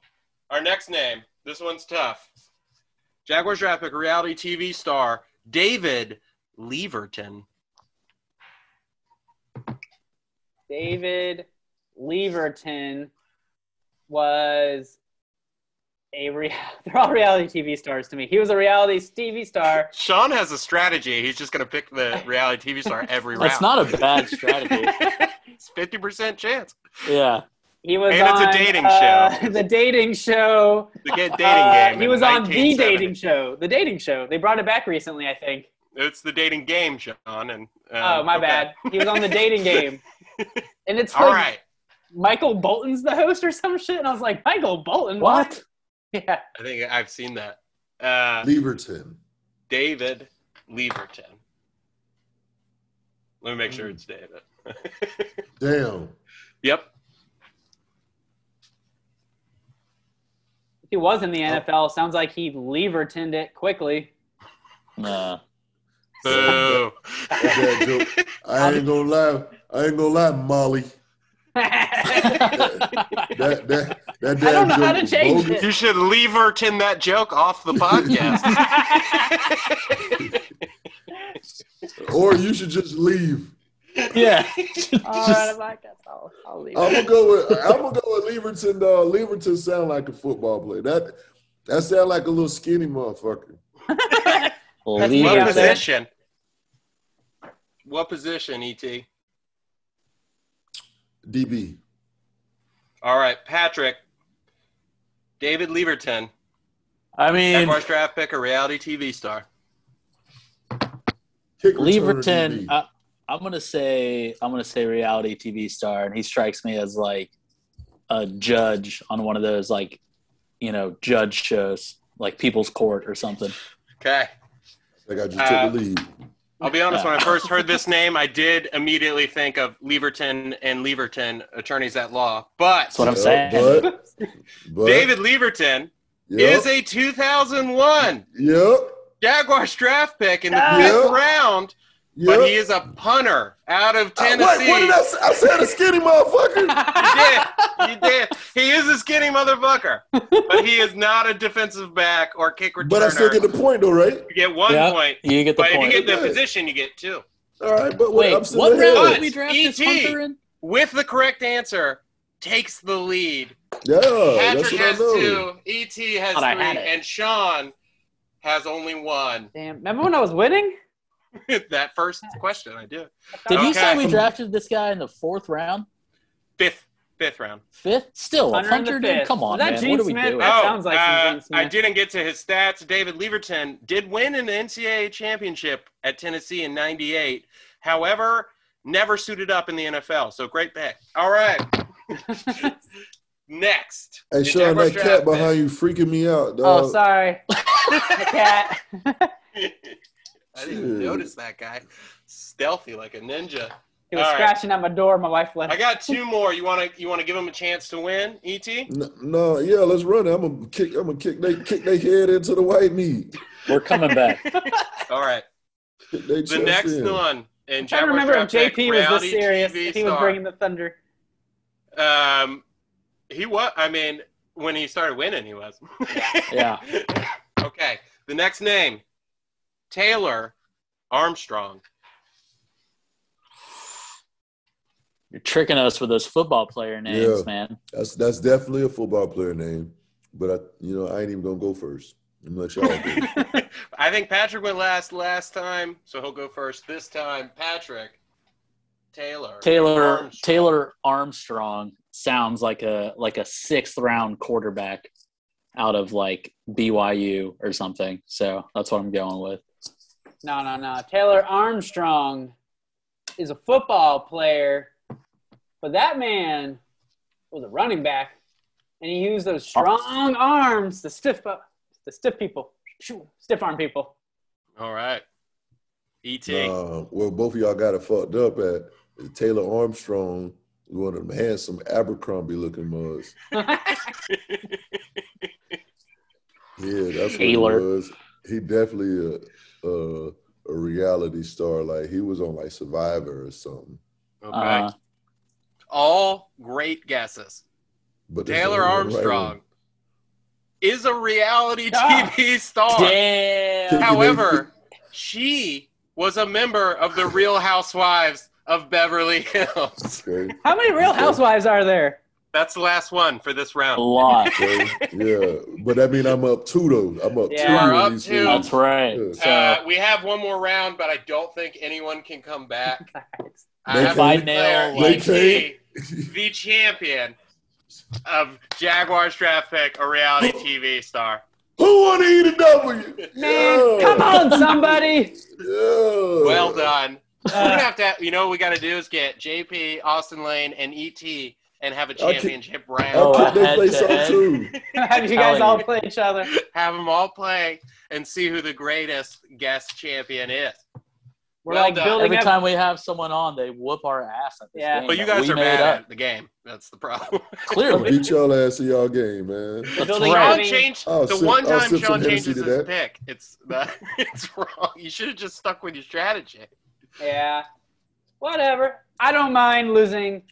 Speaker 2: Our next name. This one's tough. Jaguars draft pick reality TV star David Leverton.
Speaker 1: David Leverton was a real. They're all reality TV stars to me. He was a reality TV star.
Speaker 2: Sean has a strategy. He's just going to pick the reality TV star every round.
Speaker 3: That's not a bad strategy.
Speaker 2: it's 50% chance
Speaker 3: Yeah.
Speaker 1: He was
Speaker 2: And it's a
Speaker 1: on,
Speaker 2: dating
Speaker 1: uh,
Speaker 2: show.
Speaker 1: The dating show.
Speaker 2: to get dating
Speaker 1: Uh,
Speaker 2: game.
Speaker 1: he
Speaker 2: in
Speaker 1: was on the
Speaker 2: 1970.
Speaker 1: dating show. The dating show. They brought it back recently, I think.
Speaker 2: It's the dating game, Sean. And uh,
Speaker 1: Oh, my
Speaker 2: okay.
Speaker 1: bad. He was on the dating game. And it's like
Speaker 2: All right,
Speaker 1: Michael Bolton's the host or some shit. And I was like, Michael Bolton?
Speaker 3: What?
Speaker 1: Yeah.
Speaker 2: I think I've seen that. Uh,
Speaker 4: Leverton.
Speaker 2: David Leverton. Let me make sure
Speaker 1: Hmm.
Speaker 2: it's David.
Speaker 4: Damn.
Speaker 2: Yep.
Speaker 1: He was in
Speaker 2: Oh.
Speaker 1: the NFL. Sounds like he Levertoned it quickly.
Speaker 3: Nah.
Speaker 2: Boo.
Speaker 4: That joke. I ain't gonna lie. I ain't gonna lie, Molly. That that that
Speaker 1: I
Speaker 4: damn
Speaker 1: don't know how
Speaker 4: joke
Speaker 1: to
Speaker 4: was
Speaker 1: change
Speaker 4: bogus.
Speaker 2: you should Leverton that joke off the podcast.
Speaker 4: Or you should just leave.
Speaker 3: Yeah.
Speaker 1: All right, I guess I'll, I'll leave.
Speaker 4: I'm
Speaker 1: it.
Speaker 4: gonna go with I'm gonna go with Leverton. Uh, Leverton sound like a football player. That that sound like a little skinny motherfucker.
Speaker 3: Leave
Speaker 1: Yeah.
Speaker 2: what
Speaker 3: it there.
Speaker 2: position? What position, E ET?
Speaker 4: DB.
Speaker 2: All right, Patrick. David Leverton,
Speaker 3: I mean,
Speaker 2: Jaguars draft pick, a reality TV star.
Speaker 4: Kick return
Speaker 3: Leverton. uh,
Speaker 4: DB.
Speaker 3: I, I'm gonna say I'm gonna say reality TV star, and he strikes me as like a judge on one of those like you know judge shows, like People's Court or something.
Speaker 2: Okay.
Speaker 4: Like I just
Speaker 2: Uh,
Speaker 4: took the lead.
Speaker 2: I'll be honest. When I first heard this name, I did immediately think of Leverton and Leverton, attorneys at law. But
Speaker 3: That's what I'm saying.
Speaker 4: But, but
Speaker 2: David Leverton
Speaker 4: yep,
Speaker 2: is a 2001
Speaker 4: Yep.
Speaker 2: Jaguars draft pick in the
Speaker 1: Yeah.
Speaker 2: fifth round,
Speaker 4: Yep.
Speaker 2: but he is a punter out of
Speaker 4: I- Ah, wait,
Speaker 2: Tennessee.
Speaker 4: what did I say? I said a skinny motherfucker.
Speaker 2: You did. You did. He is a skinny motherfucker, but he is not a defensive back or kick returner.
Speaker 4: but I still get the point though, right?
Speaker 2: You get one
Speaker 3: Yeah,
Speaker 2: point,
Speaker 3: You get the
Speaker 2: but if you
Speaker 3: point.
Speaker 2: get the
Speaker 4: Good.
Speaker 2: position, you get two.
Speaker 4: All right, but wait,
Speaker 3: Wait,
Speaker 4: I'm still
Speaker 3: what
Speaker 4: ahead.
Speaker 3: round
Speaker 2: But
Speaker 3: did we draft this
Speaker 2: ET.
Speaker 3: punter in?
Speaker 2: With the correct answer, takes the lead.
Speaker 4: Yeah, that's
Speaker 2: Patrick
Speaker 4: what I
Speaker 2: has
Speaker 4: know.
Speaker 2: two, ET has
Speaker 3: Thought I had
Speaker 2: three,
Speaker 3: it.
Speaker 2: and Sean has only one.
Speaker 1: Damn. Remember when I was winning?
Speaker 2: that first question, I do.
Speaker 3: Did you say
Speaker 2: Okay.
Speaker 3: we drafted this guy in the fourth round?
Speaker 2: Fifth, fifth round.
Speaker 3: Fifth? Still, a
Speaker 1: Hunter in the
Speaker 3: punter dude?
Speaker 1: fifth.
Speaker 3: Come on,
Speaker 1: Was that
Speaker 3: man.
Speaker 1: Gene
Speaker 3: what are we
Speaker 1: Smith?
Speaker 3: doing?
Speaker 1: That sounds like some
Speaker 2: uh,
Speaker 1: James Smith.
Speaker 2: I didn't get to his stats. David Leverton did win an NCAA championship at Tennessee in '98. However, never suited up in the NFL. So great pick. All right. Next.
Speaker 4: Hey,
Speaker 2: The
Speaker 4: Sean,
Speaker 2: Jaguars
Speaker 4: that cat
Speaker 2: draft pick.
Speaker 4: behind you freaking me out, dog.
Speaker 1: oh, sorry. The cat.
Speaker 2: I didn't even
Speaker 4: Dude.
Speaker 2: notice that guy. Stealthy like a ninja.
Speaker 1: He was
Speaker 2: All right.
Speaker 1: scratching at my door. My wife left.
Speaker 2: I got two more. You wanna you wanna give him a chance to win, E ET?
Speaker 4: No, no, yeah, let's run it. I'm gonna kick. I'm gonna kick. They kick their head into the white meat.
Speaker 3: We're coming back.
Speaker 2: All right.
Speaker 4: Kick their
Speaker 2: The
Speaker 4: chest
Speaker 2: next
Speaker 4: in.
Speaker 2: one. And
Speaker 1: I'm trying to remember if
Speaker 2: Jaguars
Speaker 1: JP
Speaker 2: draft pick,
Speaker 1: was
Speaker 2: reality
Speaker 1: this serious.
Speaker 2: TV
Speaker 1: If he was
Speaker 2: star.
Speaker 1: bringing the thunder.
Speaker 2: Um, he was. I mean, when he started winning, he was.
Speaker 3: Yeah.
Speaker 2: okay. The next name, Taylor Armstrong.
Speaker 3: You're tricking us with those football player names,
Speaker 4: Yeah.
Speaker 3: man.
Speaker 4: That's that's definitely a football player name, but I, you know, I ain't even gonna go first. I'm gonna let y'all go.
Speaker 2: I think Patrick went last last time, so he'll go first this time. Patrick Taylor.
Speaker 3: Taylor
Speaker 2: Armstrong.
Speaker 3: Taylor Armstrong sounds like a like a sixth round quarterback out of like BYU or something. So that's what I'm going with.
Speaker 1: No, no, no. Taylor Armstrong is a football player, but that man was a running back, and he used those strong arms, the stiff, up, the stiff people, Shoo, stiff arm people.
Speaker 2: All right. E Et.
Speaker 4: Uh, well, both of y'all got it fucked up. At Taylor Armstrong, is one of them handsome Abercrombie looking mugs. Yeah, that's what
Speaker 3: Taylor.
Speaker 4: he was. He definitely a, a a reality star. Like he was on like Survivor or something.
Speaker 2: Okay.
Speaker 3: Uh,
Speaker 2: All great guesses.
Speaker 4: But there's
Speaker 2: Taylor
Speaker 4: only one right
Speaker 2: Armstrong
Speaker 4: one.
Speaker 2: is a reality
Speaker 1: Ah.
Speaker 2: TV star.
Speaker 3: damn.
Speaker 4: Damn.
Speaker 2: However, she was a member of the Real Housewives of Beverly Hills.
Speaker 4: Okay.
Speaker 1: How many Real Housewives are there?
Speaker 2: That's the last one for this
Speaker 3: A
Speaker 2: round.
Speaker 3: lot.
Speaker 4: Okay. yeah, but I mean, I'm up two though. I'm up
Speaker 1: Yeah.
Speaker 4: two.
Speaker 1: You
Speaker 2: are
Speaker 4: in
Speaker 2: up
Speaker 4: these
Speaker 2: two.
Speaker 4: fools.
Speaker 3: That's right.
Speaker 4: Yeah.
Speaker 3: So
Speaker 2: uh, we have one more round, but I don't think anyone can come back. I
Speaker 4: They
Speaker 2: have
Speaker 4: can't.
Speaker 2: to declare
Speaker 3: They
Speaker 2: ET
Speaker 4: can't.
Speaker 2: the champion of Jaguars draft pick, a reality TV star.
Speaker 4: Who want to eat a W?
Speaker 1: Man,
Speaker 4: Yeah.
Speaker 1: come on, somebody!
Speaker 4: Yeah.
Speaker 2: Well done. We're gonna
Speaker 1: Uh,
Speaker 2: have to. You know, what we got to do is get JP, Austin Lane, and ET, and have a
Speaker 4: Okay.
Speaker 2: championship round.
Speaker 3: Oh,
Speaker 4: I
Speaker 3: I
Speaker 4: kicked their
Speaker 3: had
Speaker 4: place
Speaker 3: to
Speaker 4: off
Speaker 3: add-
Speaker 4: too.
Speaker 1: have you guys
Speaker 3: Telling
Speaker 1: all
Speaker 3: you.
Speaker 1: play each other?
Speaker 2: Have them all play and see who the greatest guest champion is.
Speaker 1: We're
Speaker 2: Well
Speaker 1: like
Speaker 2: done.
Speaker 1: building
Speaker 3: every
Speaker 1: up.
Speaker 3: time we have someone on, they whoop our ass at this
Speaker 1: Yeah.
Speaker 3: game
Speaker 2: But you
Speaker 3: that
Speaker 2: guys
Speaker 3: we
Speaker 2: are
Speaker 3: made
Speaker 2: bad
Speaker 3: up.
Speaker 2: at the game. That's the problem.
Speaker 4: I
Speaker 3: Clearly,
Speaker 4: beat y'all ass in y'all game, man.
Speaker 1: We're
Speaker 3: That's
Speaker 1: building
Speaker 3: right.
Speaker 2: Sean
Speaker 1: up.
Speaker 2: changed
Speaker 4: I'll
Speaker 2: the
Speaker 4: sip-
Speaker 2: one
Speaker 4: I'll
Speaker 2: time
Speaker 4: sip
Speaker 2: Sean
Speaker 4: oh, some Hennessy
Speaker 2: changes
Speaker 4: to
Speaker 2: his
Speaker 4: that.
Speaker 2: pick. It's that, it's wrong. You should have just stuck with your strategy.
Speaker 1: Yeah. Whatever. I don't mind losing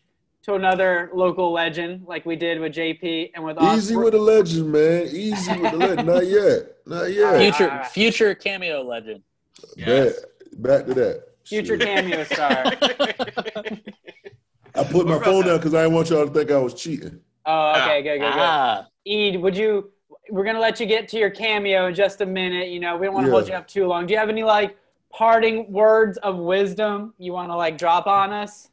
Speaker 1: to another local legend like we did with JP and with
Speaker 4: Easy
Speaker 1: Oscar.
Speaker 4: with the legend, man. Easy with the legend. Not yet. Not yet.
Speaker 3: future
Speaker 1: Alright.
Speaker 3: future cameo legend.
Speaker 4: Back, back to that.
Speaker 1: Future
Speaker 4: Shit.
Speaker 1: cameo star.
Speaker 4: I put my
Speaker 2: What about
Speaker 4: phone
Speaker 2: that?
Speaker 4: down because I didn't want y'all to think I was cheating.
Speaker 1: Oh, okay, good, good, good.
Speaker 3: Ah,
Speaker 1: Eid, would you? We're gonna let you get to your cameo in just a minute. You know, we don't want to
Speaker 4: Yeah.
Speaker 1: hold you up too long. Do you have any like parting words of wisdom you want to like drop on us?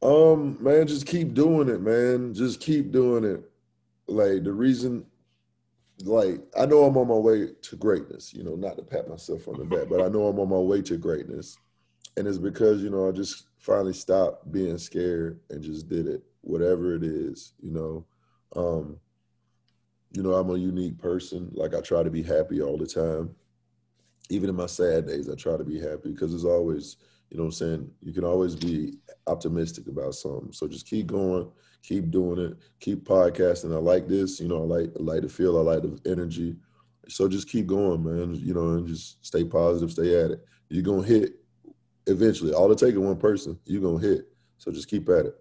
Speaker 4: Um, man, just keep doing it, man. Just keep doing it. Like the reason, like I know I'm on my way to greatness. You know, not to pat myself on the back, but I know I'm on my way to greatness, and it's because you know I just finally stopped being scared and just did it, whatever it is. You know, um, you know I'm a unique person. Like I try to be happy all the time. even in my sad days, I try to be happy because there's always, you know what I'm saying, you can always be optimistic about something. So just keep going, keep doing it, keep podcasting. I like this, you know, I like I like the feel, I like the energy. So just keep going, man. You know, and just stay positive, stay at it. You're gonna hit eventually. All it takes is one person, you're gonna hit. So just keep at it.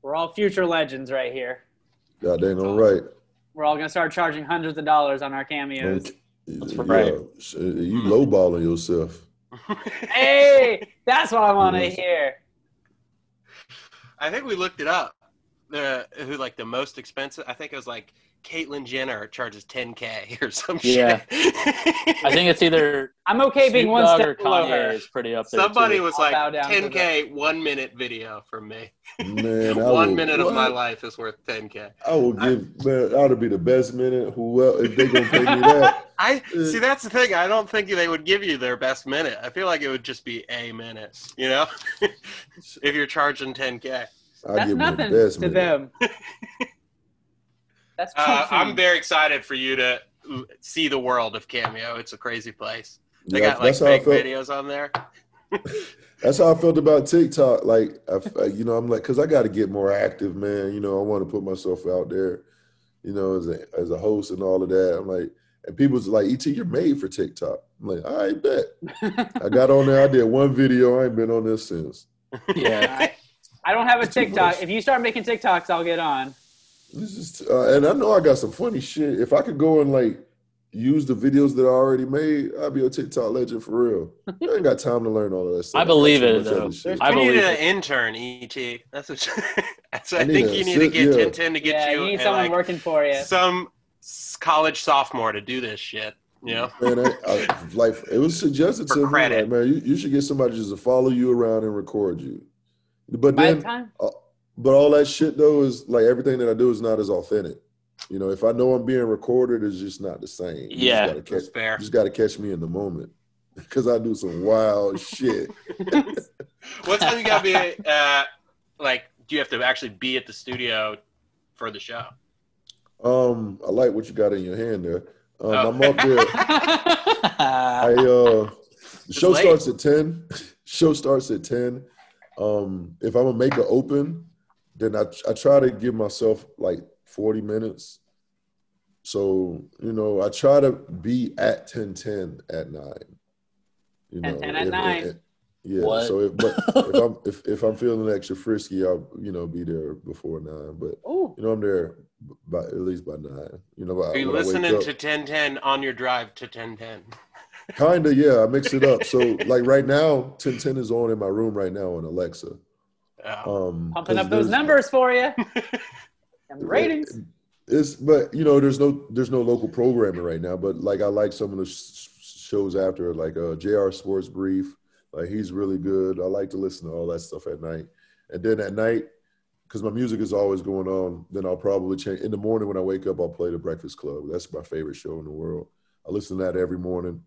Speaker 1: We're all future legends right here.
Speaker 4: God dang all right.
Speaker 1: We're all gonna start charging hundreds of dollars on our cameos.
Speaker 4: That's
Speaker 3: right.
Speaker 4: you lowballing yourself.
Speaker 1: hey, that's what I want to hear.
Speaker 2: I think we looked it up. The who like the most expensive? I think it was like Caitlyn Jenner charges 10k or some
Speaker 3: Yeah.
Speaker 2: shit.
Speaker 3: I think it's either
Speaker 1: I'm okay being
Speaker 3: Snoop
Speaker 1: one
Speaker 3: Dogg
Speaker 1: step
Speaker 3: or
Speaker 1: below
Speaker 3: Kanye
Speaker 1: her.
Speaker 3: is pretty up there.
Speaker 2: somebody
Speaker 3: too.
Speaker 2: was
Speaker 1: I'll
Speaker 2: like
Speaker 1: bow down to
Speaker 2: 10k one minute video from me.
Speaker 4: Man, I
Speaker 2: one
Speaker 4: would-
Speaker 2: minute of my
Speaker 4: what?
Speaker 2: life is worth 10k.
Speaker 4: I will
Speaker 2: I-
Speaker 4: give man, that would be the best minute. Who else if they gonna pay me that?
Speaker 2: I
Speaker 4: Uh,
Speaker 2: see. That's the thing. I don't think they would give you their best minute. I feel like it would just be a minute. You know, if you're charging 10k.
Speaker 4: I'll
Speaker 1: That's
Speaker 4: give them
Speaker 1: nothing
Speaker 4: the best
Speaker 1: to
Speaker 4: minute.
Speaker 1: them. that's
Speaker 2: Uh,
Speaker 1: nothing.
Speaker 2: I'm very excited for you to see the world of Cameo. It's a crazy place. They
Speaker 4: Yeah,
Speaker 2: got like
Speaker 4: that's how I
Speaker 2: fake
Speaker 4: felt.
Speaker 2: videos on there.
Speaker 4: That's how I felt about TikTok. Like, I f- I, you know, I'm like, cause I got to get more active, man. You know, I want to put myself out there, you know, as a as a host and all of that. I'm like, and people's like, "Et, you're made for TikTok." I'm like, I bet. I got on there. I did one video. I ain't been on this since.
Speaker 3: yeah.
Speaker 1: I, I don't have a
Speaker 4: It's too
Speaker 1: TikTok.
Speaker 4: much.
Speaker 1: If you start making TikToks, I'll get on.
Speaker 4: This is, uh, and I know I got some funny shit. If I could go and like use the videos that I already made, I'd be a TikTok legend for real. I ain't got time to learn all of that stuff.
Speaker 3: I
Speaker 4: got
Speaker 3: believe
Speaker 4: so
Speaker 3: it,
Speaker 4: much
Speaker 3: though.
Speaker 4: other shit.
Speaker 3: I
Speaker 2: we need
Speaker 3: believe
Speaker 2: an
Speaker 3: it.
Speaker 2: intern, ET. That's what. so I,
Speaker 4: I need
Speaker 2: think
Speaker 4: a
Speaker 2: you need to
Speaker 4: sit-
Speaker 2: get
Speaker 4: yeah.
Speaker 2: 1010 to get
Speaker 1: yeah, you,
Speaker 2: you,
Speaker 1: need
Speaker 2: and,
Speaker 1: someone
Speaker 2: like,
Speaker 1: working for you.
Speaker 2: some s- college sophomore to do this shit. You know,
Speaker 4: Man, I, I, like it was suggested
Speaker 2: For
Speaker 4: to me,
Speaker 2: credit.
Speaker 4: like, man, you, you should get somebody just to follow you around and record you. But
Speaker 1: By
Speaker 4: then,
Speaker 1: the time,
Speaker 4: uh, but all that shit though is like everything that I do is not as authentic. You know, if I know I'm being recorded, it's just not the same. You
Speaker 3: Yeah.
Speaker 4: just gotta
Speaker 2: that's
Speaker 4: catch,
Speaker 2: fair.
Speaker 4: you just gotta catch me in the moment because I do some wild shit.
Speaker 2: What's time you gotta be? Uh, like, do you have to actually be at the studio for the show?
Speaker 4: Uh, Um, I like what you got in your hand there. Um,
Speaker 2: Oh.
Speaker 4: I'm up there. I uh, the show
Speaker 2: late.
Speaker 4: starts at ten. show starts at ten. Um, if I'm gonna make an open, then I I try to give myself like forty minutes. So you know, I try to be at ten ten at nine. You know,
Speaker 1: 10:10 at
Speaker 4: if-
Speaker 1: nine.
Speaker 4: if- yeah.
Speaker 3: What?
Speaker 4: So if but if I'm if, if I'm feeling extra frisky, I'll you know be there before nine. But
Speaker 1: ooh,
Speaker 4: you know, I'm there b- by at least by nine. You know, by,
Speaker 2: Are you
Speaker 4: when I wake
Speaker 2: listening
Speaker 4: up.
Speaker 2: to 1010 on your drive to 1010?
Speaker 4: Kinda, yeah. I mix it up. So like right now, 1010 is on in my room right now on Alexa.
Speaker 2: Oh.
Speaker 4: Um
Speaker 1: pumping
Speaker 4: 'cause
Speaker 1: up those
Speaker 4: there's-
Speaker 1: numbers for you. and ratings.
Speaker 4: It's but you know, there's no there's no local programming right now. But like I like some of the sh- shows after, like uh JR Sports Brief. Like he's really good. I like to listen to all that stuff at night. And then at night, because my music is always going on, then I'll probably change in the morning when I wake up, I'll play the Breakfast Club. That's my favorite show in the world. I listen to that every morning.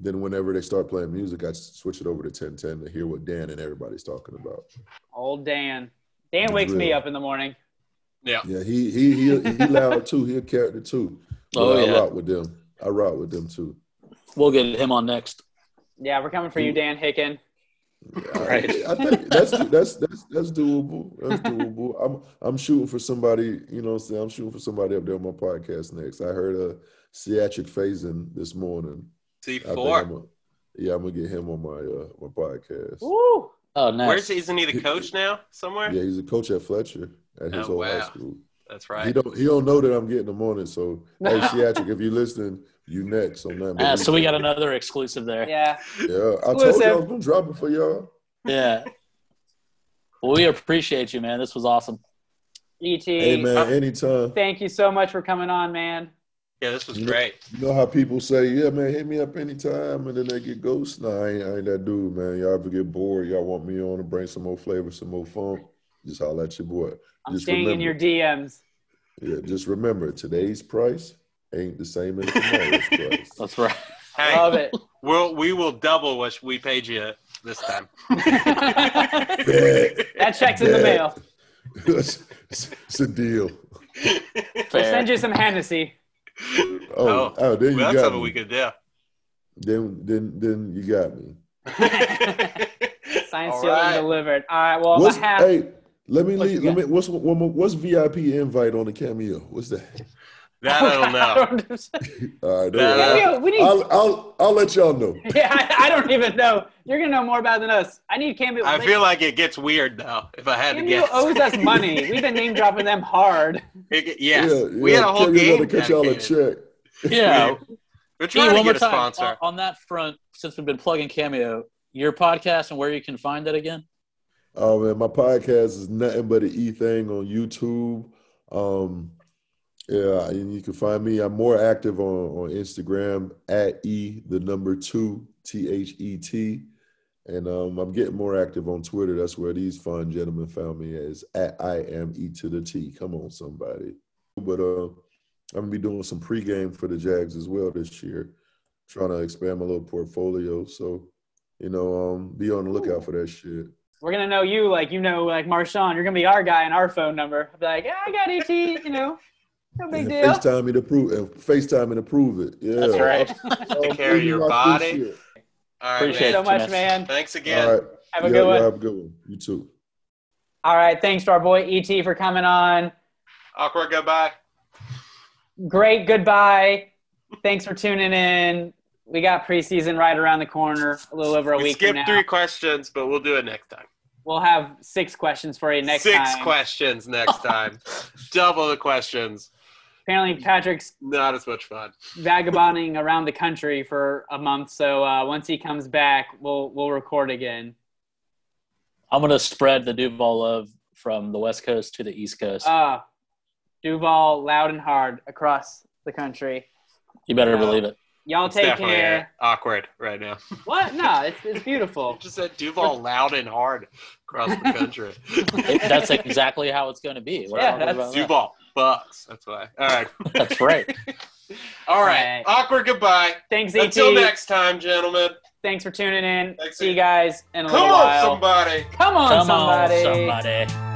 Speaker 4: Then whenever they start playing music, I s- switch it over to 1010 to hear what Dan and everybody's talking about.
Speaker 1: Old Dan. Dan wakes me
Speaker 4: Really?
Speaker 1: up in the morning.
Speaker 2: Yeah.
Speaker 4: Yeah, he he he he loud too. He a character too. But
Speaker 3: Oh,
Speaker 4: I
Speaker 3: yeah.
Speaker 4: rock with them. I rock with them too.
Speaker 3: We'll get him on next.
Speaker 1: Yeah, we're coming for you,
Speaker 4: Ooh.
Speaker 1: Dan Hicken.
Speaker 4: I-
Speaker 3: Right.
Speaker 4: I, think that's that's that's that's doable. That's doable. I'm I'm shooting for somebody. You know, what I'm saying I'm shooting for somebody up there on my podcast next. I heard a theatric phasing this morning. I think I'm
Speaker 2: C4.
Speaker 4: a, yeah, I'm gonna get him on my uh, my podcast.
Speaker 1: Woo!
Speaker 3: Oh, nice.
Speaker 2: Where's he? Isn't he the coach now somewhere?
Speaker 4: Yeah, he's a coach at Fletcher at his
Speaker 2: Oh,
Speaker 4: old high
Speaker 2: wow.
Speaker 4: school.
Speaker 2: That's
Speaker 4: He
Speaker 2: right.
Speaker 4: don't he don't know that I'm getting him on it. So hey, theatric, if you listening, you next on that.
Speaker 3: Ah, so we got another exclusive there.
Speaker 1: Yeah.
Speaker 4: Yeah, I told you I
Speaker 1: Exclusive.
Speaker 4: was gonna drop it for y'all.
Speaker 3: Yeah. Well, we appreciate you, man. This was awesome.
Speaker 1: ET,
Speaker 4: Hey
Speaker 3: uh,
Speaker 4: man, anytime.
Speaker 1: E thank you so much for coming on, man.
Speaker 2: Yeah, this was great.
Speaker 4: You know how people say, "Yeah, man, hit me up anytime," and then they get ghosts. Nah, I ain't, I ain't that dude, man. Y'all ever get bored? Y'all want me on to bring some more flavor, some more funk? Just holler at your boy.
Speaker 1: I'm
Speaker 4: Just
Speaker 1: staying in
Speaker 4: remember.
Speaker 1: your DMs.
Speaker 4: Yeah, just remember, today's price ain't the same as tomorrow's price.
Speaker 3: That's right.
Speaker 2: Hey,
Speaker 1: Love it.
Speaker 2: we'll, we will double what we paid you this time. Oh.
Speaker 4: Bet.
Speaker 1: That check's in the
Speaker 4: Yeah.
Speaker 1: mail.
Speaker 4: it's, it's- it's a deal.
Speaker 1: We'll
Speaker 3: Fair.
Speaker 1: send you some Hennessy.
Speaker 4: Oh,
Speaker 2: Oh,
Speaker 4: oh, there you
Speaker 2: well, that's
Speaker 4: got
Speaker 2: something
Speaker 4: me.
Speaker 2: we could do.
Speaker 4: Then then then you got me.
Speaker 1: Science
Speaker 2: All
Speaker 1: sealed
Speaker 2: right.
Speaker 1: and delivered. All right. Well,
Speaker 4: what's,
Speaker 1: I have.
Speaker 4: hey, let me
Speaker 1: What you
Speaker 4: leave. Let me, what's one more- what's VIP invite on the cameo? What's that?
Speaker 2: That I don't know.
Speaker 4: All right, don't
Speaker 2: That,
Speaker 4: worry.
Speaker 1: Cameo, we need.
Speaker 4: I'll, I'll I'll let y'all know.
Speaker 1: yeah, I, I don't even know. You're gonna know more about it than us. I need Cameo.
Speaker 2: I feel like it gets weird though. If I had to
Speaker 1: Cameo
Speaker 2: guess,
Speaker 1: owes us money. We've been name dropping them hard.
Speaker 2: It get- yes, we had a whole
Speaker 4: Cameo
Speaker 2: game.
Speaker 4: gotta cut y'all a
Speaker 2: dedicated.
Speaker 4: check.
Speaker 3: Yeah.
Speaker 2: We're
Speaker 3: Hey,
Speaker 2: trying to
Speaker 3: one more
Speaker 2: get a
Speaker 3: time
Speaker 2: sponsor.
Speaker 3: On, on that front, since we've been plugging Cameo, your podcast and where you can find it again.
Speaker 4: Oh man, my podcast is nothing but an E thing on YouTube. Um, yeah, and you can find me. I'm more active on, on Instagram at E the number two T H E T. And um, I'm getting more active on Twitter. That's where these fine gentlemen found me as at I am E to the T. Come on, somebody. But uh, I'm gonna be doing some pregame for the Jags as well this year, trying to expand my little portfolio. So, you know, um, be on the lookout for that shit.
Speaker 1: We're gonna know you like you know like Marshawn. You're gonna be our guy and our phone number. I'll be like, yeah, I got ET. You know, no big
Speaker 4: And
Speaker 1: deal.
Speaker 4: FaceTime me to prove and FaceTime me to prove it. Yeah.
Speaker 3: That's right.
Speaker 4: I'll-
Speaker 2: Take
Speaker 4: I'll
Speaker 2: care of
Speaker 4: prove
Speaker 2: your
Speaker 4: you my
Speaker 2: body.
Speaker 4: shit.
Speaker 2: All right,
Speaker 1: Thank you
Speaker 2: man.
Speaker 3: Appreciate
Speaker 1: so
Speaker 3: it,
Speaker 1: much,
Speaker 3: Jess.
Speaker 1: man.
Speaker 2: Thanks again.
Speaker 4: All right.
Speaker 1: Have a
Speaker 4: Yeah,
Speaker 1: good one.
Speaker 4: yeah, Have a good one. You too.
Speaker 1: All right. Thanks to our boy ET for coming on.
Speaker 2: Awkward goodbye.
Speaker 1: Great goodbye. Thanks for tuning in. We got preseason right around the corner, a little over a
Speaker 2: We
Speaker 1: week from
Speaker 2: skipped
Speaker 1: now.
Speaker 2: three questions, but we'll do it next time.
Speaker 1: We'll have six questions for you next
Speaker 2: Six
Speaker 1: time.
Speaker 2: questions next time. Double the questions.
Speaker 1: Apparently, Patrick's
Speaker 2: Not as much fun.
Speaker 1: vagabonding around the country for a month, so uh, once he comes back, we'll we'll record again.
Speaker 3: I'm gonna spread the Duval love from the West Coast to the East Coast.
Speaker 1: Uh, Duval, loud and hard across the country.
Speaker 3: you better
Speaker 1: no.
Speaker 3: believe it.
Speaker 1: Y'all
Speaker 2: It's
Speaker 1: take
Speaker 2: definitely uh,
Speaker 1: care.
Speaker 2: awkward right now.
Speaker 1: What? No, it's, it's beautiful.
Speaker 2: Just said Duval loud and hard across the country.
Speaker 3: It- That's exactly how it's gonna be. What
Speaker 1: Yeah,
Speaker 3: am I
Speaker 1: that's-
Speaker 3: worried about
Speaker 2: Duval bucks. That's why. All right.
Speaker 3: that? That's right.
Speaker 2: All
Speaker 1: All right.
Speaker 2: right. Awkward goodbye.
Speaker 1: Thanks, ET.
Speaker 2: Until next time, gentlemen.
Speaker 1: Thanks for tuning in.
Speaker 2: Thanks,
Speaker 1: See you
Speaker 2: E.
Speaker 1: guys in a
Speaker 2: Come
Speaker 1: little
Speaker 2: on,
Speaker 1: while.
Speaker 2: somebody.
Speaker 1: Come on,
Speaker 3: Come
Speaker 1: somebody.
Speaker 3: on, somebody.